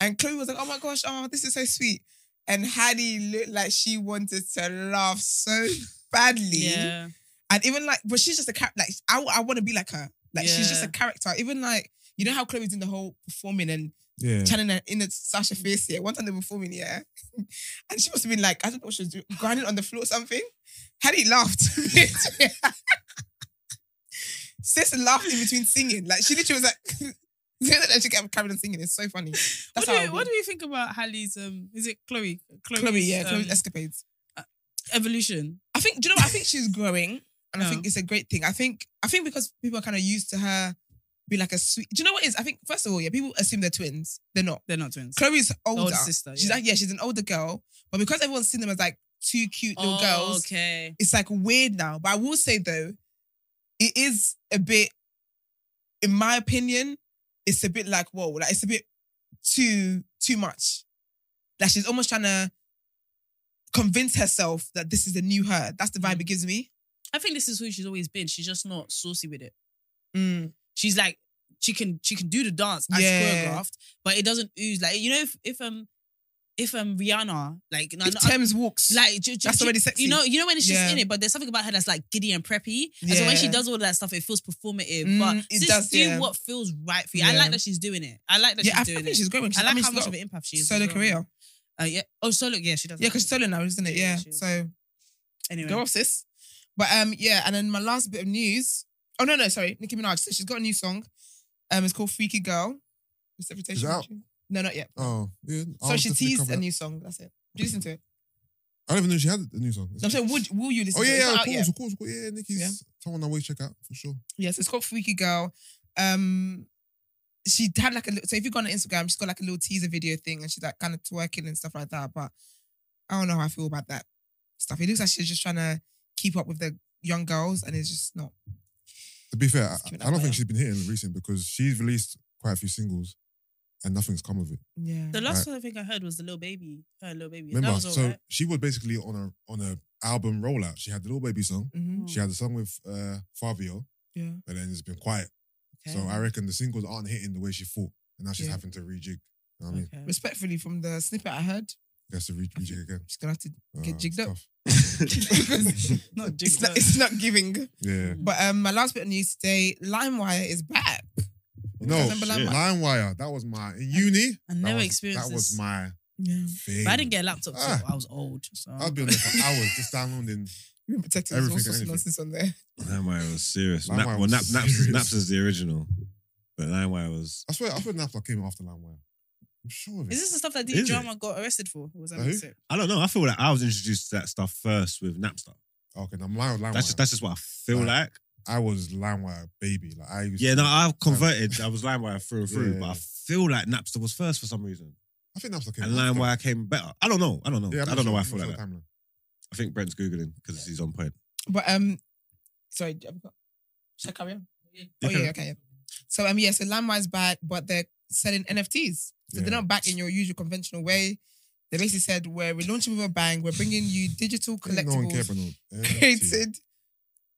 Speaker 4: and Chloe was like, "Oh my gosh, oh this is so sweet," and Hattie looked like she wanted to laugh so badly,
Speaker 1: Yeah.
Speaker 4: and even like, but she's just a character. Like, I, I want to be like her. Like, she's just a
Speaker 1: Yeah.
Speaker 4: character. Even like, you know how Chloe's in the whole performing and
Speaker 3: Yeah.
Speaker 4: channeling her inner Sasha face here. One time they were performing, yeah. [LAUGHS] And she must have been like, I don't know what she was doing, grinding on the floor or something. Hattie laughed. [LAUGHS] Sis laughed in between singing. Like she literally was like, [LAUGHS] and she kept carrying on singing. It's so funny.
Speaker 1: [LAUGHS] What
Speaker 4: That's
Speaker 1: do,
Speaker 4: how I
Speaker 1: we,
Speaker 4: would
Speaker 1: what do we think about Hallie's? Um, is it Chloe?
Speaker 4: be.
Speaker 1: Chloe's,
Speaker 4: Chloe, yeah,
Speaker 1: um,
Speaker 4: Chloe's escapades.
Speaker 1: evolution.
Speaker 4: I think, do you know what? I think she's growing and I
Speaker 1: Oh.
Speaker 4: think it's a great thing. I think, I think because people are kind of used to her be like a sweet, do you know what it is? I think, first of all, yeah, people assume they're twins. They're not.
Speaker 1: They're not twins.
Speaker 4: Chloe's older.
Speaker 1: Older sister.
Speaker 4: She's
Speaker 1: yeah.
Speaker 4: like, yeah, she's an older girl, but because everyone's seen them as like two cute
Speaker 1: Oh,
Speaker 4: little girls,
Speaker 1: Okay.
Speaker 4: it's like weird now. But I will say though, it is a bit, in my opinion, it's a bit like whoa, like it's a bit too too much. Like she's almost trying to convince herself that this is the new her. That's the
Speaker 1: Mm.
Speaker 4: vibe it gives me.
Speaker 1: I think this is who she's always been. She's just not saucy with it.
Speaker 4: Mm.
Speaker 1: She's like she can she can do the dance as
Speaker 4: Yeah.
Speaker 1: choreographed, but it doesn't ooze like you know if if um if um Rihanna like no,
Speaker 4: If
Speaker 1: no,
Speaker 4: Thames walks,
Speaker 1: like ju- ju-
Speaker 4: That's
Speaker 1: ju-
Speaker 4: already sexy.
Speaker 1: You know you know when it's just
Speaker 4: Yeah.
Speaker 1: in it, but there's something about her that's like giddy and preppy. And so when she
Speaker 4: Yeah.
Speaker 1: does all that stuff, it feels performative.
Speaker 4: Mm,
Speaker 1: but
Speaker 4: it
Speaker 1: just
Speaker 4: does,
Speaker 1: do
Speaker 4: yeah.
Speaker 1: what feels right for you. I
Speaker 4: Yeah.
Speaker 1: like that she's doing it. I like that
Speaker 4: yeah, I, I
Speaker 1: she's doing
Speaker 4: think
Speaker 1: it.
Speaker 4: she's growing. She's,
Speaker 1: I like
Speaker 4: mean,
Speaker 1: how
Speaker 4: she's
Speaker 1: much
Speaker 4: got
Speaker 1: of an impact she is.
Speaker 4: solo
Speaker 1: as well.
Speaker 4: career.
Speaker 1: Uh, yeah. Oh, solo. Yeah, she does.
Speaker 4: Yeah, because she's solo now, isn't it?
Speaker 1: Yeah,
Speaker 4: Yeah.
Speaker 1: she is.
Speaker 4: So
Speaker 1: anyway.
Speaker 4: Go off, sis. But um, yeah, and then my last bit of news. Oh no, no, sorry, Nicki Minaj. So she's got a new song. Um, it's called Freaky Girl. It's
Speaker 3: Is
Speaker 4: Reputation.
Speaker 3: it out?
Speaker 4: No, not yet.
Speaker 3: Oh, yeah. I'll
Speaker 4: so she
Speaker 3: definitely
Speaker 4: teased
Speaker 3: cover
Speaker 4: a
Speaker 3: that.
Speaker 4: new song. That's it. Do you listen to it?
Speaker 3: I don't even know she had a new song.
Speaker 4: No, I'm saying, would will you listen?
Speaker 3: oh
Speaker 4: to
Speaker 3: yeah,
Speaker 4: it? It's
Speaker 3: yeah,
Speaker 4: not
Speaker 3: of
Speaker 4: out yet.
Speaker 3: course, of course, of course. Yeah, Nikki's
Speaker 4: Yeah.
Speaker 3: someone I always check out for sure.
Speaker 4: Yes, it's called Freaky Girl. Um, she had like a little, so if you go on her Instagram, she's got like a little teaser video thing, and she's like kind of twerking and stuff like that. But I don't know how I feel about that stuff. It looks like she's just trying to keep up with the young girls, and it's just not.
Speaker 3: To be fair, I,
Speaker 4: Just keep it
Speaker 3: I don't
Speaker 4: up there.
Speaker 3: think she's been hitting recent because she's released quite a few singles. and nothing's come of it.
Speaker 4: Yeah.
Speaker 1: The last one I think I heard was the little baby. Her little baby.
Speaker 3: Remember,
Speaker 1: that was all
Speaker 3: so
Speaker 1: right.
Speaker 3: she was basically on a on a album rollout. She had the little baby song.
Speaker 4: Mhm.
Speaker 1: Hmm.
Speaker 3: She had the song with uh, Fabio,
Speaker 4: Yeah.
Speaker 3: but then it's been quiet.
Speaker 4: Okay.
Speaker 3: So I reckon the singles aren't hitting the way she thought, and now she's
Speaker 4: Yeah.
Speaker 3: having to rejig. You know what I mean,
Speaker 1: Okay.
Speaker 4: Respectfully, from the snippet I heard,
Speaker 3: she has to re- rejig again.
Speaker 4: just gonna have to. Get
Speaker 3: Uh,
Speaker 4: jigged up.
Speaker 3: tough.
Speaker 1: [LAUGHS] Not
Speaker 4: It's
Speaker 1: jigged
Speaker 4: not,
Speaker 1: up.
Speaker 4: it's not giving.
Speaker 3: [LAUGHS] Yeah.
Speaker 4: [LAUGHS] But um, my last bit of news today: LimeWire is back.
Speaker 3: No,
Speaker 4: Remember
Speaker 2: shit.
Speaker 4: Limelight?
Speaker 3: Line Wire. That was my in uni.
Speaker 1: I never
Speaker 3: that was,
Speaker 1: experienced
Speaker 3: That was
Speaker 1: this.
Speaker 3: my
Speaker 4: Yeah,
Speaker 3: thing.
Speaker 1: But I didn't get a laptop till
Speaker 3: Ah.
Speaker 1: I was old. So
Speaker 3: I'll be on there
Speaker 1: [LAUGHS]
Speaker 3: for hours just downloading.
Speaker 4: we've been protected. There's all
Speaker 3: Everything
Speaker 4: sorts of
Speaker 3: and
Speaker 4: nonsense on there.
Speaker 2: Limewire was serious.
Speaker 3: Limewire
Speaker 2: Nap, well,
Speaker 3: was
Speaker 2: Nap, Naps,
Speaker 3: serious.
Speaker 2: Naps is the original, but Limewire was.
Speaker 3: I swear, I swear, Napster came after Line Wire. I'm sure of it.
Speaker 1: is this the stuff that
Speaker 2: Is
Speaker 1: D
Speaker 2: it?
Speaker 1: drama got arrested for? Or was I
Speaker 3: Uh, who?
Speaker 1: mixing?
Speaker 2: I don't know. I feel like I was introduced to that stuff first with Napster.
Speaker 3: okay, now mine was Line
Speaker 2: That's
Speaker 3: Wire.
Speaker 2: just that's just what I feel
Speaker 3: Right.
Speaker 2: like.
Speaker 3: I was Line Wire baby. Like I used.
Speaker 2: Yeah,
Speaker 3: to,
Speaker 2: no, I've converted. I was LimeWire through and through,
Speaker 3: Yeah.
Speaker 2: but I feel like Napster was first for some reason,
Speaker 3: I think Napster came.
Speaker 2: and
Speaker 3: after.
Speaker 2: LimeWire came better. I don't know. I don't know.
Speaker 3: Yeah, I'm
Speaker 2: I
Speaker 3: not
Speaker 2: don't know
Speaker 3: sure-
Speaker 2: why I
Speaker 3: I'm
Speaker 2: feel
Speaker 3: not
Speaker 2: like
Speaker 3: sure
Speaker 2: that.
Speaker 3: the timeline.
Speaker 2: I think Brent's googling because he's on point.
Speaker 4: But um, sorry, I've got- should I carry on? Oh yeah, okay. Yeah. So um, yeah, so LimeWire's back, but they're selling NFTs. So
Speaker 3: Yeah.
Speaker 4: they're not back in your usual conventional way. They basically said we're relaunching with a bang. We're bringing you digital
Speaker 3: Ain't No one cared
Speaker 4: collectibles
Speaker 3: about no NFT.
Speaker 4: [LAUGHS] created.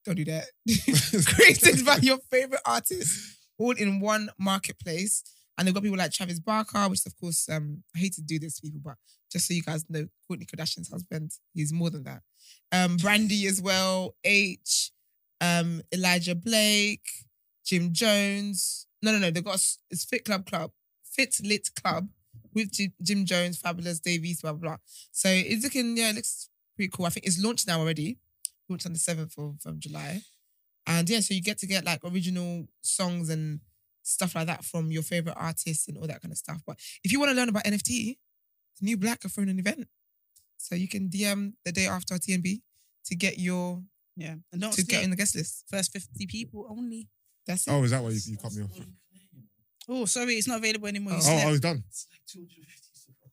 Speaker 4: Don't do that. [LAUGHS] created by your favorite artists, all in one marketplace. And they've got people like Travis Barker, which of course, um, I hate to do this to people, but just so you guys know, Courtney Kardashian's husband, he's more than that. Um, Brandy as well, H, um, Elijah Blake, Jim Jones. No, no, no, they've got a s- it's Fit Club Club, Fit Lit Club with Jim, Jim Jones, Fabulous Davies, blah, blah, blah. So it's looking, yeah, it looks pretty cool. I think it's launched now already. Launched on the 7th of um, July. And yeah, so you get to get like original songs and stuff like that from your favorite artists and all that kind of stuff. But if you want to learn about NFT, the new black are throwing an event. So you can DM the day after TNB to get your
Speaker 1: Yeah. And don't
Speaker 4: to get
Speaker 1: forget,
Speaker 4: in the guest list.
Speaker 1: first 50 people only.
Speaker 4: That's it.
Speaker 3: Oh, is that why you, you cut me off? Oh,
Speaker 1: Oh, sorry, it's not available anymore. You
Speaker 4: Oh.
Speaker 1: slept.
Speaker 3: I
Speaker 1: Oh,
Speaker 3: was done.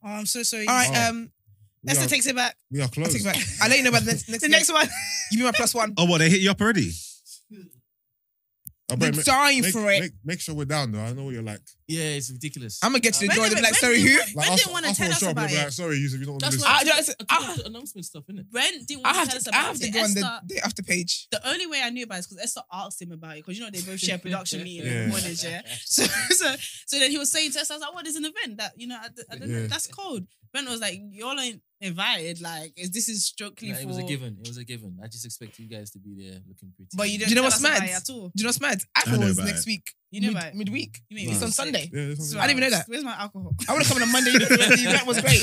Speaker 1: I'm so sorry.
Speaker 4: all right,
Speaker 3: Oh.
Speaker 4: um,
Speaker 3: We
Speaker 1: Esther
Speaker 3: are,
Speaker 1: takes it back.
Speaker 3: we are
Speaker 4: I'll
Speaker 3: closed.
Speaker 4: take it back. I'll let you know about the next,
Speaker 1: [LAUGHS]
Speaker 4: next
Speaker 1: The next one.
Speaker 4: You be my plus
Speaker 3: [LAUGHS]
Speaker 4: one.
Speaker 2: Oh, what they hit you up already?
Speaker 3: Oh,
Speaker 4: I've
Speaker 3: bro,
Speaker 4: been
Speaker 3: make-
Speaker 4: dying
Speaker 3: make,
Speaker 4: for it.
Speaker 3: Make, make sure we're down though. I know what you're like.
Speaker 5: Yeah, it's ridiculous.
Speaker 4: I'm gonna get to the
Speaker 1: When
Speaker 4: door.
Speaker 1: did-
Speaker 4: They'll be like,
Speaker 1: when did-
Speaker 4: sorry, who?
Speaker 3: like
Speaker 1: When
Speaker 3: us-
Speaker 1: didn't want to
Speaker 3: us
Speaker 1: tell
Speaker 3: will
Speaker 1: us
Speaker 3: show up and
Speaker 1: about
Speaker 3: they'll be Like,
Speaker 1: it.
Speaker 3: Sorry, Yusuf, you don't want to
Speaker 5: That's
Speaker 3: listen.
Speaker 5: why
Speaker 4: I-
Speaker 5: I,
Speaker 4: I- I-
Speaker 5: the announcement stuff, innit?
Speaker 1: Brent didn't
Speaker 4: I
Speaker 1: want to
Speaker 4: have
Speaker 1: tell us
Speaker 4: to, I
Speaker 1: about
Speaker 4: have
Speaker 1: it.
Speaker 4: to go on the
Speaker 1: Esther,
Speaker 4: day after page.
Speaker 1: the only way I knew about it is because Esther asked him about it because you know they both share production meeting
Speaker 3: Yeah.
Speaker 1: and morning, yeah. [LAUGHS] So, so, so then he was saying to us, I was like, what is an event that, you know, I, d- I don't know,
Speaker 3: Yeah.
Speaker 1: that's cold. Ben was like, y'all ain't invited. Like, is this is strictly
Speaker 5: [LAUGHS] Nah,
Speaker 1: for.
Speaker 5: it was a given. It was a given. I just expect you guys to be there looking pretty.
Speaker 1: But you didn't
Speaker 4: Do you know
Speaker 1: tell
Speaker 4: what's
Speaker 1: us about
Speaker 4: mad?
Speaker 1: it at all.
Speaker 4: Do you know what's mad?
Speaker 2: know
Speaker 4: Alcohol is
Speaker 2: about
Speaker 4: next
Speaker 2: it.
Speaker 4: week.
Speaker 1: You know
Speaker 4: Mid-
Speaker 1: about it.
Speaker 4: midweek.
Speaker 1: You made
Speaker 3: It's
Speaker 1: me
Speaker 4: on
Speaker 1: sick.
Speaker 4: Sunday.
Speaker 3: Yeah, that's
Speaker 1: So
Speaker 3: something.
Speaker 4: I didn't even know that.
Speaker 1: Where's my alcohol?
Speaker 4: [LAUGHS] I want to come on a Monday. the event
Speaker 1: [LAUGHS]
Speaker 4: was great.
Speaker 5: [LAUGHS]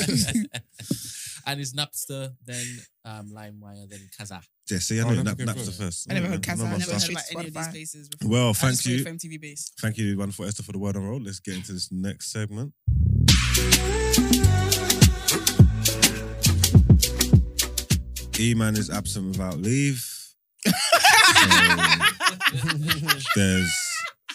Speaker 5: and it's Napster, then um, LimeWire, then Kazaa.
Speaker 2: Yeah, see, I
Speaker 3: Oh,
Speaker 2: know
Speaker 3: that's
Speaker 2: Nap,
Speaker 3: a good
Speaker 2: Napster
Speaker 3: point.
Speaker 2: first.
Speaker 4: I
Speaker 2: Oh,
Speaker 4: never heard
Speaker 2: Yeah,
Speaker 4: Kazaa,
Speaker 2: none
Speaker 1: I
Speaker 2: of
Speaker 1: never
Speaker 2: that
Speaker 1: heard
Speaker 4: Shit,
Speaker 1: about any of these
Speaker 4: Spotify.
Speaker 1: places
Speaker 2: stuff.
Speaker 1: before.
Speaker 2: Well,
Speaker 1: I just
Speaker 2: thank
Speaker 1: know
Speaker 2: you.
Speaker 1: for MTV Base.
Speaker 2: Thank you, one for Esther, for the word on roll. Let's get into this next segment. E man is absent without leave.
Speaker 4: [LAUGHS]
Speaker 2: Um, there's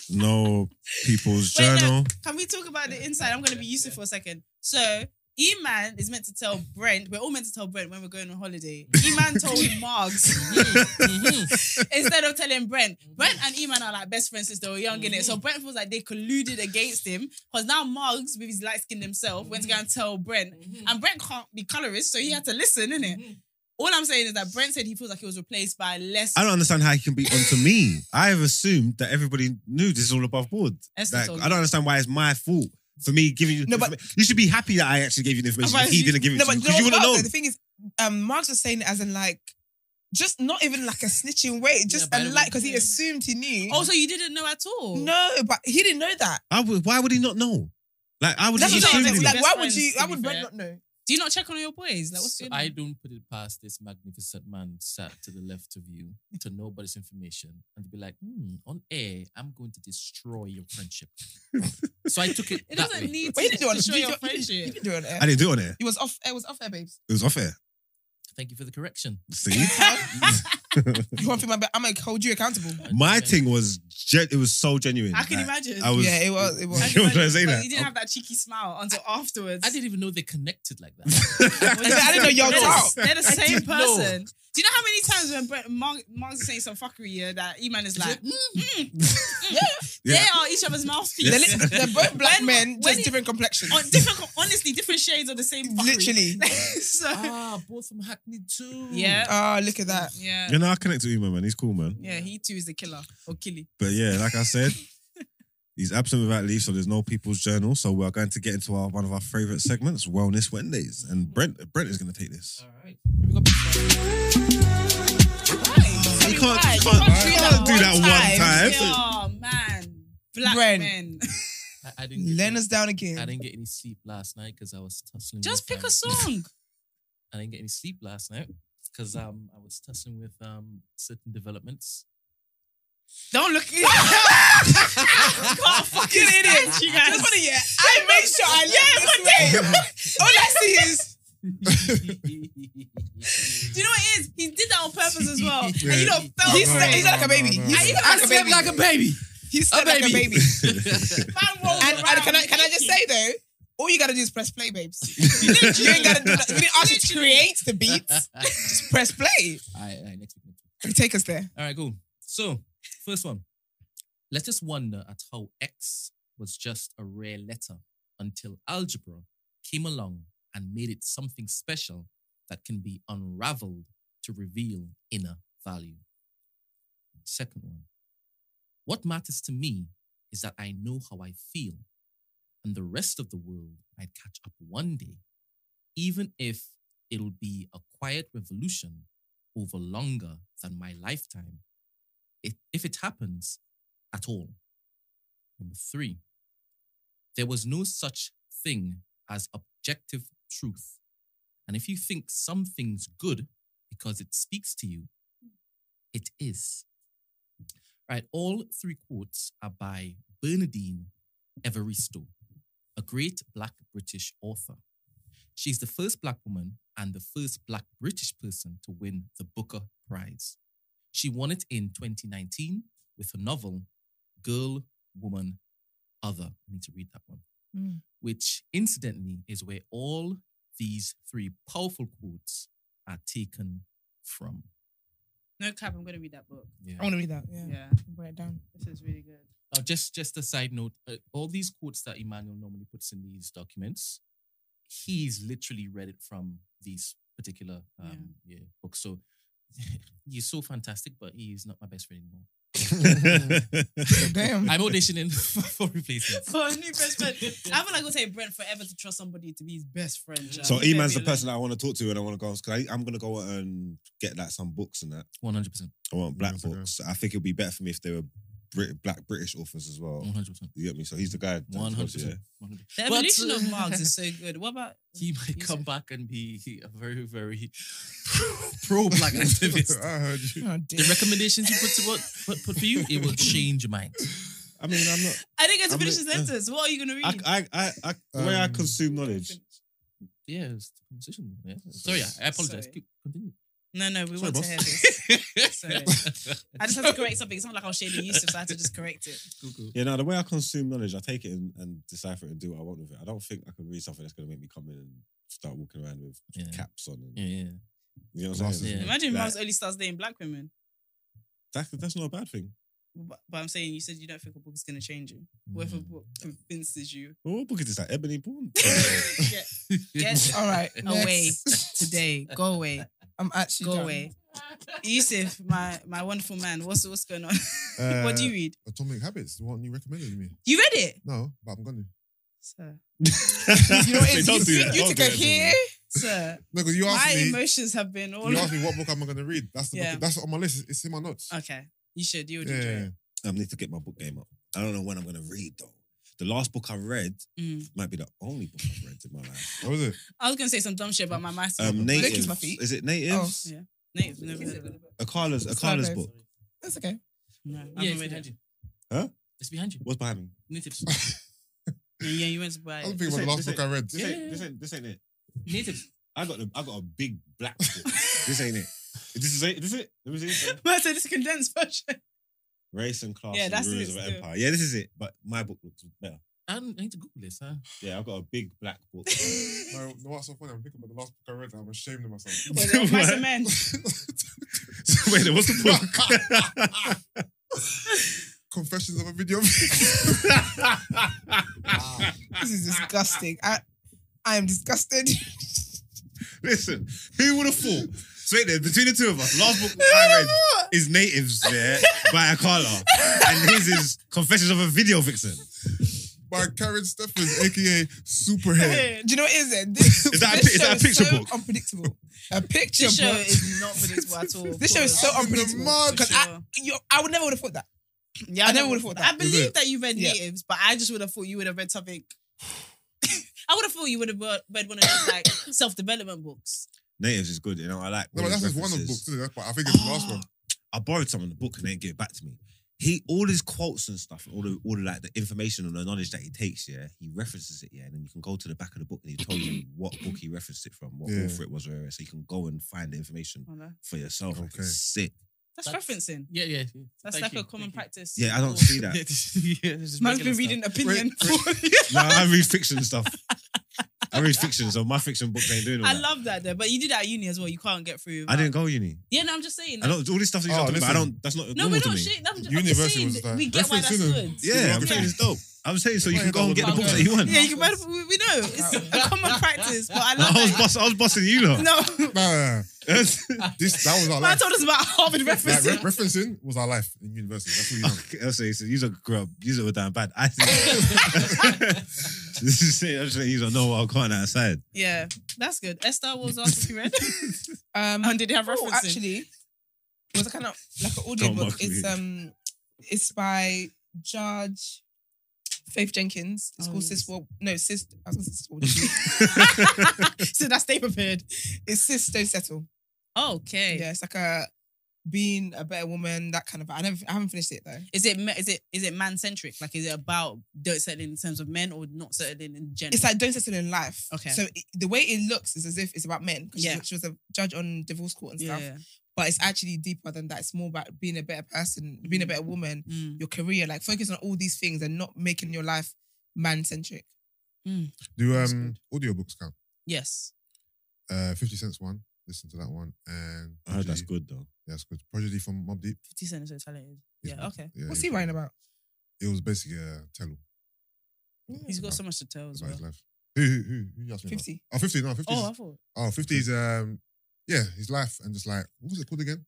Speaker 2: no people's
Speaker 1: Wait, no.
Speaker 2: journal.
Speaker 1: Can we talk about the inside? I'm going to be useful for a second. So, E-Man is meant to tell Brent, we're all meant to tell Brent when we're going on
Speaker 5: [LAUGHS]
Speaker 1: holiday. E-Man told Margs [LAUGHS]
Speaker 5: Mhm.
Speaker 1: instead of telling Brent.
Speaker 5: Mm-hmm.
Speaker 1: Brent and Eman are like best friends since they were young, innit? So Brent feels like they colluded against him because now Muggs, with his light skin himself, went to
Speaker 5: Mm-hmm.
Speaker 1: go and tell Brent. And Brent can't be colorist, so he had to listen, innit?
Speaker 5: Mm-hmm.
Speaker 1: All I'm saying is that Brent said he feels like he was replaced by less.
Speaker 2: I don't understand how he can be onto me. I have assumed that everybody knew this is all above board.
Speaker 1: Esther
Speaker 2: Like,
Speaker 1: told
Speaker 2: I don't understand why it's my fault for me giving you.
Speaker 4: No, but-
Speaker 2: you should be happy that I actually gave you the information.
Speaker 1: Otherwise
Speaker 2: He
Speaker 1: you-
Speaker 2: didn't give it
Speaker 4: No,
Speaker 2: to
Speaker 4: but
Speaker 2: you
Speaker 4: you
Speaker 2: because you
Speaker 4: know
Speaker 2: would have
Speaker 4: what?
Speaker 2: known.
Speaker 4: The thing is, um, Mark's was saying it as in like, just not even like a snitching way, just
Speaker 5: but I
Speaker 4: a
Speaker 5: don't-
Speaker 4: like because he
Speaker 5: yeah.
Speaker 4: assumed he knew.
Speaker 1: Oh, so you didn't know at all?
Speaker 4: no, but he didn't know that.
Speaker 2: I would, why would he not know? Like I would
Speaker 4: That's
Speaker 2: have
Speaker 4: what
Speaker 1: assume
Speaker 4: I'm
Speaker 2: assumed.
Speaker 1: he
Speaker 4: saying.
Speaker 2: he
Speaker 1: knew.
Speaker 4: Like,
Speaker 2: would.
Speaker 4: why
Speaker 1: Best
Speaker 4: would you?
Speaker 1: friends,
Speaker 4: Why
Speaker 1: to be
Speaker 4: would Brent
Speaker 1: fair.
Speaker 4: not know?
Speaker 1: Do you not check on your boys? Like, what's
Speaker 5: So
Speaker 1: going on?
Speaker 5: I don't put it past this magnificent man sat to the left of you to know about this information and to be like, hmm, on air, I'm going to destroy your
Speaker 1: [LAUGHS]
Speaker 5: friendship. so I took it.
Speaker 1: It
Speaker 5: that
Speaker 1: doesn't
Speaker 5: way.
Speaker 1: need [LAUGHS]
Speaker 4: But
Speaker 1: to,
Speaker 4: he didn't do it.
Speaker 1: to show
Speaker 4: He
Speaker 1: your
Speaker 4: didn't do it. He
Speaker 1: friendship.
Speaker 4: didn't do it. on air.
Speaker 2: I didn't do it on air.
Speaker 4: It was off. It was off air,
Speaker 2: [LAUGHS]
Speaker 4: babes.
Speaker 2: It was off air.
Speaker 5: Thank you for the correction.
Speaker 4: [LAUGHS]
Speaker 2: [LAUGHS] See,
Speaker 4: You want to my back? I'm gonna hold you
Speaker 2: [LAUGHS]
Speaker 4: accountable.
Speaker 2: my
Speaker 5: Okay.
Speaker 2: thing was gen- it was so genuine.
Speaker 1: I can
Speaker 2: Like,
Speaker 1: imagine.
Speaker 2: I was.
Speaker 4: yeah, it was. It
Speaker 1: I
Speaker 4: was.
Speaker 1: can
Speaker 2: You know [LAUGHS] what I'm
Speaker 1: imagine,
Speaker 2: saying?
Speaker 1: but
Speaker 2: That-
Speaker 1: You didn't have that cheeky smile until afterwards. [LAUGHS]
Speaker 5: I didn't even know they connected like that.
Speaker 1: Well,
Speaker 4: I didn't know y'all
Speaker 1: they're the-
Speaker 4: talk.
Speaker 1: They're the same
Speaker 5: didn't know.
Speaker 1: person. Do you know how many times when Brett, Mark, Mark's is saying some fuckery yeah, that E-Man is like,
Speaker 2: Yeah.
Speaker 1: they are each other's mouthpiece.
Speaker 4: They're, li-
Speaker 1: [LAUGHS]
Speaker 4: they're both black
Speaker 1: When-
Speaker 4: men,
Speaker 1: when
Speaker 4: just
Speaker 1: it-
Speaker 4: different complexions.
Speaker 1: on different, honestly, different shades of the same fuckery.
Speaker 4: Literally.
Speaker 1: [LAUGHS] so,
Speaker 5: ah, both from Hackney too.
Speaker 1: yeah,
Speaker 4: Oh, look at that.
Speaker 1: yeah.
Speaker 2: [LAUGHS] You know, I connect to Uma, man. He's cool, man.
Speaker 1: Yeah, he too is the killer or killie.
Speaker 2: But yeah, like
Speaker 4: [LAUGHS]
Speaker 2: I said, he's absent without leave, so there's no people's journal. So we are going to get into our one of our favorite segments, Wellness Wednesdays, and Brent Brent is going to take
Speaker 4: [LAUGHS]
Speaker 2: this. [LAUGHS]
Speaker 5: All right.
Speaker 2: You can't,
Speaker 1: Why?
Speaker 2: you can't,
Speaker 1: You
Speaker 2: you can't do that one time.
Speaker 1: Oh man, black
Speaker 4: Bren.
Speaker 1: men.
Speaker 5: I, I didn't. Get
Speaker 4: Len us down again.
Speaker 5: any, I didn't get any sleep last night because I was tussling.
Speaker 1: Just
Speaker 5: with,
Speaker 1: pick
Speaker 5: um,
Speaker 1: a song.
Speaker 5: I didn't get any sleep last night because um I was tussling with um certain developments. [LAUGHS]
Speaker 1: Don't look. [LAUGHS] I can't fucking
Speaker 4: [LAUGHS]
Speaker 1: idiot, you guys.
Speaker 4: Just wanna hear, I make sure I
Speaker 1: [LAUGHS]
Speaker 4: live this way. All I see is
Speaker 1: Do you know what it is? He did that on purpose as
Speaker 4: [LAUGHS]
Speaker 1: well. And
Speaker 3: Yeah.
Speaker 1: you don't felt
Speaker 4: he's,
Speaker 1: for
Speaker 3: not-
Speaker 1: it.
Speaker 4: he's like a baby.
Speaker 3: No, no, no,
Speaker 4: He's
Speaker 3: no.
Speaker 4: like a baby.
Speaker 5: [LAUGHS] baby.
Speaker 4: He's like a baby.
Speaker 5: [LAUGHS]
Speaker 1: Man rolled
Speaker 4: And, and
Speaker 1: around.
Speaker 4: can I can I just say though, all you gotta do is press play, babes. [LAUGHS] you ain't gotta do that. We didn't ask you to create the beats. Just press play.
Speaker 5: all right, all right, next week. Next week.
Speaker 4: Take us there.
Speaker 5: All right, cool. So, first one. Let us wonder at how X was just a rare letter until algebra came along and made it something special that can be unraveled to reveal inner value. Second one. What matters to me is that I know how I feel, and the rest of the world might catch up one day, even if it'll be a quiet revolution over longer than my lifetime, if, if it happens at all. Number three, there was no such thing as objective truth. And if you think something's good because it speaks to you, it is. Right, all three quotes are by Bernadine Evaristo, a great Black British author. She's the first Black woman and the first Black British person to win the Booker Prize. She won it in 2019 with her novel, Girl, Woman, Other. I need to read that one,
Speaker 4: Mm.
Speaker 5: which incidentally is where all these three powerful quotes are taken from.
Speaker 1: No cap, I'm gonna read that book.
Speaker 5: Yeah.
Speaker 4: I wanna read that. Yeah.
Speaker 1: Yeah,
Speaker 4: Write it down.
Speaker 1: this is really
Speaker 4: [LAUGHS]
Speaker 1: good.
Speaker 5: Now, Uh, just just a side note: uh, all these quotes that Emmanuel normally puts in these documents, he's literally read it from these particular um, yeah. books. So [LAUGHS] he's so fantastic, but he's not my best friend anymore.
Speaker 4: Damn.
Speaker 5: I'm auditioning [LAUGHS] for replacements.
Speaker 1: For a new best friend, I feel like it'll take Brent forever to trust somebody to be his best friend. Jack.
Speaker 2: so
Speaker 1: He's
Speaker 2: Eman's the
Speaker 1: gonna be like-
Speaker 2: person that I want to talk to and I want to go because I'm going to go and get like some books and that.
Speaker 5: One hundred percent.
Speaker 2: I want black
Speaker 3: That's a go.
Speaker 2: books. I think it'd be better for me if they were Brit- black British authors as well.
Speaker 5: One hundred percent.
Speaker 2: You get me? So he's the guy.
Speaker 5: Mm. One hundred percent.
Speaker 1: The
Speaker 5: But-
Speaker 1: evolution
Speaker 4: uh,
Speaker 1: of Marx is so good. What
Speaker 4: [LAUGHS]
Speaker 1: about
Speaker 5: He might
Speaker 1: You
Speaker 5: come back and be [LAUGHS] he- a very, very pro
Speaker 2: [LAUGHS]
Speaker 5: black activist.
Speaker 3: I heard you.
Speaker 4: [LAUGHS] Oh,
Speaker 5: The
Speaker 4: dear.
Speaker 5: recommendations he puts what put, put for you, it will change your mind.
Speaker 2: I mean, I'm not.
Speaker 1: I didn't get to
Speaker 2: I'm
Speaker 1: finish
Speaker 2: a-
Speaker 1: the sentence. What are you gonna read?
Speaker 2: I, I, I, I the way I
Speaker 3: Um,
Speaker 2: consume knowledge.
Speaker 5: Yeah, it's the conversation. Yeah. [LAUGHS] Sorry, I, I apologize.
Speaker 1: Sorry.
Speaker 5: Keep, continue.
Speaker 1: no, no, we
Speaker 3: Sorry,
Speaker 1: want
Speaker 3: boss.
Speaker 1: to hear this.
Speaker 5: [LAUGHS]
Speaker 1: Sorry. I [LAUGHS] just had to correct something. It's not like I was shading Yusuf, so I had to just correct it.
Speaker 5: Google.
Speaker 2: Yeah, no, the way I consume knowledge, I take it and, and decipher it and do what I want with it. I don't think I can read something that's going to make me come in and start walking around with
Speaker 5: Yeah.
Speaker 2: caps on. And,
Speaker 5: Yeah, yeah.
Speaker 2: You know what I'm
Speaker 3: Glasses.
Speaker 2: saying?
Speaker 5: Yeah.
Speaker 1: Imagine
Speaker 2: Like-
Speaker 1: Marx only starts dating black women.
Speaker 2: That, that's not a bad thing.
Speaker 1: But, but I'm saying you said you don't think a book is gonna change you. What if
Speaker 2: Mm.
Speaker 1: a book convinces
Speaker 2: [LAUGHS]
Speaker 1: you? [LAUGHS]
Speaker 2: Well, what book is this? Like Ebony
Speaker 5: [LAUGHS]
Speaker 2: Bourne?
Speaker 1: Get Yes.
Speaker 4: [LAUGHS] All right.
Speaker 1: away
Speaker 4: next.
Speaker 1: today. Go away.
Speaker 4: I'm actually
Speaker 1: Go
Speaker 4: done.
Speaker 1: away. Yusuf, my my wonderful man. What's what's going on? [LAUGHS]
Speaker 3: Uh,
Speaker 1: what do you read?
Speaker 3: Atomic Habits, the one you recommended to me.
Speaker 1: You read it,
Speaker 3: No, but I'm going to.
Speaker 2: [LAUGHS]
Speaker 1: sir.
Speaker 4: You know, it's,
Speaker 2: Don't
Speaker 4: you,
Speaker 2: do
Speaker 4: you,
Speaker 2: that.
Speaker 4: you
Speaker 2: Don't
Speaker 4: took
Speaker 2: do
Speaker 4: a
Speaker 2: that to me.
Speaker 4: here.
Speaker 1: Sir,
Speaker 3: No, because you asked
Speaker 1: my
Speaker 3: me.
Speaker 1: emotions have been all.
Speaker 3: You asked me what book am I going to read. That's the
Speaker 1: Yeah.
Speaker 3: book. That's on my list. It's in my notes.
Speaker 1: Okay, you should. You would enjoy
Speaker 3: yeah.
Speaker 1: it.
Speaker 2: I need to get my book game up. I don't know when I'm going to read, though. The last book I read
Speaker 1: Mm.
Speaker 2: might be the only book I've read in my life.
Speaker 3: What was it?
Speaker 1: I was gonna say some dumb shit about my master.
Speaker 2: Um,
Speaker 4: Don't
Speaker 2: Native.
Speaker 4: kiss my feet.
Speaker 2: Is it Natives?
Speaker 1: Oh. Native, never heard of it.
Speaker 2: Akala's, Akala's
Speaker 4: Sideways.
Speaker 2: book.
Speaker 4: [LAUGHS] That's okay.
Speaker 1: No, I
Speaker 5: Yeah,
Speaker 1: haven't
Speaker 5: it's
Speaker 1: read it.
Speaker 5: behind you.
Speaker 2: Huh?
Speaker 5: It's behind you.
Speaker 2: What's behind me?
Speaker 5: Natives.
Speaker 1: Yeah, yeah, you went to buy
Speaker 3: I don't
Speaker 1: it.
Speaker 3: think about the last
Speaker 2: Is it-
Speaker 3: book I read.
Speaker 2: This,
Speaker 5: Yeah,
Speaker 2: ain't,
Speaker 5: yeah,
Speaker 2: this,
Speaker 5: yeah.
Speaker 2: ain't, this ain't it.
Speaker 5: Natives.
Speaker 2: I got, the, I got a big black
Speaker 1: [LAUGHS]
Speaker 2: book. this ain't it. This is it. This is it. Let me see this one.
Speaker 1: But I said it's a
Speaker 2: [LAUGHS]
Speaker 1: condensed version.
Speaker 2: Race and class
Speaker 1: Yeah,
Speaker 2: and
Speaker 1: that's
Speaker 2: rulers
Speaker 1: it
Speaker 2: of an
Speaker 1: still.
Speaker 2: empire. Yeah, this is it. But my book looks better.
Speaker 5: I don't- I need to Google this. Huh?
Speaker 2: Yeah, I've got a big black
Speaker 1: [LAUGHS]
Speaker 2: book. [LAUGHS]
Speaker 3: No, no, what's so funny? I'm thinking about the last book I read. and I'm ashamed of myself.
Speaker 1: Well, they're mice and
Speaker 2: [LAUGHS]
Speaker 1: men.
Speaker 2: So wait, what's the book?
Speaker 3: [LAUGHS] Confessions of a Video Maker.
Speaker 4: This is disgusting. I, I am disgusted.
Speaker 2: [LAUGHS]
Speaker 4: [LAUGHS]
Speaker 2: Listen, who would have thought? So wait, there, between the two of us,
Speaker 1: [LAUGHS]
Speaker 2: last book I read is Natives there by Akala, and his is Confessions of a Video Vixen.
Speaker 3: by Karen Steffens, aka Superhead.
Speaker 4: Do you know what it [LAUGHS] is then? This,
Speaker 2: Is that a
Speaker 4: this
Speaker 2: pic- is
Speaker 4: show
Speaker 2: that a picture
Speaker 4: so
Speaker 2: book?
Speaker 4: Unpredictable. A picture
Speaker 1: This show
Speaker 4: book.
Speaker 1: is not predictable at all.
Speaker 4: This show is so
Speaker 1: Paula.
Speaker 3: in the
Speaker 4: unpredictable.
Speaker 3: mud.
Speaker 4: 'Cause I, you- I would never would have thought that.
Speaker 1: Yeah,
Speaker 4: I never would've thought that.
Speaker 1: I
Speaker 4: Is
Speaker 1: believe
Speaker 3: it?
Speaker 1: that you read
Speaker 4: Yeah.
Speaker 1: natives, but I just would have thought you would have read something. [LAUGHS] I would have thought you would have read one of those like [COUGHS] self development books.
Speaker 2: Natives is good, you know. I like.
Speaker 3: No,
Speaker 2: all
Speaker 3: but
Speaker 2: his
Speaker 3: that's just one of the
Speaker 2: references.
Speaker 3: books, isn't it? That's- But I think it's the last
Speaker 1: [GASPS]
Speaker 3: one.
Speaker 2: [GASPS] I borrowed some of the book and they didn't give it back to me. He all his quotes and stuff, all the all the, like the information and the knowledge that he takes, yeah, he references it, yeah, and then you can go to the back of the book and he tells you
Speaker 3: [CLEARS THROAT]
Speaker 2: what book he referenced it from, what
Speaker 3: Yeah.
Speaker 2: author it was, or whatever, so you can go and find the
Speaker 4: Oh,
Speaker 2: information for yourself. Like,
Speaker 3: Okay.
Speaker 2: it's
Speaker 3: [LAUGHS]
Speaker 2: sick.
Speaker 1: That's,
Speaker 5: That's-
Speaker 1: referencing.
Speaker 5: Yeah, yeah.
Speaker 1: That's
Speaker 5: Thank
Speaker 1: like
Speaker 5: you,
Speaker 1: a common
Speaker 5: thank
Speaker 1: practice.
Speaker 2: Yeah, I don't
Speaker 1: Or-
Speaker 2: see
Speaker 5: you.
Speaker 2: that.
Speaker 5: [LAUGHS] Yeah, this- yeah, this is
Speaker 4: [LAUGHS] Man's
Speaker 5: regular
Speaker 4: been
Speaker 5: stuff.
Speaker 4: reading opinion.
Speaker 2: no, I read fiction stuff. I read fiction, so my fiction books ain't doing all
Speaker 1: I
Speaker 2: that.
Speaker 1: love that though, but you did that at uni as well. You can't get through.
Speaker 2: I
Speaker 1: without-
Speaker 2: didn't go uni.
Speaker 1: Yeah, no, I'm just saying.
Speaker 2: I don't all this stuff that you're
Speaker 3: Oh,
Speaker 2: talking about. I
Speaker 3: listen.
Speaker 2: don't. That's not
Speaker 1: no,
Speaker 2: normal
Speaker 1: we're
Speaker 2: to
Speaker 1: not.
Speaker 2: me.
Speaker 1: Shit, I'm, I'm just
Speaker 3: University
Speaker 1: saying
Speaker 3: was
Speaker 1: that we
Speaker 3: like-
Speaker 1: get why that's
Speaker 3: Referencing
Speaker 1: good.
Speaker 2: Yeah, I'm saying it's dope. I'm saying so you
Speaker 3: Yeah,
Speaker 2: can go and get the
Speaker 3: double
Speaker 2: books that you want.
Speaker 1: Yeah, you can read. We know it's a common practice, but I love
Speaker 2: I was
Speaker 1: that.
Speaker 2: boss, I was bossing you [LAUGHS] lot.
Speaker 1: No,
Speaker 3: [LAUGHS] Nah, nah,
Speaker 2: Okay,
Speaker 3: nah. This, that was our
Speaker 1: man
Speaker 3: life.
Speaker 1: told us about
Speaker 4: [LAUGHS]
Speaker 1: Harvard
Speaker 3: Like,
Speaker 1: references.
Speaker 3: re- referencing was our life in university. That's what you know.
Speaker 2: I'll say so you don't grow up. You don't down bad.
Speaker 1: [LAUGHS]
Speaker 2: I think this is it. I'm just saying you don't know what I'm going outside.
Speaker 1: Yeah, that's good. Esther what was asked if
Speaker 4: [LAUGHS]
Speaker 1: you read. [LAUGHS]
Speaker 4: Um,
Speaker 1: And did it have
Speaker 4: oh,
Speaker 1: referencing?
Speaker 4: actually, it was a kind of like an audiobook.
Speaker 2: mock me.
Speaker 4: It's um, it's by Judge Faith Jenkins. It's
Speaker 1: Oh,
Speaker 4: called
Speaker 1: yes.
Speaker 4: Sis War. No, Sis. I was going to say Sis War. [LAUGHS]
Speaker 1: so that's they prepared.
Speaker 4: it's Sis Don't Settle.
Speaker 1: Okay.
Speaker 4: Yeah, it's like a being a better woman, that kind of. I never. I haven't finished it though.
Speaker 1: Is it me- is it is it man centric? Like, is it about don't settle in terms of men or not settling in general?
Speaker 4: It's like Don't Settle in Life.
Speaker 1: Okay.
Speaker 4: So it, the way it looks is as if it's about men. 'cause she-
Speaker 1: Yeah.
Speaker 4: She was a judge on divorce court and
Speaker 1: yeah.
Speaker 4: stuff. But it's actually deeper than that. It's more about being a better person, being a
Speaker 1: Mhm.
Speaker 4: better woman.
Speaker 1: Mm.
Speaker 4: your career. Like focus on all these things and not making your life man centric.
Speaker 3: Do
Speaker 4: That's
Speaker 3: um, audiobooks count?
Speaker 1: Yes.
Speaker 3: Uh, 50 Cent's one. Listen to that one. And
Speaker 2: I heard that's
Speaker 3: Prodigy.
Speaker 2: good though.
Speaker 3: Yeah, that's good. Prodigy from Mob Deep.
Speaker 1: Fifty Cent is so talented.
Speaker 3: is
Speaker 1: Yeah.
Speaker 3: good.
Speaker 1: Okay.
Speaker 3: Yeah,
Speaker 4: What's
Speaker 3: he's
Speaker 4: he
Speaker 3: good.
Speaker 4: writing about?
Speaker 3: It was basically a tell-all
Speaker 1: He's got
Speaker 3: about-
Speaker 1: so much to tell as
Speaker 3: about
Speaker 1: well.
Speaker 3: his life. Who, who, who, who asked me about?
Speaker 4: Fifty.
Speaker 3: Oh, 50, no, 50
Speaker 1: Oh, I thought.
Speaker 3: Oh, 50s, um, yeah, his life and just like, what was it called again?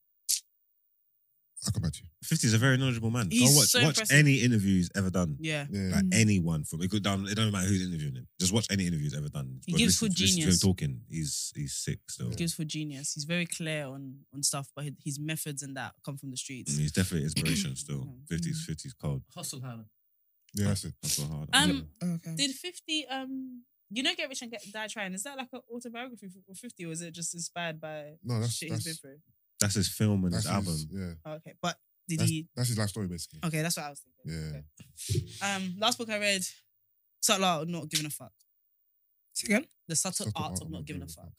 Speaker 3: I'll come back to you.
Speaker 2: Fifty is a very knowledgeable man. Go
Speaker 1: He's
Speaker 2: watch,
Speaker 1: so
Speaker 2: watch
Speaker 1: impressive.
Speaker 2: any interview he's ever done.
Speaker 1: Yeah.
Speaker 3: Yeah.
Speaker 2: Like
Speaker 4: Mm.
Speaker 2: anyone from it could down. It don't matter who's interviewing him. Just watch any interview he's ever done.
Speaker 1: He
Speaker 2: But
Speaker 1: gives
Speaker 2: listen,
Speaker 1: good
Speaker 2: listen
Speaker 1: genius.
Speaker 2: To him talking, he's he's sick. So
Speaker 1: He gives for genius. He's very clear on on stuff, but his, his methods and that come from the streets.
Speaker 2: Mm, he's
Speaker 1: [CLEARS THROAT]
Speaker 2: definitely inspiration still.
Speaker 1: Mm.
Speaker 2: Fifties, fifties, cold.
Speaker 5: Hustle, Hannah.
Speaker 3: yeah, that's it.
Speaker 2: That's so hard.
Speaker 1: Um,
Speaker 4: Oh, okay.
Speaker 1: Did fifty um you know Get Rich and Get Die Trying? Is that like an autobiography for fifty, or is it just inspired by
Speaker 3: No, Oh, that's
Speaker 1: shit
Speaker 3: that's,
Speaker 1: he's been through?
Speaker 2: that's his film and
Speaker 3: that's
Speaker 2: his album.
Speaker 3: His, yeah,
Speaker 1: Oh, okay, but did
Speaker 3: that's,
Speaker 1: he?
Speaker 3: that's his life story basically.
Speaker 1: Okay, that's what I was thinking.
Speaker 3: Yeah.
Speaker 1: Okay. Um, last book I read, Subtle Art of Not Giving a Fuck.
Speaker 4: Say Again? Mm-hmm.
Speaker 1: The Subtle,
Speaker 3: Subtle
Speaker 1: Art, of Not Giving a Fuck.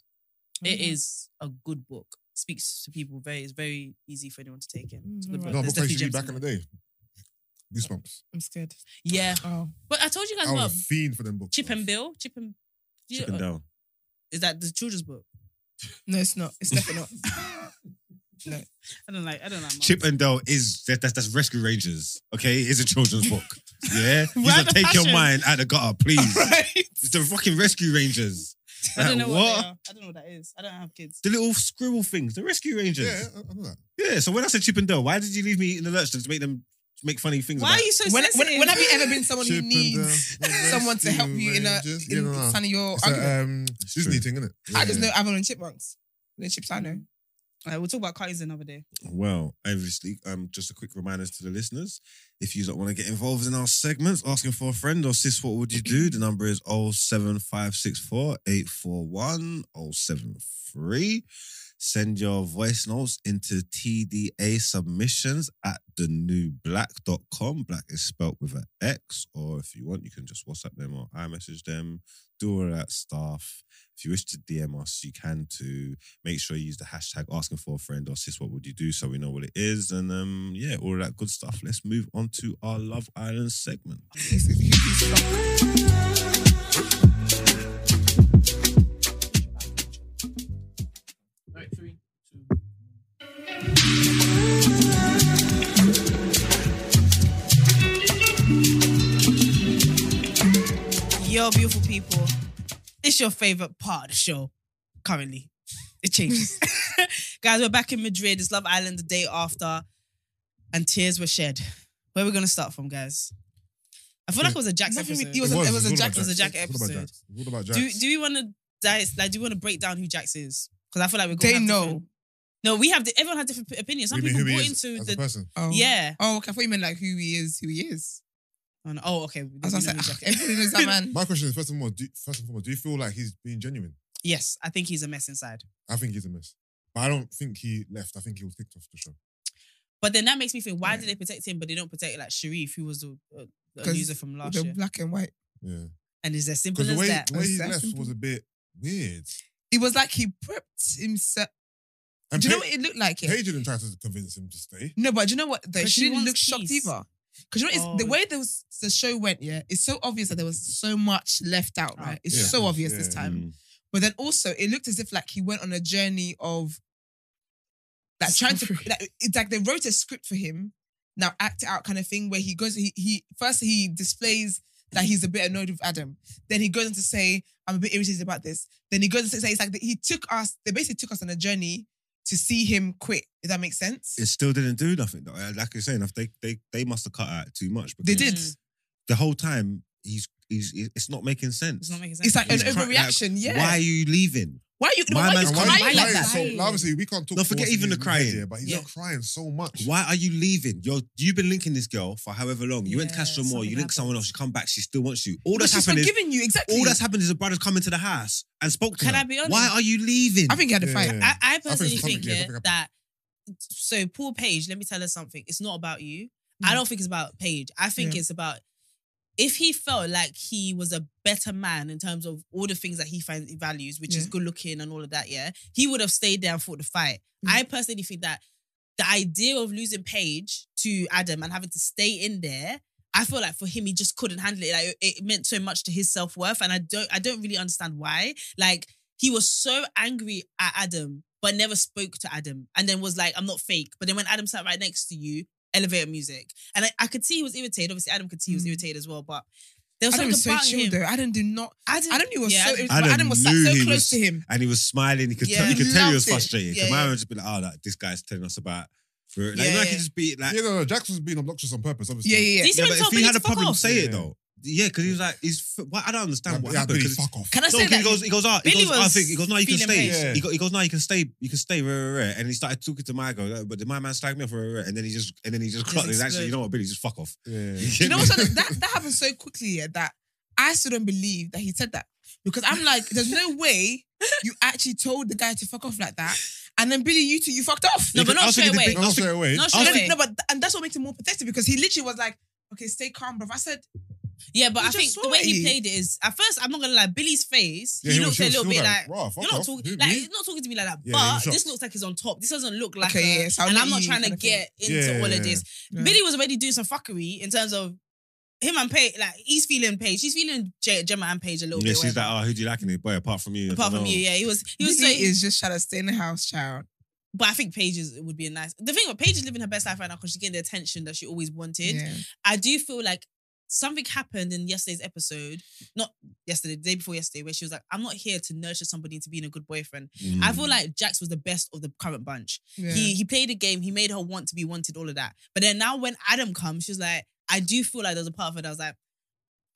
Speaker 1: It is a good book. Speaks to people very. It's very easy for anyone to take in. It's a good
Speaker 4: Mm,
Speaker 1: book.
Speaker 4: But
Speaker 3: no,
Speaker 1: There's
Speaker 3: but I
Speaker 1: definitely
Speaker 3: used to read
Speaker 1: gems
Speaker 3: back in
Speaker 1: in
Speaker 3: the
Speaker 1: it.
Speaker 3: day. Goosebumps.
Speaker 4: I'm scared.
Speaker 1: Yeah,
Speaker 4: Oh.
Speaker 1: but I told you guys
Speaker 3: I was
Speaker 1: about
Speaker 3: a fiend for them books.
Speaker 1: Chip
Speaker 3: bro.
Speaker 1: and Bill. Chip and
Speaker 2: Chip
Speaker 1: uh,
Speaker 2: and Dale.
Speaker 1: Is that the children's book?
Speaker 4: No, it's not. It's definitely
Speaker 3: [LAUGHS]
Speaker 4: not.
Speaker 1: I don't like. I don't like. mine. [LAUGHS]
Speaker 2: Chip and Dale is that, that's that's Rescue Rangers. Okay, it's a children's
Speaker 1: [LAUGHS]
Speaker 2: book. Yeah, you
Speaker 1: Why
Speaker 2: gotta
Speaker 1: the
Speaker 2: take your
Speaker 1: passion?
Speaker 2: mind out the gutter,
Speaker 1: [LAUGHS]
Speaker 2: please.
Speaker 4: right.
Speaker 2: It's the fucking Rescue Rangers.
Speaker 1: I don't
Speaker 2: Like,
Speaker 1: know what? they are. I don't know what that is. I don't have kids.
Speaker 2: The little scribble things, the Rescue Rangers.
Speaker 3: Yeah, I,
Speaker 2: Yeah.
Speaker 3: I know that.
Speaker 2: so when I said Chip and Dale, why did you leave me in the lurch to make them make funny things?
Speaker 1: Why
Speaker 2: about
Speaker 1: are you so
Speaker 4: When,
Speaker 1: sensitive?
Speaker 4: when, when have you ever been someone
Speaker 3: Chip
Speaker 4: who
Speaker 3: and
Speaker 4: needs
Speaker 3: Dale,
Speaker 1: [LAUGHS]
Speaker 3: the
Speaker 4: [LAUGHS] someone to help
Speaker 3: Rescue
Speaker 4: you in a
Speaker 3: Rangers. Yeah,
Speaker 4: in
Speaker 3: no, no.
Speaker 4: kind of your
Speaker 3: It's
Speaker 4: argument?
Speaker 3: a um, Disney
Speaker 2: true.
Speaker 3: thing, isn't it?
Speaker 4: I just know Avalon and Chipmunks. The chips I know.
Speaker 1: Uh, we'll talk about cartoons another day.
Speaker 2: Well, obviously, um, just a quick reminder to the listeners. If you don't want to get involved in our segments, asking for a friend or sis, what would you do? The number is 07564 841 073. Send your voice notes into TDA submissions at the new black.com. Black is spelt with an X, or if you want, you can just WhatsApp them or iMessage them, do all that stuff. If you wish to DM us, you can too make sure you use the hashtag asking for a friend or sis what would you do so we know what it is and um yeah all of that good stuff let's move on on to our Love
Speaker 1: [LAUGHS]
Speaker 2: Island segment. Hmm.
Speaker 5: All right, three, two.
Speaker 1: Yo, beautiful people. It's your favorite part of the show currently. It
Speaker 4: [LAUGHS]
Speaker 1: changes. [LAUGHS] Guys, we're back in Madrid. It's Love Island the day after, and tears were shed. Where are we going to start from, guys? I feel like it was a Jack's
Speaker 4: Nothing
Speaker 1: episode.
Speaker 4: with- it was a-
Speaker 3: all about
Speaker 1: Jack- it was a Jack
Speaker 3: It's all about
Speaker 1: episode.
Speaker 3: Jacks. It's all about Jacks.
Speaker 1: do, do we want to dice, like, do we want to break down who Jax is? Because I feel like we're
Speaker 4: They
Speaker 1: going to
Speaker 4: know.
Speaker 1: No, we have, everyone has different opinions. Some
Speaker 3: You mean
Speaker 1: people
Speaker 3: who he
Speaker 1: bought
Speaker 3: is
Speaker 1: into
Speaker 3: as a
Speaker 1: the,
Speaker 3: person.
Speaker 4: Oh.
Speaker 1: yeah.
Speaker 4: Oh, okay. I thought you meant like who he is, who he is.
Speaker 1: Oh, no. Oh, okay.
Speaker 4: I was
Speaker 1: We
Speaker 4: gonna
Speaker 1: know
Speaker 4: say,
Speaker 1: who
Speaker 4: ah,
Speaker 1: Jax is.
Speaker 4: [LAUGHS] everybody
Speaker 1: [LAUGHS]
Speaker 4: knows that man.
Speaker 3: My question is first and foremost, do, first and foremost, do you feel like he's being genuine?
Speaker 1: Yes, I think he's a mess inside.
Speaker 3: I think he's a mess. But I don't think he left. I think he was kicked off the show.
Speaker 1: But then that makes me think, why did they protect him, but they don't protect like Sharif, who was the, uh, the
Speaker 4: 'Cause
Speaker 1: loser from last
Speaker 4: The
Speaker 1: year?
Speaker 4: black and white.
Speaker 3: Yeah.
Speaker 1: And is as simple
Speaker 3: Because the
Speaker 1: as
Speaker 3: way,
Speaker 1: that.
Speaker 3: the way he
Speaker 4: That's
Speaker 3: left
Speaker 4: simple.
Speaker 3: was a bit weird.
Speaker 4: It was like he prepped himself.
Speaker 3: And
Speaker 4: do you know
Speaker 3: Pa-
Speaker 4: what it looked like? Yeah?
Speaker 3: Paige didn't try to convince him to stay.
Speaker 4: No, but do you know what? Though?
Speaker 1: 'Cause she
Speaker 4: She didn't
Speaker 1: wants
Speaker 4: look shocked
Speaker 1: peace.
Speaker 4: either. Because you know, it's, the
Speaker 1: Oh.
Speaker 4: way those, the show went, yeah, it's so obvious that there was so much left out,
Speaker 1: Oh,
Speaker 4: right? It's
Speaker 3: yeah.
Speaker 4: so obvious
Speaker 3: Yeah.
Speaker 4: this time. But then also, it looked as if like he went on a journey of like trying to like it's like they wrote a script for him. Now act it out kind of thing where he goes he he first he displays that he's a bit annoyed with Adam. Then he goes on to say I'm a bit irritated about this. Then he goes on to say it's like he took us they basically took us on a journey to see him quit. If that makes sense?
Speaker 2: It still didn't do nothing. though. Uh, Like you're saying, if they they they must have cut out too much.
Speaker 4: they
Speaker 2: because
Speaker 4: did.
Speaker 1: Mm.
Speaker 2: the whole time. He's he's it's not making sense.
Speaker 1: It's not making sense.
Speaker 4: It's like an
Speaker 2: He's cra- like,
Speaker 4: overreaction. yeah.
Speaker 2: Why are you leaving?
Speaker 4: Why are you? no,
Speaker 2: Why
Speaker 4: why
Speaker 2: am I
Speaker 4: are you
Speaker 2: He's
Speaker 3: And
Speaker 2: crying
Speaker 4: crying
Speaker 1: why
Speaker 4: like
Speaker 1: is
Speaker 4: that?
Speaker 1: he
Speaker 3: So,
Speaker 1: Crying.
Speaker 3: obviously, we can't talk.
Speaker 2: No, forget
Speaker 3: towards
Speaker 2: even the
Speaker 3: his
Speaker 2: crying.
Speaker 3: media, but he's
Speaker 1: Yeah.
Speaker 3: not crying so much.
Speaker 2: Why are you leaving? You're you've been linking this girl for however long. You went to
Speaker 1: Yeah,
Speaker 2: Castro Moore, you
Speaker 1: something
Speaker 2: link someone
Speaker 1: happened.
Speaker 2: else, she come back, she still wants you. All
Speaker 4: But
Speaker 2: that's
Speaker 4: she's
Speaker 2: happened is
Speaker 4: forgiving you exactly.
Speaker 2: all that's happened is the brother's come into the house and spoke to
Speaker 1: Can
Speaker 2: her.
Speaker 1: I be honest?
Speaker 2: Why are you leaving?
Speaker 4: I think he had a
Speaker 3: Yeah.
Speaker 4: fight.
Speaker 1: I, I personally
Speaker 3: something-
Speaker 1: think
Speaker 3: yeah,
Speaker 1: yeah,
Speaker 3: something happened.
Speaker 1: that so Paul Page, let me tell her something. It's not about you. I
Speaker 4: Mm.
Speaker 1: don't think it's about Page. I think
Speaker 4: Yeah.
Speaker 1: it's about if he felt like he was a better man in terms of all the things that he finds he values, which is
Speaker 4: Yeah.
Speaker 1: good looking and all of that, yeah, he would have stayed there and fought the fight.
Speaker 4: Yeah.
Speaker 1: I personally think that the idea of losing Page to Adam and having to stay in there, I feel like for him he just couldn't handle it. Like it meant so much to his self worth, and I don't, I don't really understand why. Like he was so angry at Adam, but never spoke to Adam, and then was like, "I'm not fake." But then when Adam sat right next to you, elevator music, and I, I could see he was irritated. Obviously, Adam could see he was
Speaker 4: Mm.
Speaker 1: irritated as well, but there was something
Speaker 4: Adam was so
Speaker 1: about
Speaker 4: chill
Speaker 1: him.
Speaker 4: though. Adam did not.
Speaker 1: Adam,
Speaker 4: Adam knew was
Speaker 1: yeah,
Speaker 4: so.
Speaker 1: Adam-
Speaker 4: Adam,
Speaker 2: Adam
Speaker 4: was
Speaker 2: knew
Speaker 4: sat
Speaker 2: he
Speaker 4: so close
Speaker 2: was-
Speaker 4: to him.
Speaker 2: and he was smiling. He could
Speaker 1: Yeah.
Speaker 2: tell, you could tell he was
Speaker 4: Loved it.
Speaker 2: frustrated.
Speaker 1: Yeah,
Speaker 2: Because my
Speaker 1: yeah.
Speaker 2: man would just be like, "Oh, like, this guy's telling us about." Like,
Speaker 1: Yeah,
Speaker 2: you know, I
Speaker 1: yeah.
Speaker 2: could just be like,
Speaker 3: Yeah, no, no. Jax was being obnoxious on purpose, obviously.
Speaker 4: Yeah, yeah, yeah.
Speaker 1: Did he
Speaker 2: but
Speaker 1: even tell
Speaker 2: if
Speaker 1: Billy
Speaker 2: he had
Speaker 1: to
Speaker 2: a problem,
Speaker 1: fuck off?
Speaker 2: say
Speaker 3: Yeah.
Speaker 2: it though. Yeah, because he was like, "He's." f- Well, I don't understand
Speaker 3: Like,
Speaker 2: what
Speaker 3: yeah,
Speaker 2: happened.
Speaker 3: Billy,
Speaker 2: 'cause-
Speaker 3: fuck off.
Speaker 4: Can I
Speaker 2: No,
Speaker 4: say
Speaker 2: 'cause
Speaker 4: that?
Speaker 2: he goes, he goes, ah, he
Speaker 1: Billy
Speaker 2: goes, I
Speaker 1: was
Speaker 2: think he goes, no, you can
Speaker 1: feeling
Speaker 2: stay.
Speaker 3: pain.
Speaker 2: He, go, he goes, no, you can stay, you can stay, rah, rah, rah. and he started talking to my girl, but my man slagged me off, rah, rah, rah. and then he just, and then he just
Speaker 1: Just
Speaker 2: clocked. it. He's Actually, you
Speaker 1: exploded.
Speaker 2: know what, Billy, just fuck off.
Speaker 3: Yeah.
Speaker 4: Do you know what's funny? that that happened so quickly yeah, that I still don't believe that he said that because I'm like, there's no way you actually told the guy to fuck off like that, and then Billy, you two, you fucked off.
Speaker 1: No, but
Speaker 2: I
Speaker 1: not
Speaker 2: was
Speaker 1: straight
Speaker 2: thinking the
Speaker 1: away.
Speaker 2: big- I
Speaker 3: Not
Speaker 2: was
Speaker 3: straight away.
Speaker 1: Not
Speaker 2: I
Speaker 1: straight
Speaker 2: was
Speaker 1: away.
Speaker 4: no, but and that's what makes it more pathetic because he literally was like, okay, stay calm, bruv. I said,
Speaker 1: Yeah, but
Speaker 4: You
Speaker 1: I think
Speaker 4: just
Speaker 1: the
Speaker 4: saw
Speaker 1: way he
Speaker 4: it.
Speaker 1: played it is at first I'm not gonna lie, Billy's face,
Speaker 3: Yeah,
Speaker 1: he,
Speaker 3: he was-
Speaker 1: looked
Speaker 3: he
Speaker 1: a
Speaker 3: was
Speaker 1: little
Speaker 3: still
Speaker 1: bit
Speaker 3: like,
Speaker 1: like,
Speaker 3: "Bruh, fuck
Speaker 1: you're not
Speaker 3: off,
Speaker 1: talking
Speaker 3: dude,
Speaker 1: like
Speaker 3: me?"
Speaker 1: you're not talking to me like that.
Speaker 3: Yeah, he was
Speaker 1: but
Speaker 3: shocked.
Speaker 1: this looks like it's on top. This doesn't look like
Speaker 4: Okay,
Speaker 1: a,
Speaker 4: yeah, so I'll
Speaker 1: and
Speaker 4: let
Speaker 1: I'm not
Speaker 4: you
Speaker 1: trying to
Speaker 4: kind of thing.
Speaker 1: get into
Speaker 3: Yeah,
Speaker 1: all
Speaker 3: yeah,
Speaker 1: of this.
Speaker 4: yeah.
Speaker 1: Billy was already doing some fuckery in terms of him and Paige, like he's feeling Paige, he's feeling J- Gemma and Paige a little
Speaker 2: Yeah,
Speaker 1: bit.
Speaker 2: she's like,
Speaker 1: whatever.
Speaker 2: "Oh, who do you like in it, boy? Apart from you,
Speaker 1: Apart from you, yeah, he was he was
Speaker 4: Billy
Speaker 1: like,
Speaker 4: is just trying to stay in the house, child.
Speaker 1: but I think Paige is, would be a nice. The thing with Paige is living her best life right now because she's getting the attention that she always wanted.
Speaker 4: Yeah.
Speaker 1: I do feel like something happened in yesterday's episode, not yesterday, the day before yesterday, where she was like, I'm not here to nurture somebody into being a good boyfriend. I
Speaker 2: Hmm.
Speaker 1: feel like Jax was the best of the current bunch.
Speaker 4: yeah.
Speaker 1: He he played a game, he made her want to be wanted, all of that. But then now when Adam comes, she's like, I do feel like there's a part of her that was like,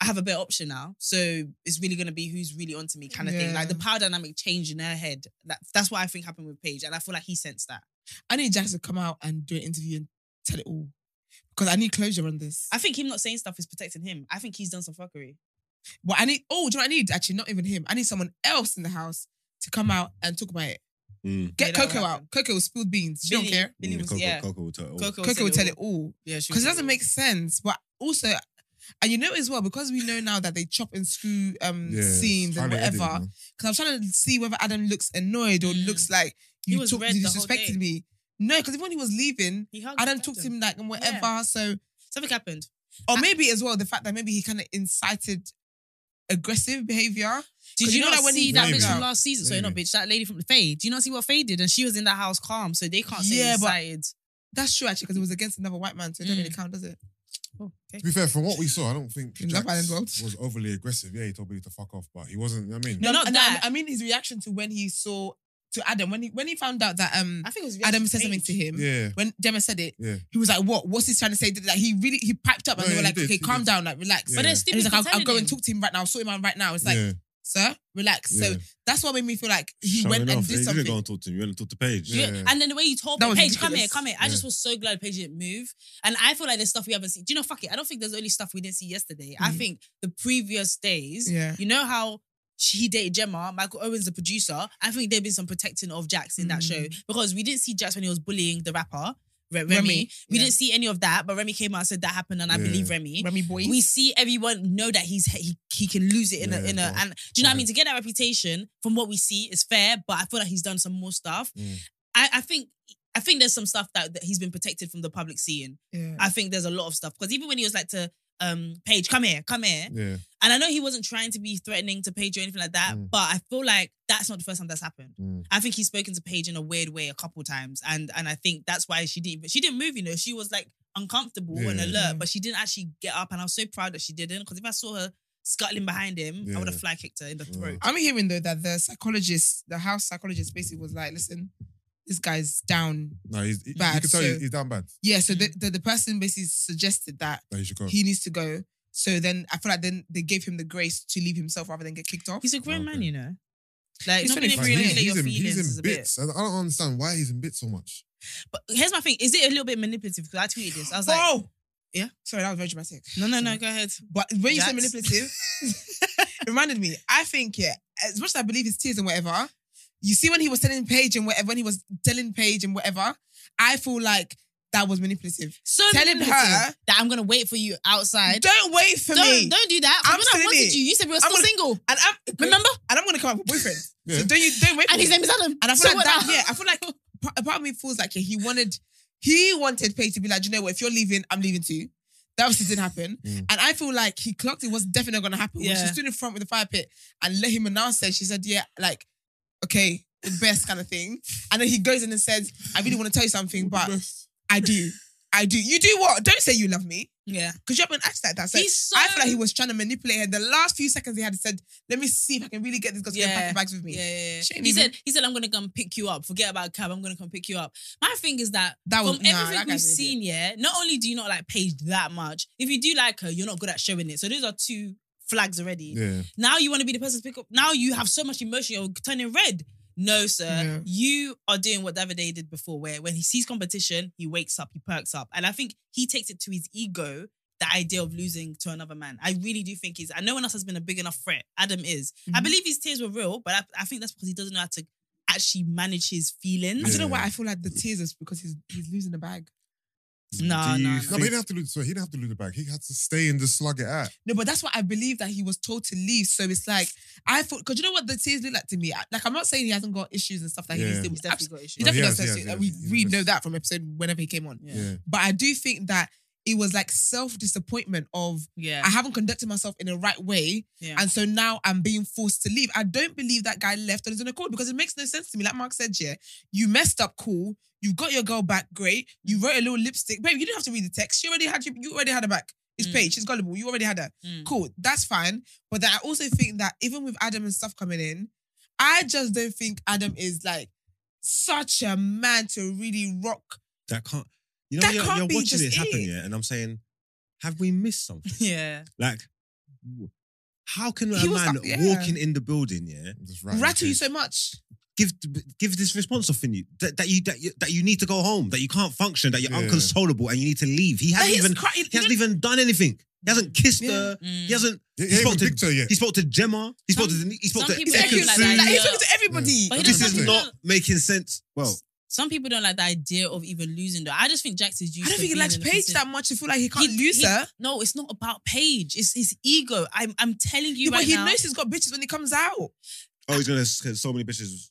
Speaker 1: I have a better option now. So it's really gonna be who's really onto me, kind of thing.
Speaker 4: Yeah.
Speaker 1: Like the power dynamic changed in her head. That, that's what I think happened with Paige. And I feel like he sensed that.
Speaker 4: I need Jax to come out and do an interview and tell it all because I need closure on this.
Speaker 1: I think him not saying stuff is protecting him. I think he's done some fuckery.
Speaker 4: But I need, oh, do you know what I need? Actually, not even him. I need someone else in the house to come out and talk about it.
Speaker 2: Mm.
Speaker 4: Get
Speaker 1: Yeah, that
Speaker 4: Coco
Speaker 1: would
Speaker 4: out. Coco will spill beans. She don't
Speaker 1: Billy-
Speaker 4: care.
Speaker 1: Billy
Speaker 2: Mm,
Speaker 1: was,
Speaker 2: Coco-
Speaker 1: yeah.
Speaker 2: Coco will tell-
Speaker 1: Coco,
Speaker 4: Coco will tell it all.
Speaker 1: Yeah, she
Speaker 4: Because it
Speaker 1: was little.
Speaker 4: doesn't make sense. But also, and you know as well, because we know now that they chop and screw um
Speaker 3: Yeah, it's
Speaker 4: scenes and
Speaker 3: highly edited,
Speaker 4: whatever.
Speaker 3: man.
Speaker 4: Because I'm trying to see whether Adam looks annoyed or
Speaker 1: Mm.
Speaker 4: looks like
Speaker 1: He
Speaker 4: you,
Speaker 1: was
Speaker 4: took,
Speaker 1: red
Speaker 4: you
Speaker 1: the whole day.
Speaker 4: disrespected me. No, because even when he was leaving,
Speaker 1: He hugged
Speaker 4: Adam talked to him like and whatever. So
Speaker 1: Something happened.
Speaker 4: Or maybe as well the fact that maybe he kind of incited aggressive behavior.
Speaker 1: Did
Speaker 4: Could
Speaker 1: you,
Speaker 4: you
Speaker 1: know
Speaker 4: not
Speaker 1: that when
Speaker 4: see
Speaker 1: he that
Speaker 3: Maybe.
Speaker 1: bitch from last season? Sorry, not
Speaker 3: Maybe.
Speaker 1: bitch. That lady from the Fade. Do you not see what Fade did? And she was in that house calm, so they can't say
Speaker 4: Yeah, but-
Speaker 1: incited.
Speaker 4: That's true actually because it was against another white man, so it
Speaker 1: Mm.
Speaker 4: doesn't really count, does it?
Speaker 1: Oh, okay.
Speaker 3: To be fair, from what we saw, I don't think
Speaker 4: In Love
Speaker 3: Jax
Speaker 4: Island world.
Speaker 3: was overly aggressive. Yeah, he told me to fuck off, but he wasn't. you know what I mean,
Speaker 1: No, not
Speaker 4: and
Speaker 1: that.
Speaker 4: I, I mean his reaction to when he saw to Adam when he when he found out that um
Speaker 1: I think it was
Speaker 4: Adam said something to
Speaker 1: him.
Speaker 4: him.
Speaker 3: yeah,
Speaker 4: When Gemma said it,
Speaker 3: Yeah.
Speaker 4: he was like, "What? What's he trying to say?" Did- Like he really he piped up, and
Speaker 3: No,
Speaker 4: they were
Speaker 3: yeah,
Speaker 4: like,
Speaker 3: he did,
Speaker 4: "Okay,
Speaker 3: he
Speaker 4: calm
Speaker 3: did.
Speaker 4: down, like relax."
Speaker 3: Yeah.
Speaker 1: But
Speaker 4: And
Speaker 1: then
Speaker 3: And
Speaker 1: Stephen
Speaker 4: he's like, "I'll, I'll go and
Speaker 1: him.
Speaker 4: talk to him right now. I'll sort him out right now." It's like,
Speaker 3: yeah.
Speaker 4: "Sir, relax." So
Speaker 3: Yeah.
Speaker 4: that's what made me feel like he
Speaker 2: Showing
Speaker 4: went and
Speaker 2: off.
Speaker 4: did
Speaker 2: You didn't go
Speaker 4: something.
Speaker 2: and talk to him. You went and talked to Paige.
Speaker 3: Yeah.
Speaker 1: Yeah. And then the way you told
Speaker 4: That
Speaker 1: me,
Speaker 4: was
Speaker 1: Paige, come here,
Speaker 4: ridiculous.
Speaker 1: come here. I
Speaker 3: Yeah.
Speaker 1: just was so glad Paige didn't move. And I feel like there's stuff we haven't seen. Do you know, fuck it. I don't think there's only stuff we didn't see yesterday. I
Speaker 4: Mhm.
Speaker 1: think the previous days,
Speaker 4: Yeah.
Speaker 1: you know how she he dated Gemma, Michael Owens, the producer. I think there'd been some protecting of Jax in that show
Speaker 4: Mhm.
Speaker 1: because we didn't see Jax when he was bullying the rapper, Re- Remy.
Speaker 4: Remy,
Speaker 1: We
Speaker 4: yeah.
Speaker 1: didn't see any of that, but Remy came out and said that happened, and I
Speaker 3: Yeah.
Speaker 1: believe Remy.
Speaker 4: Remy boy.
Speaker 1: We see everyone know that he's he, he can lose it in a
Speaker 3: Yeah, Uh-huh.
Speaker 1: in a
Speaker 3: but-
Speaker 1: and do you know what I mean?
Speaker 3: okay.
Speaker 1: To get that reputation from what we see is fair, but I feel like he's done some more stuff.
Speaker 3: Mm.
Speaker 1: I, I think I think there's some stuff that, that he's been protected from the public seeing.
Speaker 4: yeah.
Speaker 1: I think there's a lot of stuff because even when he was like to um Paige, come here, come here,
Speaker 3: yeah.
Speaker 1: and I know he wasn't trying to be threatening to Paige or anything like that,
Speaker 3: Mm.
Speaker 1: but I feel like that's not the first time that's happened.
Speaker 3: Mm.
Speaker 1: I think he's spoken to Paige in a weird way a couple times, and and I think that's why she didn't. But she didn't move, you know. She was like uncomfortable and
Speaker 3: Yeah.
Speaker 1: alert,
Speaker 4: Yeah.
Speaker 1: but she didn't actually get up, and I was so proud that she didn't. Because if I saw her scuttling behind him, I would have
Speaker 3: Yeah. Mm.
Speaker 1: fly kicked her in the
Speaker 3: Yeah.
Speaker 1: throat.
Speaker 4: I'm hearing though that the psychologist, the house psychologist, basically was like, "Listen, this guy's down."
Speaker 3: No, he's, he,
Speaker 4: Bad,
Speaker 3: you can tell
Speaker 4: so-
Speaker 3: he's, he's down bad
Speaker 4: Yeah. So
Speaker 1: Mm-hmm.
Speaker 4: the, the the person basically suggested that
Speaker 3: that he should
Speaker 1: Mm.
Speaker 3: go.
Speaker 4: he needs to go. So then I feel like then they gave him the grace to leave himself rather than get kicked off.
Speaker 1: He's a grown man,
Speaker 3: Okay.
Speaker 1: you know. Like
Speaker 4: He's
Speaker 1: not being able to
Speaker 4: 25.
Speaker 1: regulate
Speaker 4: He's-
Speaker 1: your
Speaker 3: in,
Speaker 1: feelings
Speaker 3: he's in
Speaker 1: is a bit.
Speaker 3: bits. I I don't understand why he's in bits so much.
Speaker 1: But here's my thing: is it a little bit manipulative? Because I tweeted this. I was like,
Speaker 4: oh,
Speaker 1: Yeah?
Speaker 4: Sorry, that was very dramatic.
Speaker 1: no, no, no, go ahead.
Speaker 4: But when you say
Speaker 1: Jax. [LAUGHS]
Speaker 4: manipulative, it reminded me. I think yeah, as much as I believe his tears and whatever, you see when he was telling Paige and whatever, when he was telling Paige and whatever, I feel like that was manipulative.
Speaker 1: So
Speaker 4: Telling
Speaker 1: manipulative
Speaker 4: her-
Speaker 1: that I'm gonna wait for you outside.
Speaker 4: Don't wait for
Speaker 1: don't,
Speaker 4: me,
Speaker 1: don't do that. 'cause When I
Speaker 4: Absolutely.
Speaker 1: wanted you, you said we were
Speaker 4: I'm
Speaker 1: still
Speaker 4: gonna-
Speaker 1: single,
Speaker 4: and I'm
Speaker 1: Remember?
Speaker 4: and I'm gonna come up with a boyfriend.
Speaker 3: Yeah.
Speaker 4: So don't you don't wait. for
Speaker 1: and his
Speaker 4: me.
Speaker 1: name is Adam.
Speaker 4: And I
Speaker 1: So
Speaker 4: feel like
Speaker 1: what
Speaker 4: that,
Speaker 1: now?
Speaker 4: yeah, I feel like p- a part of me feels like yeah, he wanted, he wanted Paige to be like, "Do you know what, if you're leaving, I'm leaving too. That obviously didn't happen.
Speaker 3: Mm.
Speaker 4: And I feel like he clocked it was definitely not going to happen. When she
Speaker 1: Yeah.
Speaker 4: stood in front with the fire pit and let him announce it, she said, yeah, like, okay, the best kind of thing. And then he goes in and says, I really want to tell you something, but I do. I do. You do what? Don't say you love me
Speaker 1: Yeah,
Speaker 4: because you haven't asked like that. So
Speaker 1: he's so.
Speaker 4: I feel like he was trying to manipulate her. The last few seconds he had said, let me see if I can really get this girl to go
Speaker 1: Yeah.
Speaker 4: pack her bags with me.
Speaker 1: Yeah, yeah, yeah.
Speaker 4: She ain't
Speaker 1: He
Speaker 4: even-
Speaker 1: said, he said, I'm gonna come pick you up. Forget about cab. I'm gonna come pick you up. My thing is that
Speaker 4: That was
Speaker 1: from
Speaker 4: nah,
Speaker 1: everything
Speaker 4: that
Speaker 1: we've
Speaker 4: guy's an idiot.
Speaker 1: seen, yeah, not only do you not like Paige that much, if you do like her, you're not good at showing it. So those are two flags already.
Speaker 3: Yeah,
Speaker 1: Now you want to be the person to pick up. Now you have so much emotion, you're turning red. No, sir.
Speaker 4: Yeah.
Speaker 1: You are doing what Davide did before, where when he sees competition, he wakes up, he perks up. And I think he takes it to his ego, the idea of losing to another man. I really do think he's, and no one else has been a big enough threat. Adam is. I
Speaker 4: Mhm.
Speaker 1: believe his tears were real, but I, I think that's because he doesn't know how to actually manage his
Speaker 4: I
Speaker 1: feelings.
Speaker 4: don't know why
Speaker 3: Yeah.
Speaker 4: I feel like the tears is because he's he's losing the bag. Mm-hmm.
Speaker 1: No,
Speaker 2: Do you
Speaker 1: no,
Speaker 2: think-
Speaker 3: no, but he didn't have to lose. So he didn't have to lose the bag. He had to stay and just slug it out.
Speaker 4: No, but that's what I believe that he was told to leave. So it's like I thought because you know what the tears look like to me. I- Like I'm not saying he hasn't got issues and stuff that he needs
Speaker 3: Yeah.
Speaker 4: to.
Speaker 1: He's
Speaker 4: He's definitely,
Speaker 1: definitely got
Speaker 4: he
Speaker 1: issues.
Speaker 3: No,
Speaker 4: definitely
Speaker 3: he
Speaker 4: does
Speaker 3: has,
Speaker 4: have
Speaker 3: he
Speaker 4: issues.
Speaker 3: has,
Speaker 4: We
Speaker 3: he has.
Speaker 4: we
Speaker 3: He's a
Speaker 4: know
Speaker 3: mess.
Speaker 4: that from episode whenever he came on.
Speaker 1: Yeah.
Speaker 3: Yeah,
Speaker 4: But I do think that it was like self disappointment of
Speaker 1: Yeah.
Speaker 4: I haven't conducted myself in the right way,
Speaker 1: yeah.
Speaker 4: and so now I'm being forced to leave. I don't believe that guy left on his own accord because it makes no sense to me. Like Mark said, yeah, you messed up, cool. You got your girl back, great. You wrote a little lipstick, babe. You didn't have to read the text. She already had you. You already had her back. It's
Speaker 1: Mm.
Speaker 4: Paige. She's gullible. You already had her
Speaker 1: Mm.
Speaker 4: cool, that's fine. But then I also think that even with Adam and stuff coming in, I just don't think Adam is like such a man to really rock.
Speaker 2: That can't. You know,
Speaker 4: That
Speaker 2: you're,
Speaker 4: can't
Speaker 2: you're
Speaker 4: be
Speaker 2: watching
Speaker 4: just
Speaker 2: this happen,
Speaker 4: it.
Speaker 2: yeah, and I'm saying, have we
Speaker 4: [LAUGHS]
Speaker 2: missed something?
Speaker 1: Yeah.
Speaker 2: Like, w- how can
Speaker 4: He
Speaker 2: a
Speaker 4: was
Speaker 2: man
Speaker 4: like- yeah.
Speaker 2: walking in the building, yeah,
Speaker 3: just
Speaker 4: rattle you so much.
Speaker 2: give give this response off in you that, that you that you that you need to go home, that you can't function, that you're
Speaker 3: Yeah.
Speaker 2: unconsolable, and you need to leave. He
Speaker 4: That
Speaker 2: hasn't
Speaker 4: he's
Speaker 2: even
Speaker 4: cry- you
Speaker 2: he hasn't even done anything. He hasn't kissed
Speaker 4: Yeah.
Speaker 2: her.
Speaker 1: Mm.
Speaker 2: He hasn't.
Speaker 3: He,
Speaker 2: He
Speaker 3: he
Speaker 2: spoke
Speaker 3: ain't
Speaker 2: to-
Speaker 3: even picked her yet.
Speaker 2: He spoke to Gemma. He spoke
Speaker 1: Some-
Speaker 2: to. the- He spoke
Speaker 1: some
Speaker 2: to.
Speaker 1: people
Speaker 4: don't
Speaker 2: Ekin
Speaker 4: feel like
Speaker 2: Su.
Speaker 1: that.
Speaker 4: Like, he's
Speaker 1: Yeah.
Speaker 4: talking
Speaker 2: Mm.
Speaker 4: to everybody.
Speaker 1: But he doesn't-
Speaker 2: This is
Speaker 1: some people
Speaker 2: not
Speaker 1: don't-
Speaker 2: making sense. Well,
Speaker 1: Some people don't like the idea of even losing though. I just think Jax is used
Speaker 4: I don't
Speaker 1: to
Speaker 4: think he
Speaker 1: being
Speaker 4: likes
Speaker 1: in a
Speaker 4: Paige
Speaker 1: position-
Speaker 4: that much to feel like he can't
Speaker 1: He-
Speaker 4: lose
Speaker 1: he-
Speaker 4: her.
Speaker 1: No, it's not about Paige. It's his ego. I'm I'm telling you
Speaker 4: Yeah, but
Speaker 1: right
Speaker 4: he
Speaker 1: now.
Speaker 4: knows he's got bitches when he comes out.
Speaker 2: oh, he's gonna s- so many bitches.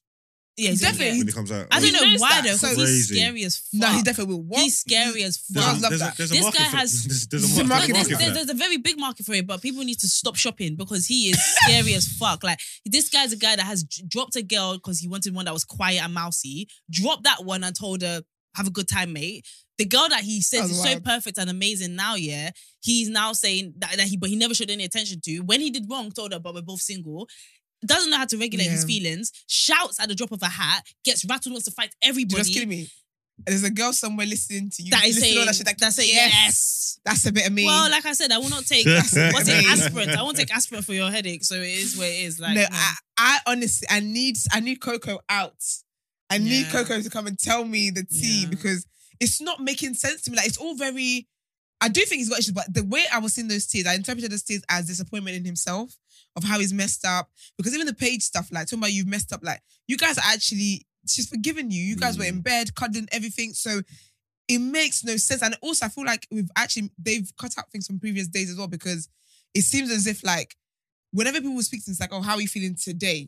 Speaker 1: Yeah, he's gonna
Speaker 4: Definitely.
Speaker 1: get
Speaker 2: when it comes out.
Speaker 1: it. I don't
Speaker 2: Like,
Speaker 1: know
Speaker 6: knows
Speaker 1: why
Speaker 6: that.
Speaker 1: though, because he's
Speaker 2: Crazy.
Speaker 1: scary as fuck.
Speaker 4: No, he definitely will. What?
Speaker 1: He's scary as fuck.
Speaker 2: There's
Speaker 4: I
Speaker 2: a,
Speaker 4: love
Speaker 2: there's
Speaker 4: that.
Speaker 2: A, there's a
Speaker 1: This
Speaker 2: market
Speaker 1: guy
Speaker 2: for,
Speaker 1: has-
Speaker 2: there's, [LAUGHS] there's
Speaker 1: [LAUGHS]
Speaker 4: There's
Speaker 2: a
Speaker 4: a
Speaker 2: market,
Speaker 4: market.
Speaker 1: there's,
Speaker 2: market for
Speaker 1: there's,
Speaker 2: that.
Speaker 1: there's a very big market for it, but people need to stop shopping because he is scary as fuck. Like this guy's a guy that has d- dropped a girl because he wanted one that was quiet and mousy, dropped that one and told her, "Have a good time, mate." The girl that he says
Speaker 4: That's
Speaker 1: is so
Speaker 4: wild.
Speaker 1: perfect and amazing now, yeah, he's now saying that, that he, but he never showed any attention to. When he did wrong, told her, "But we're both single." Doesn't know how to regulate his
Speaker 4: Yeah.
Speaker 1: feelings. Shouts at the drop of a hat. Gets rattled. Wants to fight
Speaker 4: You're
Speaker 1: everybody.
Speaker 4: just kidding me. There's a girl somewhere listening to you.
Speaker 1: That is
Speaker 4: listening to all
Speaker 1: saying.
Speaker 4: that shit, like,
Speaker 1: that's it. yes.
Speaker 4: That's a bit of me.
Speaker 1: Well, like I said, I will not take
Speaker 2: [LAUGHS]
Speaker 1: what's it, aspirin. I won't take aspirin for your headache. So it is what it is. Like
Speaker 4: no,
Speaker 1: no.
Speaker 4: I, I honestly, I need, I need Coco out. I need
Speaker 1: Yeah.
Speaker 4: Coco to come and tell me the tea
Speaker 1: Yeah.
Speaker 4: because it's not making sense to me. Like it's all very. I do think he's got issues, but the way I was seeing those tears, I interpreted those tears as disappointment in himself of how he's messed up. Because even the page stuff, like talking about you've messed up, like you guys are actually she's forgiven you. You guys
Speaker 1: Mm.
Speaker 4: were in bed, cuddling everything, so it makes no sense. And also, I feel like we've actually they've cut out things from previous days as well because it seems as if like whenever people speak to him, it's like, oh, how are you feeling today?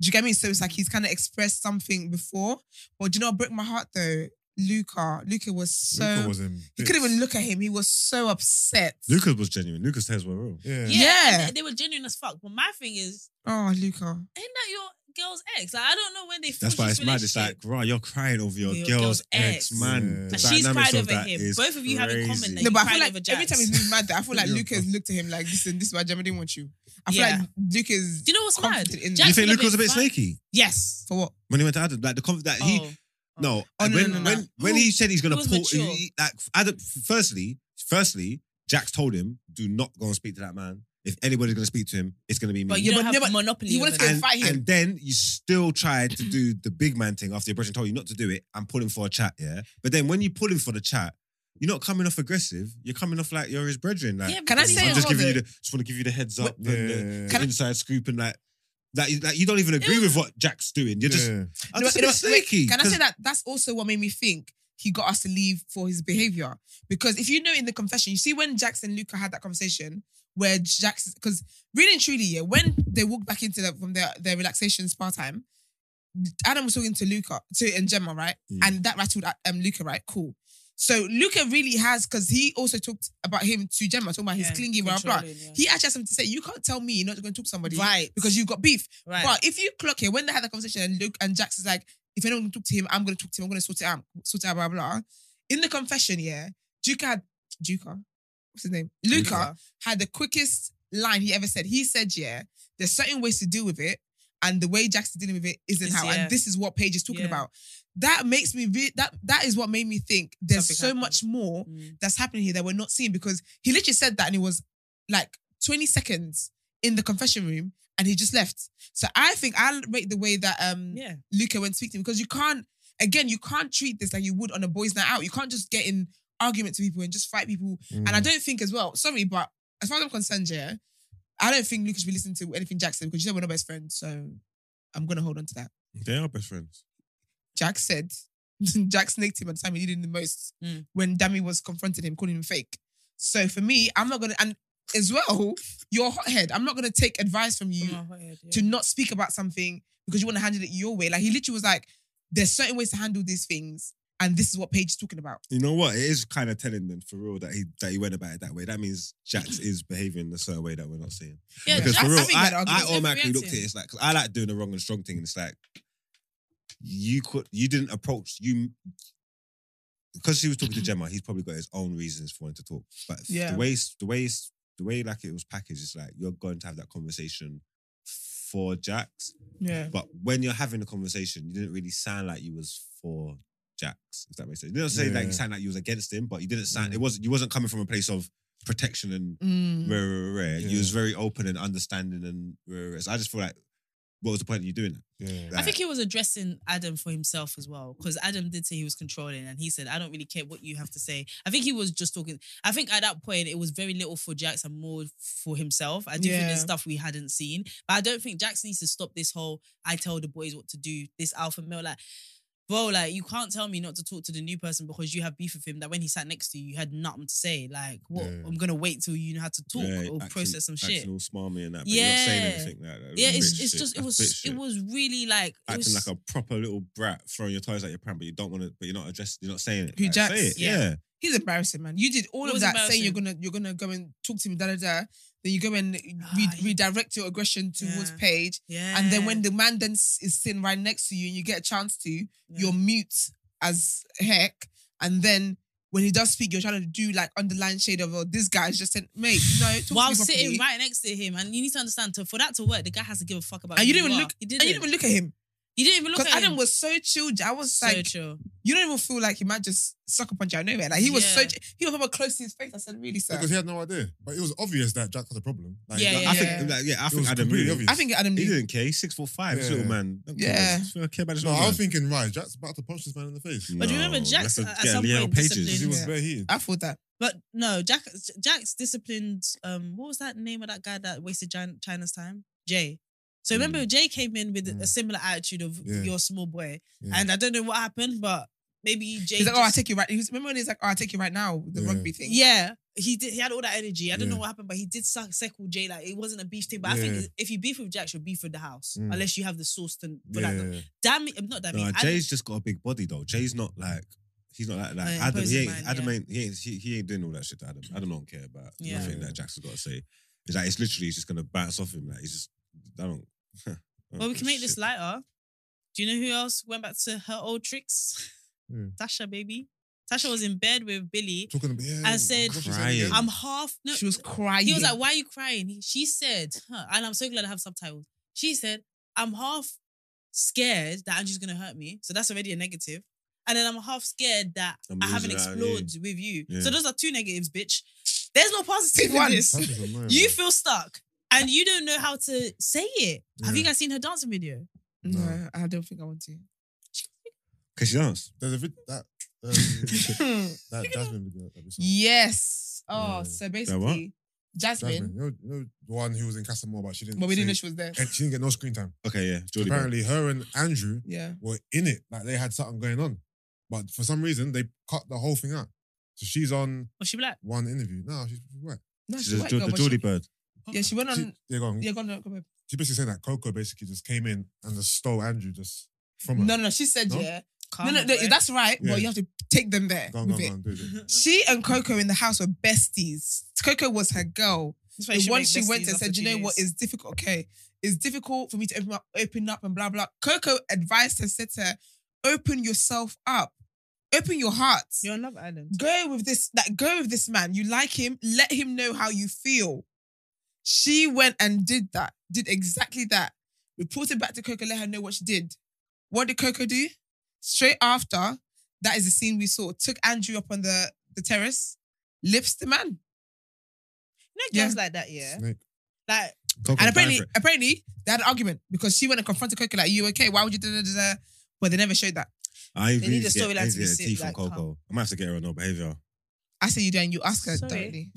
Speaker 4: Do you get me? So it's like he's kind of expressed something before. But do you know what broke my heart though? Luca. Luca was so
Speaker 3: Luca was in.
Speaker 4: you
Speaker 3: bits.
Speaker 4: couldn't even look at him. He was so upset.
Speaker 2: Lucas was genuine. Lucas' tears were real.
Speaker 3: Yeah.
Speaker 1: yeah,
Speaker 4: Yeah.
Speaker 1: and They, they were genuine as fuck. But my thing is,
Speaker 4: Oh, Luca.
Speaker 1: ain't that your girl's ex? Like I don't know when they.
Speaker 2: That's
Speaker 1: forged
Speaker 2: why
Speaker 1: this
Speaker 2: it's mad. It's like,
Speaker 1: relationship.
Speaker 2: right, you're crying over your,
Speaker 1: Your
Speaker 2: girl's
Speaker 1: girl's
Speaker 2: ex,
Speaker 1: ex.
Speaker 2: man.
Speaker 3: Yeah.
Speaker 2: The
Speaker 3: But
Speaker 1: she's
Speaker 2: dynamics
Speaker 1: cried
Speaker 2: of
Speaker 1: over
Speaker 2: that
Speaker 1: him.
Speaker 2: is
Speaker 1: Both of you have in common that
Speaker 2: crazy.
Speaker 1: you-
Speaker 4: No, but I
Speaker 1: cried
Speaker 4: feel like
Speaker 1: over
Speaker 4: every
Speaker 1: Jax.
Speaker 4: time he's moving mad,
Speaker 2: [LAUGHS]
Speaker 4: I feel like
Speaker 3: Yeah.
Speaker 4: Luca has looked at him like, listen, this is why Gemma didn't want you. I feel
Speaker 1: Yeah.
Speaker 4: like Luca is
Speaker 1: Do you know what's mad?
Speaker 4: comforted in
Speaker 2: You
Speaker 1: Jack's
Speaker 2: think
Speaker 1: gonna
Speaker 2: Lucas
Speaker 1: be
Speaker 2: was a bit
Speaker 1: fine.
Speaker 2: snaky
Speaker 1: Yes.
Speaker 4: for what?
Speaker 2: when he went to Adam? Like the conf- that he
Speaker 1: Oh.
Speaker 2: No,
Speaker 4: Oh, no,
Speaker 2: when
Speaker 4: no, no,
Speaker 2: when
Speaker 4: no.
Speaker 2: when he said he's gonna
Speaker 1: He was
Speaker 2: pull,
Speaker 1: mature.
Speaker 2: he- like Adam. Firstly, firstly, Jax told him, "Do not go and speak to that man. If anybody's gonna speak to him, it's gonna be me."
Speaker 1: But you
Speaker 4: Yeah,
Speaker 1: don't
Speaker 4: but
Speaker 1: have
Speaker 4: never-
Speaker 1: monopoly.
Speaker 4: you
Speaker 1: over
Speaker 4: wanted to
Speaker 1: that.
Speaker 2: and,
Speaker 4: fight him.
Speaker 2: and then you still tried to do the big man thing after your person told you not to do it and pull him for a chat, yeah. But then when you pull him for the chat, you're not coming off aggressive. You're coming off like you're his brethren. Like
Speaker 1: Yeah,
Speaker 4: Can I
Speaker 1: because he's
Speaker 4: say
Speaker 2: I'm
Speaker 4: it?
Speaker 1: not-
Speaker 2: just
Speaker 4: hold
Speaker 2: giving you the just want to give you the heads up
Speaker 3: Yeah.
Speaker 2: and the, the
Speaker 4: Can I-
Speaker 2: inside scoop and like that. Like you don't even agree with what Jack's doing. You're just
Speaker 3: Yeah.
Speaker 4: No,
Speaker 2: I'm just a
Speaker 4: you know,
Speaker 2: bit snaky.
Speaker 4: Can I
Speaker 2: 'cause-
Speaker 4: say that? That's also what made me think he got us to leave for his behavior. Because if you know in the confession, you see when Jax and Luca had that conversation where Jax, because really and truly, yeah, when they walked back into the, from their, their relaxation spa time, Adam was talking to Luca, to and Gemma, right?
Speaker 2: Mm.
Speaker 4: And that rattled um, Luca, right? Cool. So Luca really has, because he also talked about him to Gemma, talking about his
Speaker 1: Yeah,
Speaker 4: clingy, blah, blah, blah.
Speaker 1: controlling, yeah.
Speaker 4: He actually has something to say. You can't tell me you're not going to talk to somebody
Speaker 1: Right.
Speaker 4: because you've got beef.
Speaker 1: Right.
Speaker 4: But if you clock here, when they had that conversation and Luke and Jax is like, if anyone can talk to him, I'm gonna talk to him, I'm gonna sort it out, sort it out, blah blah. blah. In the confession, yeah, Duca had Duca, what's his name? Luca, had the quickest line he ever said. He said, Yeah, there's certain ways to deal with it, and the way Jack's dealing with it isn't
Speaker 1: It's-
Speaker 4: how.
Speaker 1: yeah.
Speaker 4: And this is what Paige is talking
Speaker 1: Yeah.
Speaker 4: about. That makes me re- that that is what made me think there's
Speaker 1: Something
Speaker 4: so
Speaker 1: happened.
Speaker 4: much more
Speaker 1: Mm.
Speaker 4: that's happening here that we're not seeing because he literally said that and it was like 20 seconds in the confession room and he just left. So I think I'll rate the way that um
Speaker 1: Yeah.
Speaker 4: Luca went to speak to him because you can't again you can't treat this like you would on a boys' night out. You can't just get in arguments with people and just fight people.
Speaker 3: Mm,
Speaker 4: And I don't think as well, sorry, but as far as I'm concerned, yeah, I don't think Luca should be listening to anything Jack said because you know we're not best friends. So I'm gonna hold on to that.
Speaker 2: They are best friends.
Speaker 4: Jack said [LAUGHS] Jack snaked him at the time he needed him the most
Speaker 1: Mm.
Speaker 4: when Dammy was confronted him, calling him fake. So for me, I'm not gonna and as well, you're a hothead. I'm not gonna take advice from you
Speaker 1: From my head, yeah.
Speaker 4: to not speak about something because you want to handle it your way. Like he literally was like, there's certain ways to handle these things, and this is what Paige is talking about.
Speaker 2: You know what? It is kind of telling them for real that he that he went about it that way. That means Jax is behaving in a certain way that we're not seeing.
Speaker 1: Yeah,
Speaker 2: Because
Speaker 1: Jax-
Speaker 2: for
Speaker 4: I
Speaker 2: real,
Speaker 4: think
Speaker 2: I,
Speaker 4: that
Speaker 2: I,
Speaker 4: argument's
Speaker 2: automatically
Speaker 1: infuriating.
Speaker 2: looked at it. It's like 'cause I like doing the wrong and strong thing, and it's like you could you didn't approach you because he was talking to Gemma. He's probably got his own reasons for him to talk, but
Speaker 4: Yeah.
Speaker 2: the way the way the way like it was packaged, it's like you're going to have that conversation for Jax,
Speaker 4: Yeah.
Speaker 2: But when you're having the conversation, you didn't really sound like you was for Jax, if that makes sense. You didn't say like
Speaker 3: Yeah.
Speaker 2: you sound like you was against him, but you didn't sound
Speaker 3: Mm.
Speaker 2: it wasn't you wasn't coming from a place of protection and
Speaker 4: Mm.
Speaker 2: rare,
Speaker 1: Mm.
Speaker 2: rare, rare. You
Speaker 3: Yeah.
Speaker 2: was very open and understanding and rare, rare. So I just feel like what was the point of you doing that?
Speaker 3: Yeah.
Speaker 1: I think he was addressing Adam for himself as well, because Adam did say he was controlling, and he said, "I don't really care what you have to say." I think he was just talking. I think at that point it was very little for Jax and more for himself. I do think
Speaker 4: Yeah.
Speaker 1: there's stuff we hadn't seen, but I don't think Jax needs to stop this whole "I tell the boys what to do." This alpha male, like bro, like you can't tell me not to talk to the new person because you have beef with him. That when he sat next to you, you had nothing to say. Like, what?
Speaker 2: Yeah.
Speaker 1: I'm gonna wait till you know how to talk
Speaker 2: Yeah,
Speaker 1: or
Speaker 2: acting-
Speaker 1: process some shit.
Speaker 2: Acting all smarmy and that, but you're not saying
Speaker 1: Yeah.
Speaker 2: anything like that.
Speaker 1: yeah, it's,
Speaker 2: Bitch
Speaker 1: it's
Speaker 2: shit.
Speaker 1: just it
Speaker 2: That's bitch
Speaker 1: was
Speaker 2: shit.
Speaker 1: it was really like it was,
Speaker 2: acting like a proper little brat, throwing your toys at your parent, but you don't want to, but you're not addressing, you're not saying it.
Speaker 4: Who
Speaker 2: like,
Speaker 4: jacks?
Speaker 2: say it,
Speaker 1: Yeah.
Speaker 2: yeah.
Speaker 4: He's embarrassing, man. You did all
Speaker 1: It
Speaker 4: of
Speaker 1: was
Speaker 4: that saying you're gonna you're gonna go and talk to him, da da da. Then you go and re-
Speaker 1: Ah, you-
Speaker 4: redirect your aggression towards
Speaker 1: Yeah.
Speaker 4: Paige,
Speaker 1: yeah.
Speaker 4: and then when the man then s- is sitting right next to you and you get a chance to,
Speaker 1: Yeah.
Speaker 4: you're mute as heck, and then. When he does speak, you're trying to do like underlying shade of oh, this guy's just saying, mate, no, talk to me
Speaker 1: while
Speaker 4: properly."
Speaker 1: sitting right next to him, and you need to understand to, for that to work, the guy has to give a fuck about.
Speaker 4: And
Speaker 1: who
Speaker 4: you didn't even
Speaker 1: are.
Speaker 4: look-
Speaker 1: He
Speaker 4: And
Speaker 1: didn't.
Speaker 4: you didn't even look at him.
Speaker 1: you didn't even look
Speaker 4: Because
Speaker 1: at
Speaker 4: Adam
Speaker 1: him.
Speaker 4: was so chilled. I was
Speaker 1: so
Speaker 4: like,
Speaker 1: chill.
Speaker 4: you don't even feel like he might just sucker punch you out of nowhere. Like he was so
Speaker 1: Yeah.
Speaker 4: ch- he was over close to his face. I said, really, sir.
Speaker 3: Because he had no idea. But it was obvious that Jack had a problem. Like,
Speaker 1: Yeah,
Speaker 3: like,
Speaker 2: I
Speaker 4: Yeah.
Speaker 2: think, like, yeah, I
Speaker 3: It was
Speaker 2: think Adam
Speaker 3: completely
Speaker 2: really.
Speaker 3: obvious.
Speaker 4: I think Adam
Speaker 2: He
Speaker 4: knew.
Speaker 2: didn't care. He's six foot five. This
Speaker 3: Yeah.
Speaker 2: little man. Don't care about
Speaker 4: Yeah.
Speaker 2: this- don't care about this
Speaker 3: No,
Speaker 2: little
Speaker 3: I was
Speaker 2: man.
Speaker 3: thinking, right, Jack's about to punch this man in the face.
Speaker 1: But do you remember
Speaker 2: No,
Speaker 1: Jack's
Speaker 2: that's a-
Speaker 1: at
Speaker 2: yeah,
Speaker 1: some
Speaker 2: Leo
Speaker 1: point
Speaker 2: Pages.
Speaker 3: Because he
Speaker 1: disciplined?
Speaker 3: was
Speaker 4: Yeah.
Speaker 3: bare heated.
Speaker 4: I thought that.
Speaker 1: But no, Jack Jack's disciplined. Um, what was that name of that guy that wasted Jan- China's time? Jay. So
Speaker 4: Hmm.
Speaker 1: remember, Jay came in with a
Speaker 3: Mm.
Speaker 1: similar attitude of
Speaker 3: Yeah.
Speaker 1: "you're a small boy,"
Speaker 3: Yeah.
Speaker 1: and I don't know what happened, but maybe Jay.
Speaker 4: He's like, oh, I
Speaker 1: just-
Speaker 4: take you right. He was, remember when he's like, oh, I take you right now. The
Speaker 3: Yeah.
Speaker 4: rugby thing.
Speaker 1: Yeah, he did. He had all that energy. I don't know
Speaker 3: Yeah.
Speaker 1: what happened, but he did suck seckle Jay. Like it wasn't a beef thing. But I
Speaker 3: Yeah.
Speaker 1: think if you beef with Jack, you'll beef with the house,
Speaker 4: Hmm.
Speaker 3: Mm.
Speaker 1: unless you have the sauce to. For
Speaker 3: Yeah.
Speaker 1: like, the- damn it, not damn
Speaker 2: Nah,
Speaker 1: it.
Speaker 2: Jay's just got a big body though. Jay's not like he's not like, like
Speaker 1: Oh, yeah,
Speaker 2: Adam. He
Speaker 1: opposite
Speaker 2: ain't,
Speaker 1: man,
Speaker 2: Adam
Speaker 1: yeah.
Speaker 2: ain't he ain't he, he ain't doing all that shit to Adam. Adam don't care about
Speaker 1: Yeah.
Speaker 2: nothing that Jack's got to say. It's like it's literally just gonna bounce off him. Like he's just I don't. [LAUGHS] I don't
Speaker 1: Well, we
Speaker 2: give
Speaker 1: can
Speaker 2: a
Speaker 1: make this
Speaker 2: shit.
Speaker 1: lighter. Do you know who else went back to her old tricks?
Speaker 3: Hmm.
Speaker 1: Tasha, baby. Tasha was in bed with Billy.
Speaker 3: Talking about, yeah,
Speaker 1: I said-
Speaker 3: gosh, she said
Speaker 2: Crying.
Speaker 3: again.
Speaker 1: I'm half. No,
Speaker 4: She was crying.
Speaker 1: he was like, "Why are you crying?" He- She said, huh, and I'm so glad I have subtitles. She said, "I'm half scared that Andrew's gonna hurt me, so that's already a negative." And then I'm half scared that
Speaker 2: I'm
Speaker 1: I haven't
Speaker 2: losing out on
Speaker 1: explored with you.
Speaker 2: Yeah.
Speaker 1: So those are two negatives, bitch. There's no positive in
Speaker 3: [LAUGHS]
Speaker 4: One.
Speaker 1: this.
Speaker 3: That's just annoying,
Speaker 1: You
Speaker 3: man.
Speaker 1: feel stuck and you don't know how to say it. Have
Speaker 3: Yeah.
Speaker 1: you guys seen her dancing video?
Speaker 4: no,
Speaker 3: No.
Speaker 4: I don't think I want to.
Speaker 1: [LAUGHS]
Speaker 2: Can she dance?
Speaker 3: There's a vid- that, um,
Speaker 4: Hmm.
Speaker 1: [LAUGHS]
Speaker 3: that Jasmine video. That we saw.
Speaker 4: yes. Oh,
Speaker 3: Yeah.
Speaker 4: so
Speaker 2: what?
Speaker 4: basically, Jasmine,
Speaker 3: Jasmine, you know, you know the one who was in Casamore, but she didn't.
Speaker 4: but we didn't know
Speaker 3: say-
Speaker 4: she was there.
Speaker 3: and she didn't get no screen time.
Speaker 2: Okay, yeah. Jordy Brown.
Speaker 3: Apparently, her and Andrew
Speaker 4: Yeah.
Speaker 3: were in it, like they had something going on, but for some reason they cut the whole thing out. So she's on
Speaker 1: Was she black?
Speaker 3: one interview. No, she's right.
Speaker 4: No,
Speaker 2: She's
Speaker 4: she
Speaker 2: a
Speaker 4: white
Speaker 2: Jor-
Speaker 4: girl,
Speaker 2: the
Speaker 4: but she-
Speaker 2: Geordie Bird.
Speaker 4: Yeah, she went on.
Speaker 3: She, yeah, go on.
Speaker 4: yeah, go on. Go on.
Speaker 3: She basically said that Coco basically just came in and just stole Andrew just from her.
Speaker 4: No, no, no. She said,
Speaker 3: No?
Speaker 4: yeah. No,
Speaker 1: Calm
Speaker 4: no,
Speaker 1: on,
Speaker 4: no,
Speaker 1: boy.
Speaker 4: that's right.
Speaker 3: Yeah.
Speaker 4: But you have to take them there
Speaker 3: Go on, go
Speaker 4: with
Speaker 3: on,
Speaker 4: it.
Speaker 3: go on, do it. do it.
Speaker 4: She and Coco in the house were besties. Coco was her girl.
Speaker 1: That's why
Speaker 4: The
Speaker 1: should
Speaker 4: one
Speaker 1: make
Speaker 4: she went
Speaker 1: besties
Speaker 4: and
Speaker 1: after
Speaker 4: said, you
Speaker 1: two
Speaker 4: know what,
Speaker 1: days.
Speaker 4: it's difficult. Okay, it's difficult for me to open up, open up and blah, blah. Coco advised her, said to her, open yourself up. Open your heart.
Speaker 1: You're on Love Island.
Speaker 4: Go with this, like, go with this man. You like him. Let him know how you feel. She went and did that. Did exactly that. Reported back to Coco, let her know what she did. What did Coco do? Straight after, that is the scene we saw. Took Andrew up on the, the terrace, lips the man.
Speaker 1: You know
Speaker 4: Yeah.
Speaker 1: girls like that, [LAUGHS] yeah.
Speaker 3: Snake.
Speaker 1: Like
Speaker 2: Coco
Speaker 4: And
Speaker 2: died
Speaker 4: apparently,
Speaker 2: for it.
Speaker 4: apparently, they had an argument because she went and confronted Coco like, "You okay? Why would you?" Da, da, da, da?" But they never showed that.
Speaker 2: I
Speaker 1: they
Speaker 2: need,
Speaker 1: need
Speaker 2: to
Speaker 1: a
Speaker 2: get, I
Speaker 1: storyline
Speaker 2: need
Speaker 1: to
Speaker 2: to
Speaker 1: be
Speaker 2: get a
Speaker 1: sick,
Speaker 2: tea from
Speaker 1: like,
Speaker 2: Coco. I might have to get her on no behavior.
Speaker 4: I say you do, and you ask her
Speaker 1: Sorry.
Speaker 4: directly.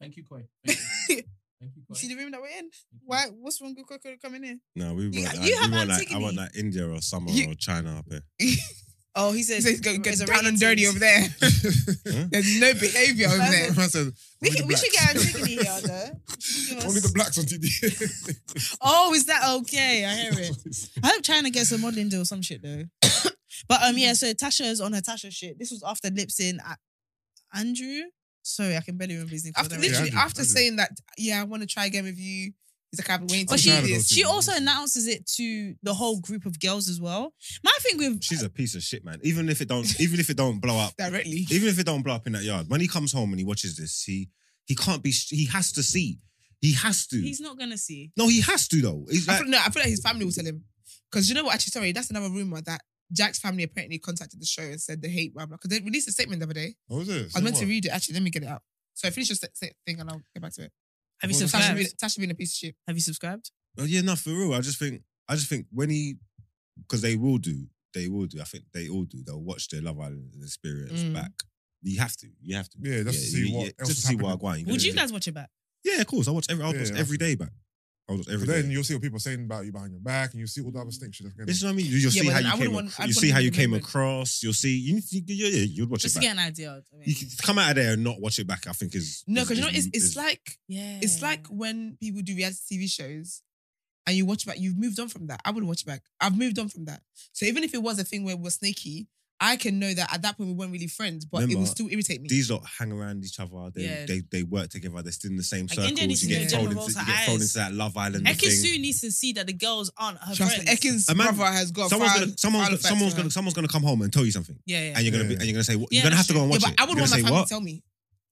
Speaker 5: Thank you,
Speaker 1: [LAUGHS]
Speaker 5: Koi. Thank you, Thank you, Koi.
Speaker 4: See the room that we're in. Why? What's wrong with Coco coming in?
Speaker 2: No, we want,
Speaker 1: You-
Speaker 2: like,
Speaker 1: you have
Speaker 2: we want like I
Speaker 1: Antigone.
Speaker 2: want like India or summer
Speaker 4: You-
Speaker 2: or China up here.
Speaker 4: [LAUGHS]
Speaker 1: oh, he said
Speaker 4: He says, "Go get
Speaker 1: it's a
Speaker 4: down
Speaker 1: ratings.
Speaker 4: and dirty over there."
Speaker 1: [LAUGHS]
Speaker 4: There's no behavior over there.
Speaker 3: Man said,
Speaker 1: We,
Speaker 3: only the
Speaker 1: can, we should
Speaker 3: blacks.
Speaker 1: get Antigone
Speaker 4: [LAUGHS]
Speaker 1: here though. She
Speaker 3: Only
Speaker 1: was-
Speaker 3: the blacks on TD.
Speaker 1: Oh, is that okay? I hear [LAUGHS] it. I hope China gets a modeling deal or some shit though. but um, yeah. So Tasha is on her Tasha shit. This was after lips in at Andrew. Sorry, I can barely remember his name. 'cause I
Speaker 4: After
Speaker 1: don't
Speaker 4: literally,
Speaker 3: Andrew,
Speaker 4: after
Speaker 3: Andrew.
Speaker 4: saying that, yeah, I want to try again with you. He's like, I've been waiting
Speaker 1: But
Speaker 4: to
Speaker 1: she,
Speaker 4: do
Speaker 3: tired of
Speaker 4: this.
Speaker 3: those
Speaker 1: she
Speaker 3: people.
Speaker 1: also announces it to the whole group of girls as well. My thing with
Speaker 2: She's a piece of shit, man. Even if it don't, even if it don't blow up,
Speaker 4: directly.
Speaker 2: even if it don't blow up in that yard, when he comes home and he watches this, he he can't be. He has to see. He has to.
Speaker 1: he's not gonna see.
Speaker 2: no, he has to though. He's
Speaker 4: I
Speaker 2: like,
Speaker 4: feel, no, I feel like his family will tell him. Because you know what? Actually, sorry, that's another rumor that Jack's family apparently contacted the show and said they hate blah blah. Because they released a statement the other day.
Speaker 3: What was Oh, it?
Speaker 4: I was meant to
Speaker 3: Say what?
Speaker 4: read it. Actually, let me get it out. So finish your st- st- thing and I'll get back to it.
Speaker 1: Have you
Speaker 3: Well, that's
Speaker 4: Tasha being,
Speaker 1: subscribed?
Speaker 4: Tasha being a piece of shit.
Speaker 1: Have you subscribed?
Speaker 2: oh, yeah, no, for real. I just think, I just think when he, because they will do, they will do. I think they all do. They'll watch their Love Island experience
Speaker 4: Mm.
Speaker 2: back. You have to. You have to.
Speaker 3: Yeah, just to see what
Speaker 2: yeah,
Speaker 3: else
Speaker 2: just
Speaker 3: is
Speaker 2: to see what
Speaker 3: happening.
Speaker 2: I'm going.
Speaker 1: Would
Speaker 2: yeah.
Speaker 1: you guys watch it back?
Speaker 2: Yeah, of course. I watch every. I watch
Speaker 3: Yeah,
Speaker 2: every day back. I was every
Speaker 3: But then
Speaker 2: day. Mm.
Speaker 3: you'll see what people are saying about you behind your back, and you will see all the other snake shit that's going
Speaker 2: This is
Speaker 3: on.
Speaker 2: what I mean. You- You'll
Speaker 4: Yeah,
Speaker 2: see
Speaker 4: but
Speaker 2: how
Speaker 4: then I
Speaker 2: you
Speaker 4: wouldn't
Speaker 2: came.
Speaker 4: want-
Speaker 2: ac-
Speaker 4: I'd
Speaker 2: you
Speaker 4: want
Speaker 2: see
Speaker 4: to
Speaker 2: how
Speaker 4: be
Speaker 2: you came
Speaker 4: remembered.
Speaker 2: across. You'll see. You need to. Yeah, yeah. You'd watch
Speaker 1: Just
Speaker 2: it
Speaker 1: to
Speaker 2: back.
Speaker 1: get an idea. I mean.
Speaker 2: You can come out of there and not watch it back. I think is
Speaker 4: No,
Speaker 2: is-
Speaker 4: because you know
Speaker 2: is-
Speaker 4: it's it's
Speaker 2: is-
Speaker 4: like
Speaker 1: yeah.
Speaker 4: it's like when people do reality TV shows and you watch back, you've moved on from that. I would watch back. I've moved on from that. So even if it was a thing where we're snaky, I can know that at that point we weren't really friends, but it will
Speaker 2: Remember,
Speaker 4: still irritate me.
Speaker 2: these lot hang around each other. They
Speaker 1: Yeah.
Speaker 2: they, they work together. They're still in the same
Speaker 1: Like,
Speaker 2: circles.
Speaker 1: India needs
Speaker 2: You
Speaker 4: to know
Speaker 2: get thrown
Speaker 1: Gemma
Speaker 2: into
Speaker 1: rolls
Speaker 2: you
Speaker 1: her
Speaker 2: get thrown
Speaker 1: eyes.
Speaker 2: into that Love Island
Speaker 1: Ekinsu
Speaker 2: thing.
Speaker 1: needs to see that the girls aren't her
Speaker 4: Trust me,
Speaker 1: friends.
Speaker 4: Ekin's
Speaker 2: A man-
Speaker 4: brother has got
Speaker 2: Someone's
Speaker 4: foul-
Speaker 2: gonna someone's
Speaker 4: foul
Speaker 2: gonna,
Speaker 4: effects,
Speaker 2: someone's
Speaker 4: man.
Speaker 2: gonna someone's gonna come home and tell you something,
Speaker 1: yeah, yeah.
Speaker 2: and you're gonna be
Speaker 3: Yeah.
Speaker 2: and you're gonna say what
Speaker 1: Yeah,
Speaker 2: you're gonna
Speaker 1: that's
Speaker 2: have to go and
Speaker 4: Yeah,
Speaker 2: watch
Speaker 4: but
Speaker 2: it.
Speaker 4: I would
Speaker 2: You're
Speaker 4: want my
Speaker 2: gonna say,
Speaker 4: family to
Speaker 2: what?
Speaker 4: tell me.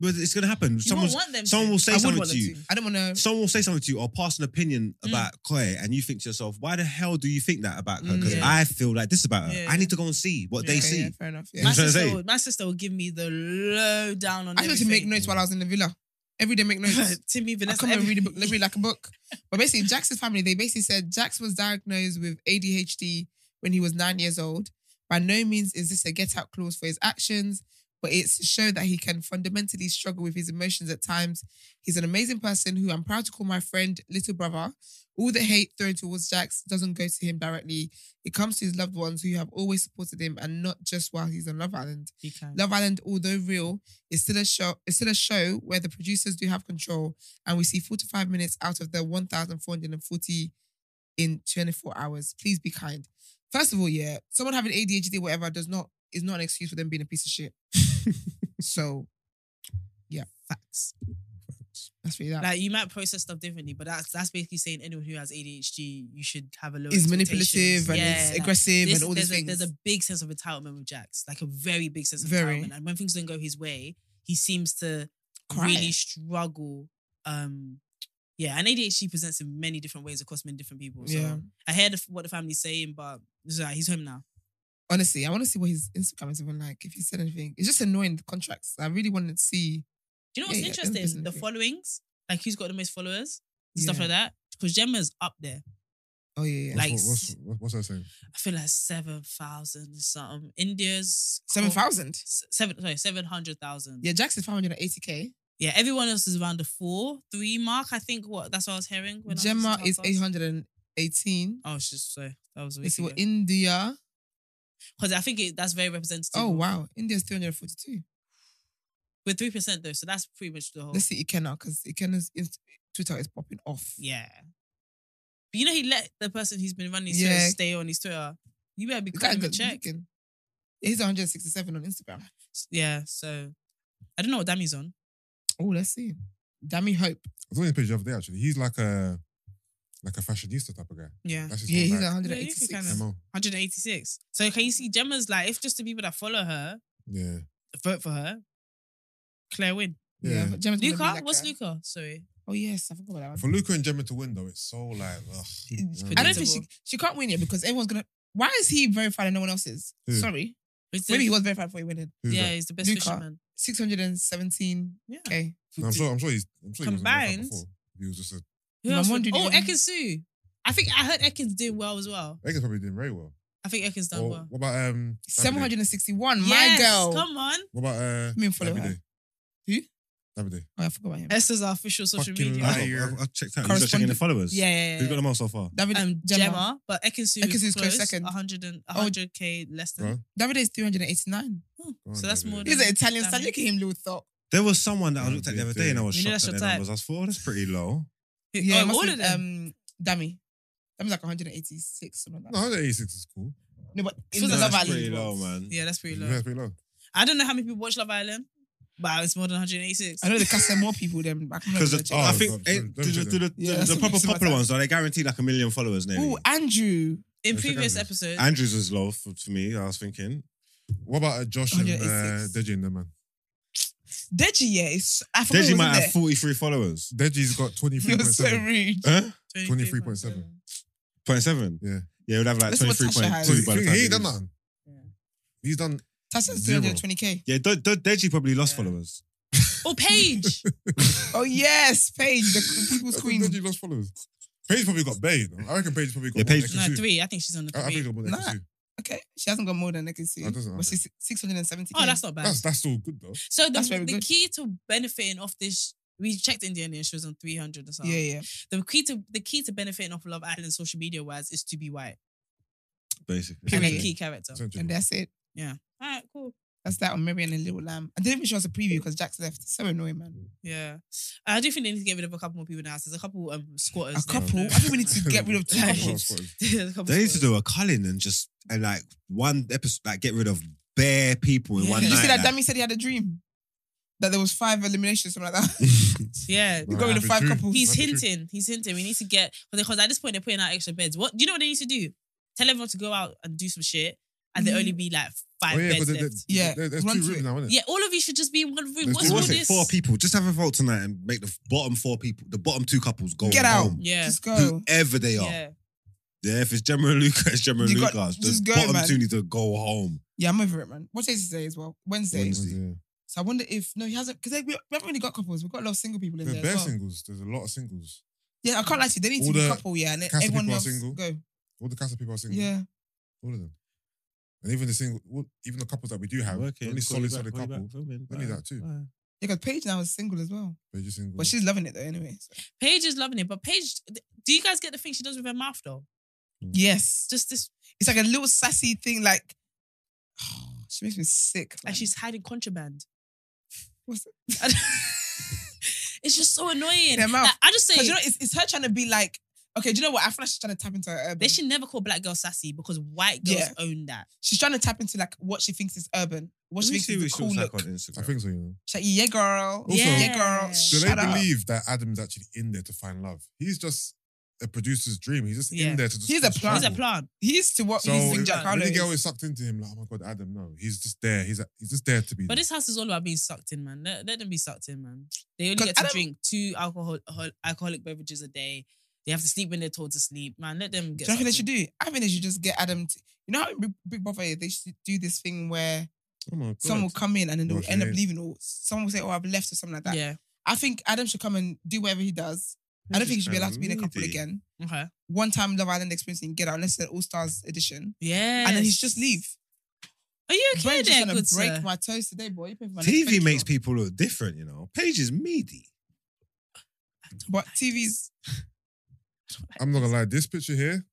Speaker 2: But it's gonna happen.
Speaker 1: you won't
Speaker 2: Someone's
Speaker 1: want them.
Speaker 2: someone will
Speaker 4: I
Speaker 2: say
Speaker 4: would
Speaker 2: something
Speaker 4: want
Speaker 2: to
Speaker 4: them
Speaker 2: you.
Speaker 4: to. I don't want to.
Speaker 2: Someone will say something to you or pass an opinion
Speaker 1: Mm.
Speaker 2: about Koi, and you think to yourself, why the hell do you think that about her? Because
Speaker 1: Mm.
Speaker 2: I feel like this about her.
Speaker 1: Yeah.
Speaker 2: I need to go and see what they
Speaker 1: Yeah,
Speaker 2: see.
Speaker 4: Yeah, fair
Speaker 1: to.
Speaker 4: enough. Yeah.
Speaker 1: My
Speaker 2: I'm trying to
Speaker 1: sister,
Speaker 2: say.
Speaker 1: would, my sister would give me the low down on
Speaker 4: I used to make
Speaker 1: everything.
Speaker 4: notes while I was in the villa. Every day
Speaker 1: [LAUGHS]
Speaker 4: make notes.
Speaker 1: Timmy,
Speaker 4: I
Speaker 1: Vanessa,
Speaker 4: come and
Speaker 1: every-
Speaker 4: read, a book, let me read like a book. But basically, Jax's family, they basically said Jax was diagnosed with ADHD when he was nine years old. By no means is this a get out clause for his actions, but it's to show that he can fundamentally struggle with his emotions at times. He's an amazing person who I'm proud to call my friend, little brother. All the hate thrown towards Jax doesn't go to him directly. It comes to his loved ones who have always supported him and not just while he's on Love Island.
Speaker 1: [LAUGHS] He can.
Speaker 4: Love Island, although real, is still a show. Is still a show where the producers do have control, and we see 45 minutes out of the 1,440 in 24 hours. Please be kind. First of all, yeah, someone having ADHD, or whatever, does not is not an excuse for them being a piece of shit. so, yeah, facts. That's really that.
Speaker 1: Like you might process stuff differently, but that's that's basically saying anyone who has ADHD, you should have a low.
Speaker 4: It's manipulative
Speaker 1: expectations.
Speaker 4: and it's
Speaker 1: Yeah, like,
Speaker 4: aggressive
Speaker 1: this-
Speaker 4: and all these
Speaker 1: there's, a,
Speaker 4: things.
Speaker 1: there's a big sense of entitlement with Jax, like a very big sense of
Speaker 4: Very.
Speaker 1: entitlement. And when things don't go his way, he seems to
Speaker 4: Cry.
Speaker 1: really struggle. Um, yeah, and ADHD presents in many different ways across many different people. So
Speaker 4: yeah.
Speaker 1: I heard of what the family's saying, but it's all right, he's home now.
Speaker 4: Honestly, I want to see what his Instagram is even like. If he said anything, it's just annoying. The contracts. I really want to see.
Speaker 1: Do you know
Speaker 4: Yeah,
Speaker 1: what's
Speaker 4: yeah, it doesn't
Speaker 1: interesting? The
Speaker 4: present it.
Speaker 1: followings, like who's got the most followers, and stuff
Speaker 4: Yeah.
Speaker 1: like that. Because Gemma's up there.
Speaker 4: Oh yeah, yeah.
Speaker 1: Like-
Speaker 3: What's, what's, what's, what's that saying?
Speaker 1: I feel like seven thousand something. India's
Speaker 4: seven thousand.
Speaker 1: S- seven sorry, seven hundred thousand. Yeah.
Speaker 4: Yeah, Jax is 580k.
Speaker 1: everyone else is around the four, three mark. I think what that's what I was hearing. When I
Speaker 4: Gemma
Speaker 1: was listening
Speaker 4: is
Speaker 1: to our podcast.
Speaker 4: 818.
Speaker 1: Oh, she's sorry. That was
Speaker 4: Let's see what
Speaker 1: because
Speaker 4: India.
Speaker 1: I think it, that's very representative.
Speaker 4: Oh wow, India's 342.
Speaker 1: with three percent though, so that's pretty much the whole.
Speaker 4: Let's see Ikenna because Ikenna's inst- Twitter is popping off.
Speaker 1: Yeah, but you know he let the person who's been running his
Speaker 4: Yeah.
Speaker 1: Twitter stay on his Twitter. You better be
Speaker 4: The guy
Speaker 1: cutting the
Speaker 4: got
Speaker 1: check.
Speaker 4: chicken. He's 167 on Instagram.
Speaker 1: Yeah, so I don't know what Dami's on.
Speaker 4: Oh, let's see. Dammy Hope.
Speaker 3: I was on his page the other day actually. He's like a like a fashionista type of guy.
Speaker 1: Yeah,
Speaker 3: That's his
Speaker 4: Yeah, he's
Speaker 3: whole,
Speaker 4: at
Speaker 3: like,
Speaker 1: Yeah, you can
Speaker 4: 186.
Speaker 1: kinda-
Speaker 3: MO.
Speaker 1: 186. So can you see Gemma's like if just the people that follow her
Speaker 3: Yeah.
Speaker 1: vote for her, Claire win.
Speaker 3: Yeah.
Speaker 4: Yeah, but Gemma's gonna be
Speaker 1: Luca,
Speaker 4: like
Speaker 1: what's
Speaker 4: a-
Speaker 1: Luca? Sorry.
Speaker 4: Oh yes, I forgot about that
Speaker 3: For
Speaker 4: one.
Speaker 3: Luca and Gemma to win though, it's so like ugh.
Speaker 4: It's
Speaker 3: Yeah.
Speaker 4: I don't think she
Speaker 1: predictable.
Speaker 4: she can't win yet because everyone's gonna. Why is he verified and no one else is?
Speaker 3: Who?
Speaker 4: Sorry,
Speaker 1: He's the-
Speaker 4: maybe he was verified before he went in.
Speaker 3: Who's
Speaker 1: yeah,
Speaker 3: that?
Speaker 1: he's the best
Speaker 4: Luca.
Speaker 1: fisherman.
Speaker 4: 617k.
Speaker 1: Yeah.
Speaker 3: No, I'm sure I'm sure he's I'm sure he was
Speaker 1: Combined?
Speaker 3: before. He was just a
Speaker 1: Who
Speaker 4: I'm
Speaker 1: else would-
Speaker 4: wondering
Speaker 1: oh,
Speaker 4: even-
Speaker 1: Ekinsu. I think I heard Ekins doing well as well.
Speaker 3: Vegas probably doing very well.
Speaker 1: I think Ekins done
Speaker 3: Or
Speaker 1: well.
Speaker 3: What about um Davide?
Speaker 4: 761.
Speaker 1: Uh-huh. Yes,
Speaker 4: My girl.
Speaker 1: Come on.
Speaker 3: What about uh?
Speaker 4: Me and follow her. Who?
Speaker 3: Davide.
Speaker 4: Oh, I forgot about him.
Speaker 1: Esther's our official social
Speaker 3: Fucking
Speaker 1: media.
Speaker 3: liar.
Speaker 2: I,
Speaker 3: Higher.
Speaker 2: I, I checked out. Who's checking the
Speaker 4: Correspondent.
Speaker 2: followers?
Speaker 1: Yeah, yeah, yeah.
Speaker 2: Who's got the most so far?
Speaker 4: David
Speaker 1: um, Gemma. but Ekinsu
Speaker 4: Ekinsu
Speaker 1: is
Speaker 4: is
Speaker 1: close,
Speaker 4: close second.
Speaker 1: 100 and
Speaker 4: Oh.
Speaker 1: 100k less than.
Speaker 3: Right.
Speaker 4: David is 389.
Speaker 1: Oh,
Speaker 3: Go on,
Speaker 1: so that's
Speaker 3: Davide.
Speaker 1: more.
Speaker 4: He's
Speaker 1: than
Speaker 4: an Italian star.
Speaker 1: Dami.
Speaker 4: Look at him, little thought.
Speaker 2: There was someone that I
Speaker 3: Yeah,
Speaker 2: looked at the
Speaker 3: me
Speaker 2: other
Speaker 3: too.
Speaker 2: day and I was
Speaker 1: You know that's
Speaker 2: shocked at
Speaker 1: your
Speaker 2: their
Speaker 1: type.
Speaker 2: numbers. I was, oh, that's pretty low.
Speaker 4: Yeah,
Speaker 1: oh,
Speaker 4: must
Speaker 1: all
Speaker 4: be,
Speaker 1: of them.
Speaker 4: Um, Dami. Dami's like 186, something like
Speaker 3: No,
Speaker 1: Uh-huh.
Speaker 4: that.
Speaker 3: 186 is cool.
Speaker 4: No, but
Speaker 1: It
Speaker 4: in
Speaker 1: was
Speaker 4: the
Speaker 1: a
Speaker 4: Love
Speaker 1: That's
Speaker 4: Island.
Speaker 2: pretty
Speaker 4: world.
Speaker 2: low, man.
Speaker 1: yeah, that's pretty
Speaker 3: Yeah,
Speaker 1: low.
Speaker 3: it's pretty low.
Speaker 1: I don't know how many people watch Love Island, but it's more than 186.
Speaker 4: I know they cast more people than I can
Speaker 2: Because
Speaker 3: Oh,
Speaker 2: I think
Speaker 3: God,
Speaker 2: eh,
Speaker 3: don't-
Speaker 2: the,
Speaker 3: don't
Speaker 2: the,
Speaker 3: check them.
Speaker 2: the,
Speaker 4: Yeah,
Speaker 2: the,
Speaker 4: that's
Speaker 2: the
Speaker 4: what
Speaker 2: proper
Speaker 4: makes it like
Speaker 2: popular
Speaker 4: that.
Speaker 2: ones, though, they guarantee like a million followers nearly.
Speaker 4: Oh, Andrew.
Speaker 1: In
Speaker 3: Let's check
Speaker 1: previous
Speaker 3: out
Speaker 1: episodes,
Speaker 2: Andrews was low for, for me, I was thinking.
Speaker 3: What about uh, Josh and uh,
Speaker 4: 186.
Speaker 3: Deji and them, man?
Speaker 4: Deji, yeah. It's, I forgot
Speaker 2: Deji
Speaker 4: he was
Speaker 2: might
Speaker 4: in
Speaker 2: have 43 followers.
Speaker 3: Deji's
Speaker 4: [LAUGHS]
Speaker 3: got
Speaker 4: there. [LAUGHS] You're so
Speaker 3: 23.7.
Speaker 4: rude.
Speaker 2: Huh?
Speaker 3: 23.7.
Speaker 2: Point seven.
Speaker 3: Yeah.
Speaker 2: Yeah, we'd have like
Speaker 4: That's what Tasha
Speaker 2: twenty-three point
Speaker 4: has.
Speaker 3: So
Speaker 2: two
Speaker 3: he,
Speaker 2: by the time.
Speaker 3: he
Speaker 2: it
Speaker 3: ain't done
Speaker 2: was-
Speaker 3: nothing. He's done.
Speaker 4: Tasha's
Speaker 3: Zero.
Speaker 4: 320k.
Speaker 2: Yeah, Do- Do- Deji probably lost
Speaker 1: Yeah.
Speaker 2: followers.
Speaker 1: Oh,
Speaker 3: [LAUGHS]
Speaker 1: Paige.
Speaker 4: Oh, yes. Paige,
Speaker 2: [LAUGHS]
Speaker 4: the people's
Speaker 3: I think
Speaker 4: queen.
Speaker 3: Deji lost followers. Paige probably got Bay. though. I reckon Paige probably got
Speaker 2: Yeah,
Speaker 3: more
Speaker 2: Paige-
Speaker 3: than
Speaker 1: no,
Speaker 3: Ekin Su.
Speaker 1: three. I think she's on the
Speaker 3: I, I think
Speaker 1: three.
Speaker 3: she got more than Ekin
Speaker 4: Nah.
Speaker 3: Su.
Speaker 4: Okay. She hasn't got more than I can see.
Speaker 3: That doesn't
Speaker 4: But
Speaker 3: matter.
Speaker 4: she's 670k.
Speaker 1: Oh, that's not bad.
Speaker 3: That's that's all good though.
Speaker 1: so the,
Speaker 4: that's very
Speaker 1: the
Speaker 4: good.
Speaker 1: key to benefiting off this We checked India and it shows on 300 or something.
Speaker 4: Yeah, yeah.
Speaker 1: The key to the key to benefiting off Love Island social media wise is to be white
Speaker 2: basically.
Speaker 1: and a
Speaker 4: Period.
Speaker 1: key character. All
Speaker 4: And that's it.
Speaker 1: right, cool.
Speaker 4: That's that on Miriam and Little Lamb. I didn't even show us a preview because Jack's left. So annoying, man.
Speaker 1: Yeah, I do think they need to get rid of a couple more people now. There's a couple um, squatters.
Speaker 4: A
Speaker 1: now.
Speaker 4: couple. I think we need to get rid of two
Speaker 1: Yeah.
Speaker 4: couples.
Speaker 1: [LAUGHS] There's a couple
Speaker 2: They need to
Speaker 1: squatters.
Speaker 2: do a culling and just and like one episode, like get rid of bare people in
Speaker 1: Yeah.
Speaker 2: one
Speaker 4: Did you
Speaker 2: night.
Speaker 4: see that?
Speaker 2: like-
Speaker 4: Dami said he had a dream that there was five eliminations, something like that.
Speaker 1: Yeah,
Speaker 4: Go with the five couples.
Speaker 1: He's
Speaker 3: That's the truth.
Speaker 1: hinting. He's hinting. We need to get because at this point they're putting out extra beds. What do you know? What they need to do? Tell everyone to go out and do some shit, and there only be like five
Speaker 3: Oh, yeah,
Speaker 1: beds
Speaker 3: because
Speaker 1: left.
Speaker 3: there, [LAUGHS]
Speaker 4: Yeah,
Speaker 3: yeah, there, there's two
Speaker 4: run through it.
Speaker 3: rooms now, isn't it?
Speaker 1: yeah, all of you should just be in one room.
Speaker 3: Let's
Speaker 1: What's
Speaker 3: do
Speaker 1: all
Speaker 2: What's
Speaker 1: this?
Speaker 2: it? Four people. Just have a vote tonight and make the bottom four people, the bottom two couples go
Speaker 4: Get out.
Speaker 2: home.
Speaker 1: Yeah,
Speaker 4: [LAUGHS] Just go.
Speaker 2: Whoever they are. Yeah.
Speaker 1: yeah.
Speaker 2: if it's Gemma and Luca, it's Gemma and
Speaker 4: You got-
Speaker 2: Lucas.
Speaker 4: just
Speaker 2: The
Speaker 4: go,
Speaker 2: bottom
Speaker 4: man.
Speaker 2: two need to go home.
Speaker 4: Yeah, I'm over it, man. What day is today as well? Wednesday.
Speaker 2: Wednesday.
Speaker 4: So I wonder if no, he hasn't because we, we haven't really got couples. We've got a lot of single people in
Speaker 3: There's
Speaker 4: there.
Speaker 3: bare
Speaker 4: as well.
Speaker 3: singles. There's a lot of singles.
Speaker 4: Yeah, I can't lie to you. They need
Speaker 3: All
Speaker 4: to be
Speaker 3: the
Speaker 4: a couple, yeah, and then
Speaker 3: cast
Speaker 4: everyone
Speaker 3: people are
Speaker 4: else
Speaker 3: single.
Speaker 4: go.
Speaker 3: All the cast of people are single.
Speaker 4: Yeah,
Speaker 3: All of them. And even the single, well, even the couples that we do have,
Speaker 2: Working,
Speaker 3: only
Speaker 2: call
Speaker 3: solid,
Speaker 2: you back,
Speaker 3: solid
Speaker 2: call you
Speaker 3: couple.
Speaker 2: back, filming,
Speaker 3: Only
Speaker 2: bye,
Speaker 3: that too.
Speaker 2: bye.
Speaker 4: yeah, because Paige now is single as well,
Speaker 3: They're just single.
Speaker 4: but she's loving it though. Anyway, so-
Speaker 3: Mm.
Speaker 1: Paige is loving it, but Paige, do you guys get the thing she does with her mouth though?
Speaker 4: yes,
Speaker 1: Just this,
Speaker 4: it's like a little sassy thing. Like [SIGHS] she makes me sick. man.
Speaker 1: and she's hiding contraband.
Speaker 4: What's
Speaker 1: [LAUGHS] it's just so annoying.
Speaker 4: In her mouth.
Speaker 1: Like, I just
Speaker 4: 'Cause
Speaker 1: say
Speaker 4: you know, it's, it's her trying to be like, okay, do you know what? I feel like she's trying to tap into her urban.
Speaker 1: they should never call black girls sassy because white girls
Speaker 4: Yeah.
Speaker 1: own that.
Speaker 4: she's trying to tap into like what she thinks is urban, what
Speaker 2: Let
Speaker 4: she
Speaker 2: me
Speaker 4: thinks
Speaker 2: see
Speaker 4: is
Speaker 2: what
Speaker 4: the
Speaker 2: she
Speaker 4: cool
Speaker 2: looks like
Speaker 4: look.
Speaker 2: on
Speaker 3: I
Speaker 2: Instagram.
Speaker 3: think so, you know.
Speaker 4: She's like, yeah, girl.
Speaker 3: Also-
Speaker 4: yeah, girl.
Speaker 1: Yeah.
Speaker 3: Do
Speaker 4: Shut
Speaker 3: they
Speaker 4: up.
Speaker 3: believe that Adam's actually in there to find love? He's just a producer's dream. He's just
Speaker 1: Yeah.
Speaker 3: in there to just.
Speaker 4: He's a plant.
Speaker 1: He's a plant.
Speaker 4: He's to what
Speaker 3: So
Speaker 4: we
Speaker 3: when
Speaker 4: think Jack Harlow
Speaker 3: the girl
Speaker 4: is.
Speaker 3: is sucked into him, like, oh my god, Adam, no, he's just there. He's he's just there to be.
Speaker 1: But
Speaker 3: there.
Speaker 1: this house is all about being sucked in, man. Let, let them be sucked in, man. They only
Speaker 4: 'Cause
Speaker 1: get
Speaker 4: I
Speaker 1: to
Speaker 4: don't-
Speaker 1: drink two alcohol hol- alcoholic beverages a day. They have to sleep when they're told to sleep, man. Let them
Speaker 4: Do
Speaker 1: get.
Speaker 4: you know what they
Speaker 1: sucked
Speaker 4: should
Speaker 1: in.
Speaker 4: do? I think they should just get Adam. To, you know how in Big, Big Brother they should do this thing where
Speaker 3: oh my god.
Speaker 4: someone will come in and then they'll
Speaker 3: Wash
Speaker 4: end
Speaker 3: your
Speaker 4: up
Speaker 3: hands.
Speaker 4: leaving, or someone will say, "Oh, I've left" or something like that.
Speaker 1: Yeah.
Speaker 4: I think Adam should come and do whatever he does. I don't think he should be allowed to be in a couple
Speaker 2: Lady.
Speaker 4: again.
Speaker 1: Okay.
Speaker 4: One time Love Island experience and get out unless it's an All Stars edition,
Speaker 1: Yeah.
Speaker 4: and then he should just leave.
Speaker 1: Are you okay
Speaker 4: Brent just
Speaker 1: there,
Speaker 4: gonna
Speaker 1: good
Speaker 4: break
Speaker 1: sir?
Speaker 4: my toes today, boy. You pay for my
Speaker 2: TV
Speaker 4: next
Speaker 2: makes
Speaker 4: pedicure.
Speaker 2: people look different, you know. Paige is meaty.
Speaker 4: but [LAUGHS] TV's
Speaker 3: I'm not gonna lie. This picture here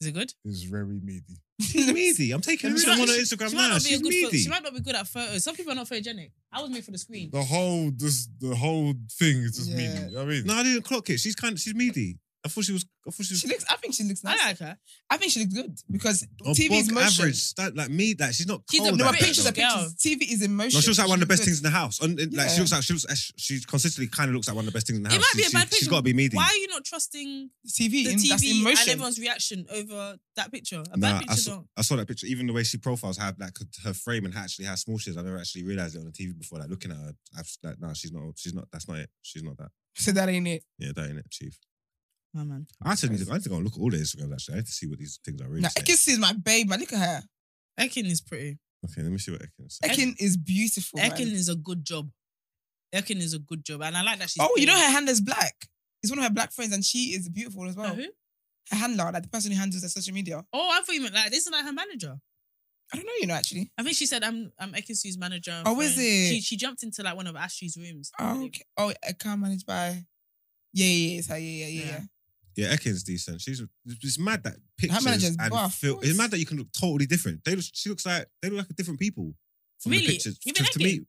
Speaker 1: Is it good?
Speaker 3: is very meaty.
Speaker 2: She's meaty. I'm taking her
Speaker 1: She
Speaker 2: on
Speaker 1: might-
Speaker 2: her
Speaker 1: she-
Speaker 2: Instagram
Speaker 1: she might
Speaker 2: now.
Speaker 1: not be a
Speaker 2: She's
Speaker 1: good. pho-
Speaker 2: meaty.
Speaker 1: she might not be good at photos. Some people are not photogenic. I was made for the screen.
Speaker 3: The whole this the whole thing is just
Speaker 4: Yeah.
Speaker 3: meaty. You know what I mean,
Speaker 2: No, I didn't clock it. She's kind. Of, she's meaty. I thought she was. I thought she was.
Speaker 4: she looks. I think she looks nice.
Speaker 1: I
Speaker 4: I,
Speaker 1: like her.
Speaker 4: think she looks good because
Speaker 2: above
Speaker 4: TV's motion.
Speaker 2: average. Sta- like me, that she's not
Speaker 1: She's a
Speaker 2: cold.
Speaker 4: No,
Speaker 2: like
Speaker 4: my
Speaker 1: Average
Speaker 2: that,
Speaker 4: pictures
Speaker 2: though.
Speaker 4: are
Speaker 1: girl.
Speaker 4: pictures. TV is in motion.
Speaker 2: No, she looks like one of the best
Speaker 4: She
Speaker 2: things
Speaker 4: looks
Speaker 2: in the house. And, and, Like
Speaker 4: Yeah.
Speaker 2: she looks like she looks. She consistently kind of looks like one of the best things in the
Speaker 1: It
Speaker 2: house.
Speaker 1: might be a
Speaker 2: She-
Speaker 1: bad
Speaker 2: she- She's
Speaker 1: picture.
Speaker 2: got to be meaty.
Speaker 1: Why are you not trusting
Speaker 4: TV,
Speaker 1: the
Speaker 4: in, that's in
Speaker 1: TV and
Speaker 4: motion.
Speaker 1: everyone's reaction over that picture? A
Speaker 2: Nah,
Speaker 1: bad
Speaker 2: I
Speaker 1: picture
Speaker 2: saw,
Speaker 1: don't.
Speaker 2: I saw that picture. Even the way she profiles, how like her frame and actually how small she is. I never actually realized it on the TV before. Like looking at her, I've like, no, she's not. She's not. That's not it. She's not that.
Speaker 4: So that ain't it.
Speaker 2: Yeah, that ain't it, chief.
Speaker 1: Oh, man.
Speaker 2: I actually need to, I need to go and look at all the Instagrams actually. I need to see what these things are really.
Speaker 4: Now,
Speaker 2: saying.
Speaker 4: Ekin is my babe, man. Look at her.
Speaker 1: Ekin is pretty.
Speaker 2: Okay, let me see what Ekin is. saying.
Speaker 4: Ekin is beautiful. man.
Speaker 1: Ekin is a good job. Ekin is a good job, and I like that she's.
Speaker 4: Oh, you know
Speaker 1: pretty.
Speaker 4: her hand is black. It's one of her black friends, and she is beautiful as well.
Speaker 1: Uh, who?
Speaker 4: Her handler, like the person who handles her social media.
Speaker 1: Oh, I thought you meant like this is like her manager.
Speaker 4: I don't know, you know, actually.
Speaker 1: I think she said um, I'm I'm Ekinsu's manager. and
Speaker 4: Oh, is
Speaker 1: friend."
Speaker 4: it?
Speaker 1: She she jumped into like one of Ashley's rooms.
Speaker 4: Oh, okay. Oh, account managed by. Yeah, yeah, yeah, it's her. Yeah, yeah, yeah.
Speaker 1: Yeah.
Speaker 4: yeah.
Speaker 2: Yeah, Ekin's decent. She's it's mad that pictures
Speaker 4: manager's
Speaker 2: and
Speaker 4: buff.
Speaker 2: feel, it's mad that you can look totally different. They look, she looks like they look like different people from
Speaker 1: Really?
Speaker 2: the pictures.
Speaker 1: Even
Speaker 2: to me,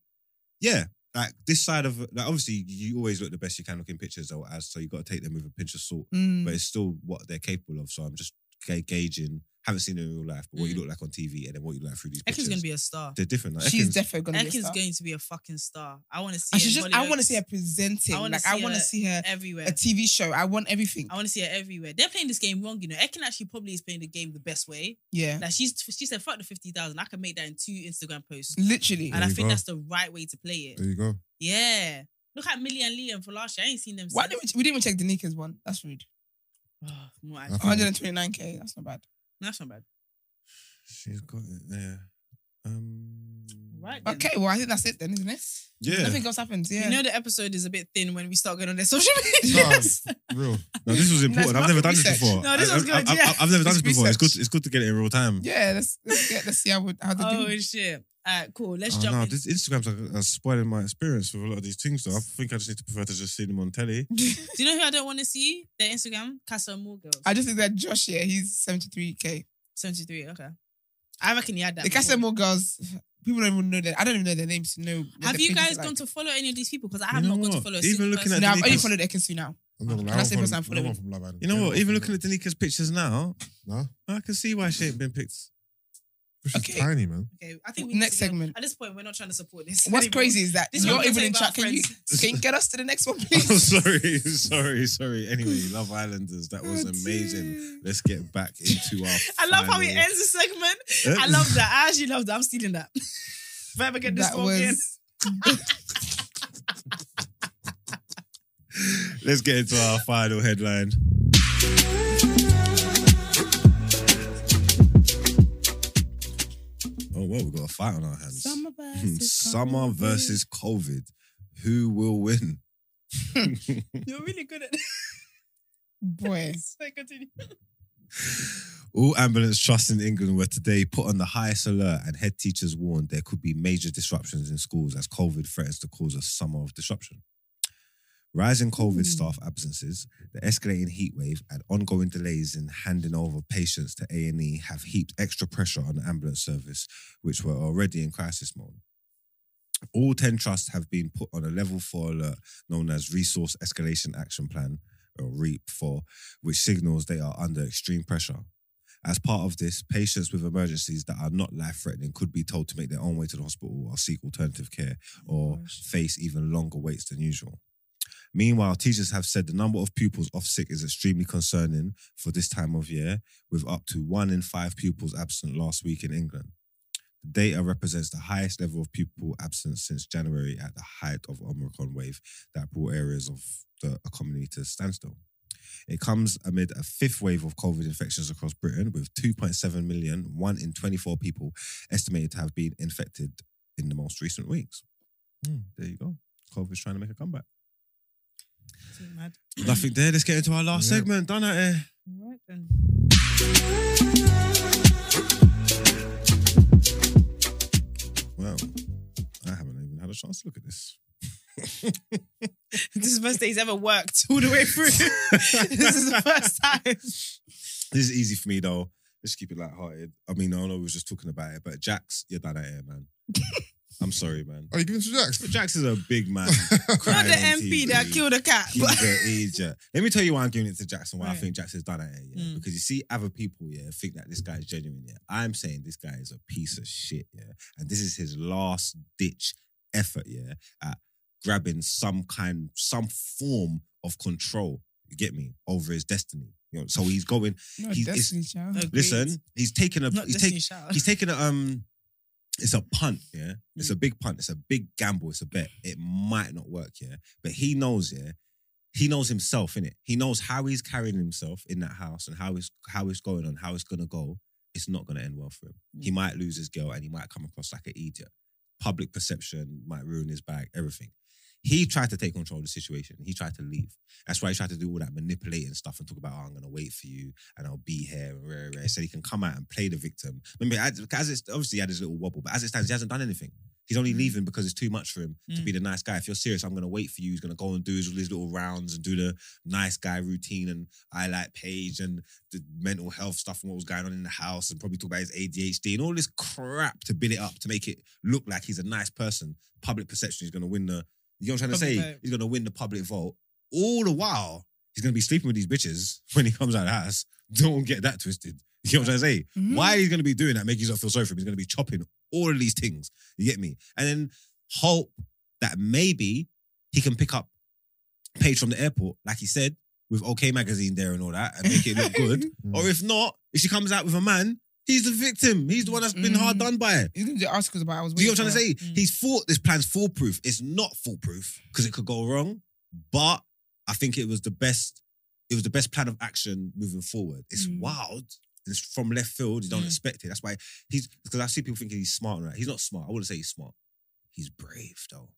Speaker 2: yeah, like this side of like obviously you always look the best you can look in pictures though, as so you got to take them with a pinch of salt.
Speaker 4: Mm.
Speaker 2: But it's still what they're capable of. So I'm just ga- gauging. Haven't seen her in real life, but what you
Speaker 1: Mm.
Speaker 2: look like on TV and then what you look like through these pictures.
Speaker 1: Ekin's gonna be a star.
Speaker 2: they're different. Like,
Speaker 4: she's
Speaker 2: uh, Ekin's-
Speaker 4: definitely gonna be a
Speaker 1: Ekin's
Speaker 4: star.
Speaker 1: going to be a fucking star. I want to see.
Speaker 4: And
Speaker 1: her
Speaker 4: she's
Speaker 1: in
Speaker 4: just. I want to see her
Speaker 1: Hollyoaks
Speaker 4: presenting.
Speaker 1: I wanna
Speaker 4: like I
Speaker 1: see
Speaker 4: want to
Speaker 1: her
Speaker 4: see her
Speaker 1: everywhere.
Speaker 4: a TV show. I want everything.
Speaker 1: I want to see her everywhere. They're playing this game wrong, you know. Ekin actually probably is playing the game the best way.
Speaker 4: yeah,
Speaker 1: Like she's she said, "Fuck the fifty thousand. I can make that in two Instagram posts."
Speaker 4: literally.
Speaker 1: And I
Speaker 3: There you
Speaker 1: think
Speaker 3: go.
Speaker 1: that's the right way to play it.
Speaker 3: there you go.
Speaker 1: Yeah. Look at Millie and Lee and Falashi. I ain't seen them.
Speaker 4: Why
Speaker 1: since.
Speaker 4: didn't we, we didn't even check Danica's one? That's rude.
Speaker 1: Oh, no, I-
Speaker 3: I think-
Speaker 4: 129k. That's not bad.
Speaker 1: that's not bad.
Speaker 2: She's got it there. Um,
Speaker 1: Right, right. Then.
Speaker 4: Okay, well, I think that's it then, isn't it?
Speaker 2: Yeah.
Speaker 4: Nothing else happens. Yeah.
Speaker 1: You know the episode is a bit thin when we start going on their [LAUGHS] social media.
Speaker 3: Nah, real.
Speaker 2: No, this was important. I've never done
Speaker 4: market
Speaker 2: this before.
Speaker 1: No, this
Speaker 2: I-
Speaker 1: was
Speaker 2: I-
Speaker 1: good,
Speaker 2: I-
Speaker 1: yeah.
Speaker 2: I- I've never done
Speaker 1: [LAUGHS]
Speaker 4: It's
Speaker 2: this before. It's
Speaker 4: research.
Speaker 2: good. It's [LAUGHS] good to get it in real time.
Speaker 4: yeah. Let's let's, get, let's see how we, how they do.
Speaker 1: oh shit! All right, cool. Let's
Speaker 2: Oh,
Speaker 1: jump
Speaker 2: no,
Speaker 1: in.
Speaker 2: this Instagram's like, uh, spoiling my experience with a lot of these things. Though I think I just need to prefer to just see them on telly.
Speaker 1: Do you know who I don't want to see? Their Instagram, Casa Amor Girls.
Speaker 4: I just think that Josh here, he's 73k.
Speaker 1: 73, okay. I reckon he had that.
Speaker 4: The
Speaker 1: before.
Speaker 4: Casamore girls, people don't even know that. I don't even know their names to know. what
Speaker 1: Have
Speaker 4: their
Speaker 1: you
Speaker 4: pages
Speaker 1: guys
Speaker 4: are
Speaker 1: gone
Speaker 4: like.
Speaker 1: to follow any of these people? Because I
Speaker 2: You
Speaker 1: have
Speaker 2: know
Speaker 1: not gone
Speaker 2: what?
Speaker 1: to follow. a
Speaker 2: Even
Speaker 1: single
Speaker 2: looking
Speaker 1: person.
Speaker 2: at
Speaker 4: No, I've
Speaker 2: Delete
Speaker 4: only
Speaker 2: us.
Speaker 4: followed Ekansu now.
Speaker 3: I'm not gonna lie,
Speaker 4: That's the
Speaker 3: I don't
Speaker 4: person I'm
Speaker 3: follow- no one
Speaker 4: following.
Speaker 3: from Love Island.
Speaker 2: You know
Speaker 3: Yeah,
Speaker 2: what?
Speaker 3: I'm
Speaker 2: Even
Speaker 3: not
Speaker 2: looking at Danika's pictures now,
Speaker 3: Nah.
Speaker 2: I can see why she ain't been picked.
Speaker 3: She's
Speaker 4: Okay.
Speaker 3: tiny, man.
Speaker 1: Okay, I think we need
Speaker 4: Next
Speaker 1: to get-
Speaker 4: segment.
Speaker 1: At this point, we're not trying to support this.
Speaker 4: What's
Speaker 1: anymore.
Speaker 4: crazy is that
Speaker 1: This
Speaker 4: you're
Speaker 1: one we
Speaker 4: even
Speaker 1: take
Speaker 4: in
Speaker 1: about
Speaker 4: chat. Can you,
Speaker 2: friends.
Speaker 4: can you get us to the next one,
Speaker 2: [LAUGHS] I'm
Speaker 4: please?
Speaker 2: sorry, sorry, sorry. Anyway, Love Islanders,
Speaker 4: Oh,
Speaker 2: that was amazing. Let's get back into our.
Speaker 1: [LAUGHS] I love how he
Speaker 2: final-
Speaker 1: ends the segment.
Speaker 2: Eh?
Speaker 1: I love that. I actually love that. I'm stealing that. [LAUGHS] if I ever get this
Speaker 4: That
Speaker 1: one again.
Speaker 4: was
Speaker 2: Let's get
Speaker 1: [LAUGHS]
Speaker 2: into our final headline. Oh well, we've got a fight on our hands.
Speaker 1: Summer
Speaker 2: [LAUGHS] Hmm,
Speaker 1: versus
Speaker 2: Summer
Speaker 1: COVID.
Speaker 2: versus COVID. Who will win?
Speaker 1: [LAUGHS] You're really good at this.
Speaker 4: boy.
Speaker 1: [LAUGHS] So continue.
Speaker 2: All ambulance trusts in England were today put on the highest alert, and head teachers warned there could be major disruptions in schools as COVID threatens to cause a summer of disruption. Rising COVID staff absences, the escalating heat wave, and ongoing delays in handing over patients to A and E have heaped extra pressure on the ambulance service, which were already in crisis mode. All ten trusts have been put on a level four alert, known as Resource Escalation Action Plan or REAP four, which signals they are under extreme pressure. As part of this, patients with emergencies that are not life threatening could be told to make their own way to the hospital or seek alternative care or face even longer waits than usual. Meanwhile, teachers have said the number of pupils off sick is extremely concerning for this time of year, with up to one in five pupils absent last week in England. The data represents the highest level of pupil absence since January at the height of Omicron wave that brought areas of the economy to a standstill. It comes amid a fifth wave of COVID infections across Britain, with 2.7 million, one in 24 people estimated to have been infected in the most recent weeks. Hmm, there you go. COVID's trying to make a
Speaker 1: [CLEARS THROAT]
Speaker 2: comeback.
Speaker 1: Too mad.
Speaker 2: Nothing there. Let's get into our last
Speaker 3: Yeah.
Speaker 2: segment. Done at it.
Speaker 1: Right then.
Speaker 2: Well, I haven't even had a chance to look at this.
Speaker 1: [LAUGHS] This is the first day he's ever worked all the way through. [LAUGHS] this is the first
Speaker 4: [LAUGHS]
Speaker 1: time.
Speaker 2: This is easy for me though. Let's keep it lighthearted. I mean, I know we were just talking about it, but Jax, you're done at it, man.
Speaker 1: [LAUGHS]
Speaker 2: I'm sorry, man.
Speaker 3: Are you giving it to Jax?
Speaker 2: Jax is a big man.
Speaker 1: [LAUGHS] Not
Speaker 2: crying
Speaker 1: the
Speaker 2: on
Speaker 1: MP that
Speaker 2: TV.
Speaker 1: killed a cat.
Speaker 2: He's
Speaker 1: But [LAUGHS]
Speaker 2: a idiot. Let me tell you why I'm giving it to Jackson. Why I
Speaker 1: Right.
Speaker 2: think Jackson's done at it, yeah.
Speaker 1: Mm.
Speaker 2: Because you see, other people, yeah, think that this guy's genuine. Yeah, I'm saying this guy is a piece of shit. Yeah, and this is his last ditch effort. Yeah, at grabbing some kind, some form of control. You get me over his destiny. You know, so he's going.
Speaker 4: No,
Speaker 2: He's-
Speaker 4: Destiny Child.
Speaker 1: Agreed.
Speaker 2: Listen, he's taking a.
Speaker 1: not
Speaker 2: He's,
Speaker 1: Destiny
Speaker 2: take,
Speaker 1: Child.
Speaker 2: he's taking a. Um, it's a punt. Yeah, it's a big punt. It's a big gamble. It's a bet. It might not work. Yeah, but he knows. Yeah, he knows himself, innit? He knows how he's carrying himself in that house and how it's how it's going on, how it's gonna go. It's not gonna end well for him. He might lose his girl and he might come across like an idiot. Public perception might ruin his bag, everything. He tried to take control of the situation. He tried to leave. That's why he tried to do all that manipulating stuff and talk about, oh, I'm gonna wait for you and I'll be here and rare, rare. So he can come out and play the victim. Remember, as as it's obviously he had his little wobble, but as it stands, he hasn't done anything. He's only leaving because it's too much for him to
Speaker 1: Mm.
Speaker 2: be the nice guy. If you're serious, I'm gonna wait for you. He's gonna go and do his, his little rounds and do the nice guy routine and I like Paige and the mental health stuff and what was going on in the house and probably talk about his ADHD and all this crap to build it up to make it look like he's a nice person. Public perception is gonna win the. You know what I'm trying
Speaker 1: Public
Speaker 2: to say?
Speaker 1: vote.
Speaker 2: He's gonna win the public vote. All the while, he's gonna be sleeping with these bitches [LAUGHS] when he comes out of the house. Don't get that twisted. You know what I'm trying to say?
Speaker 4: Mhm.
Speaker 2: Why he's going to be doing that, making yourself feel sorry for him, he's going to be chopping all of these things. You get me? And then hope that maybe he can pick up Paige from the airport, like he said, with OK Magazine there and all that, and make it look good. or if not, if she comes out with a man, he's the victim. He's the one that's been hard
Speaker 4: Mm.
Speaker 2: done by.
Speaker 4: He's gonna do articles about. I was.
Speaker 2: Do you know what I'm
Speaker 4: waiting
Speaker 2: trying to say?
Speaker 1: Mm.
Speaker 2: He's thought this plan's foolproof. It's not foolproof because it could go wrong, but I think it was the best. It was the best plan of action moving forward. It's
Speaker 4: Mm.
Speaker 2: wild. It's from left field. You don't
Speaker 1: Mm.
Speaker 2: expect it. That's why he's because I see people thinking he's smart. and all that. He's not smart. I wouldn't say he's smart. He's brave though.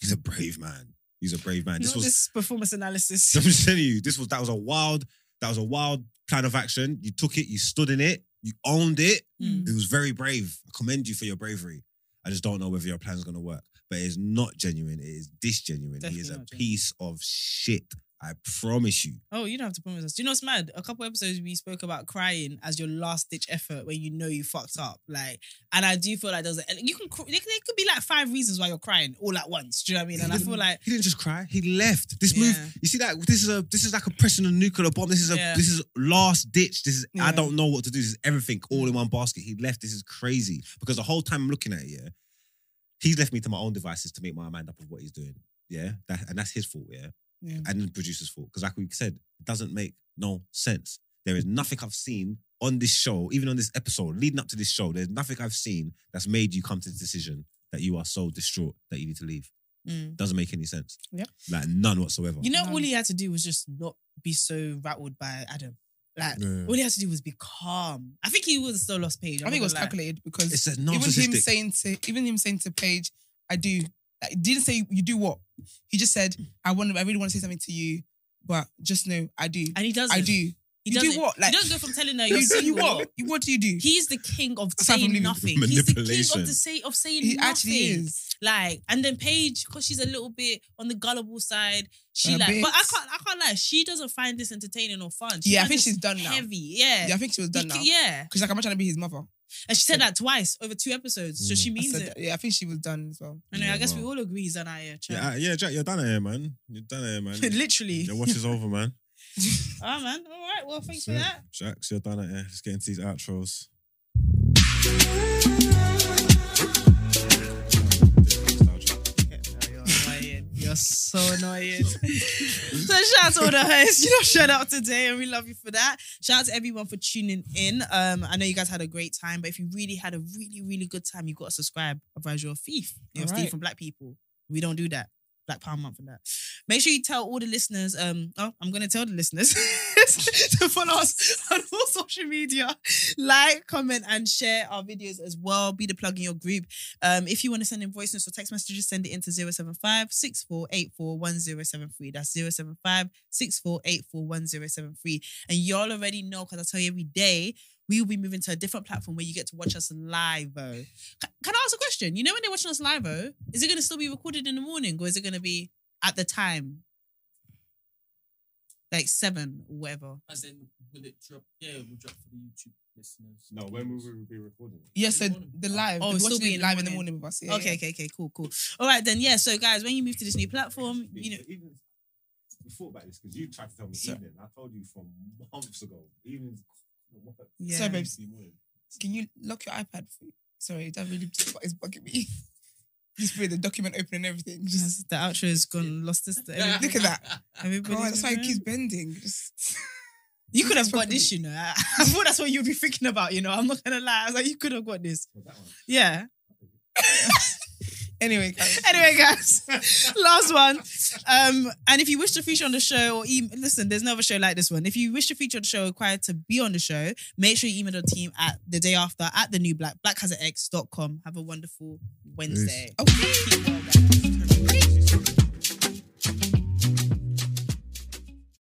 Speaker 2: He's a brave man. He's a brave man. This
Speaker 1: Not
Speaker 2: was
Speaker 1: this performance analysis.
Speaker 2: [LAUGHS] I'm just telling you, this was that was a wild, that was a wild plan of action. You took it, you stood in it, you owned it.
Speaker 1: Mm.
Speaker 2: It was very brave. I commend you for your bravery. I just don't know whether your plan's gonna work. But it is not genuine, it is disgenuine. he
Speaker 1: Definitely not
Speaker 2: is a
Speaker 1: genuine.
Speaker 2: piece of shit. I promise you.
Speaker 1: Oh, you don't have to promise us. Do you know what's mad? A couple episodes we spoke about crying as your last ditch effort when you know you fucked up. Like, and I do feel like there's a, and you can cr- there, there could be like five reasons why you're crying all at once. Do you know what I mean? And I
Speaker 4: [LAUGHS]
Speaker 1: feel like
Speaker 2: He didn't just cry. He left. This
Speaker 1: Yeah.
Speaker 2: move, you see that this is a this is like a pressing a nuclear bomb. This is a
Speaker 1: Yeah.
Speaker 2: this is last ditch. This is I
Speaker 4: Yeah.
Speaker 2: don't know what to do. This is everything all in one basket. He left. This is crazy. Because the whole time I'm looking at it, yeah, he's left me to my own devices to make my mind up of what he's doing. Yeah. That, and that's his fault, yeah.
Speaker 1: Yeah.
Speaker 2: And the producer's fault. Because like we said, it doesn't make no sense. There is nothing I've seen on this show, even on this episode, leading up to this show, there's nothing I've seen that's made you come to the decision that you are so distraught that you need to leave. Doesn't make any sense.
Speaker 1: Yeah.
Speaker 2: Like none whatsoever.
Speaker 1: mm. you know
Speaker 4: No.
Speaker 1: all he had to do was just not be so rattled by Adam. Like
Speaker 3: Yeah.
Speaker 1: all he had to do was be calm. I think he was still lost page.
Speaker 4: I think it was calculated because
Speaker 2: it's a
Speaker 4: even him
Speaker 2: narcissistic.
Speaker 4: saying to even him saying to Paige, I do. Like, he didn't say you do what. He just said, I want. I really want to say something to you, but just know I do.
Speaker 1: and he doesn't.
Speaker 4: I do.
Speaker 1: He
Speaker 4: You do
Speaker 1: doesn't.
Speaker 4: what? Like-
Speaker 1: you don't go from telling her
Speaker 4: [LAUGHS] You,
Speaker 1: you're
Speaker 4: you
Speaker 1: single.
Speaker 4: what? You, what do you do?
Speaker 1: He's the king of
Speaker 4: Aside from
Speaker 1: saying
Speaker 4: leaving-
Speaker 1: nothing. He's the king
Speaker 2: Manipulation.
Speaker 1: of the say of saying
Speaker 4: He
Speaker 1: nothing.
Speaker 4: actually is.
Speaker 1: Like, and then Paige, because she's a little bit on the gullible side, she
Speaker 4: A
Speaker 1: like,
Speaker 4: bit.
Speaker 1: but I can't, I can't lie, she doesn't find this entertaining or fun. She
Speaker 4: Yeah, I
Speaker 1: finds
Speaker 4: think
Speaker 1: this
Speaker 4: she's done now.
Speaker 1: Heavy, yeah.
Speaker 4: Yeah, I think she was done
Speaker 1: He-
Speaker 4: now.
Speaker 1: yeah.
Speaker 4: Because like I'm not trying to be his mother.
Speaker 1: and she said that twice over two episodes, so
Speaker 2: Mm.
Speaker 1: she
Speaker 4: I
Speaker 1: means
Speaker 4: said
Speaker 1: it.
Speaker 4: that. Yeah, I think she was done as well.
Speaker 1: Anyway,
Speaker 2: Yeah,
Speaker 1: I guess
Speaker 2: well.
Speaker 1: we all agree he's an eye
Speaker 2: yeah, uh, yeah, Jack, you're done here, man. You're done here,
Speaker 3: [LAUGHS]
Speaker 4: [LAUGHS]
Speaker 2: man.
Speaker 1: Literally.
Speaker 2: Your watch is over, man.
Speaker 1: Oh man. All right. Well, thanks for
Speaker 2: That's it.
Speaker 1: that.
Speaker 2: Jacks, you're done here. Let's get into these outros.
Speaker 1: Okay, no, you're annoying. You're so annoying. so shout out to all the hosts you know showed up today, and we love you for that. Shout out to everyone for tuning in. Um, I know you guys had a great time, but if you really had a really really good time, you got to subscribe. Otherwise, you're a thief. You're a
Speaker 4: All
Speaker 1: thief
Speaker 4: right.
Speaker 1: from black people. We don't do that. Black Power Month and that. Make sure you tell all the listeners. Um, oh, I'm gonna tell the listeners [LAUGHS] to follow us on all social media, like, comment, and share our videos as well. Be the plug in your group. Um, if you want to send in voice notes or text messages, send it into 075 6484 1073. That's 075 6484 1073. And y'all already know because I tell you every day, we will be moving to a different platform where you get to watch us live. Oh. Ca- Can I ask a question? You know, when they're watching us live, oh, is it going to still be recorded in the morning or is it going to be at the time? Like seven, or whatever.
Speaker 5: As in, will it drop? Yeah, it will drop for the YouTube listeners.
Speaker 2: be recording?
Speaker 4: Yeah, so the live.
Speaker 1: Oh,
Speaker 4: we
Speaker 1: still
Speaker 4: watched
Speaker 1: be
Speaker 4: it
Speaker 1: in the
Speaker 4: live in the
Speaker 1: morning.
Speaker 4: morning with us. Yeah,
Speaker 1: okay, okay, okay, cool, cool. All right, then, yeah. So, guys, when you move to this new platform, you know,
Speaker 2: even we thought about this because you tried to tell me
Speaker 4: Sorry.
Speaker 2: evening. I told you from months ago. Even
Speaker 1: yeah.
Speaker 4: Sorry, babes. Can you lock your iPad? For Sorry, that really [LAUGHS] is bugging me. Just with the document open and everything. Just
Speaker 1: Yes, the outro is gone. Lost this. Everybody,
Speaker 4: look
Speaker 1: [LAUGHS]
Speaker 4: at that.
Speaker 1: everybody's
Speaker 4: God, that's why it
Speaker 1: gone.
Speaker 4: keeps bending. Just
Speaker 1: You could have got this, you know. [LAUGHS] I, I thought that's what you'd be thinking about, you know. I'm not gonna lie. I was like, you could have got this. Yeah.
Speaker 4: [LAUGHS] anyway. guys.
Speaker 1: [LAUGHS] Anyway, guys, last one. Um, and if you wish to feature on the show or email, listen, there's no other show like this one. If you wish to feature on the show, or required to be on the show, make sure you email the team at the day after
Speaker 4: Oh.
Speaker 1: at the new black black has an Have a wonderful Wednesday.
Speaker 3: Peace.
Speaker 1: Okay.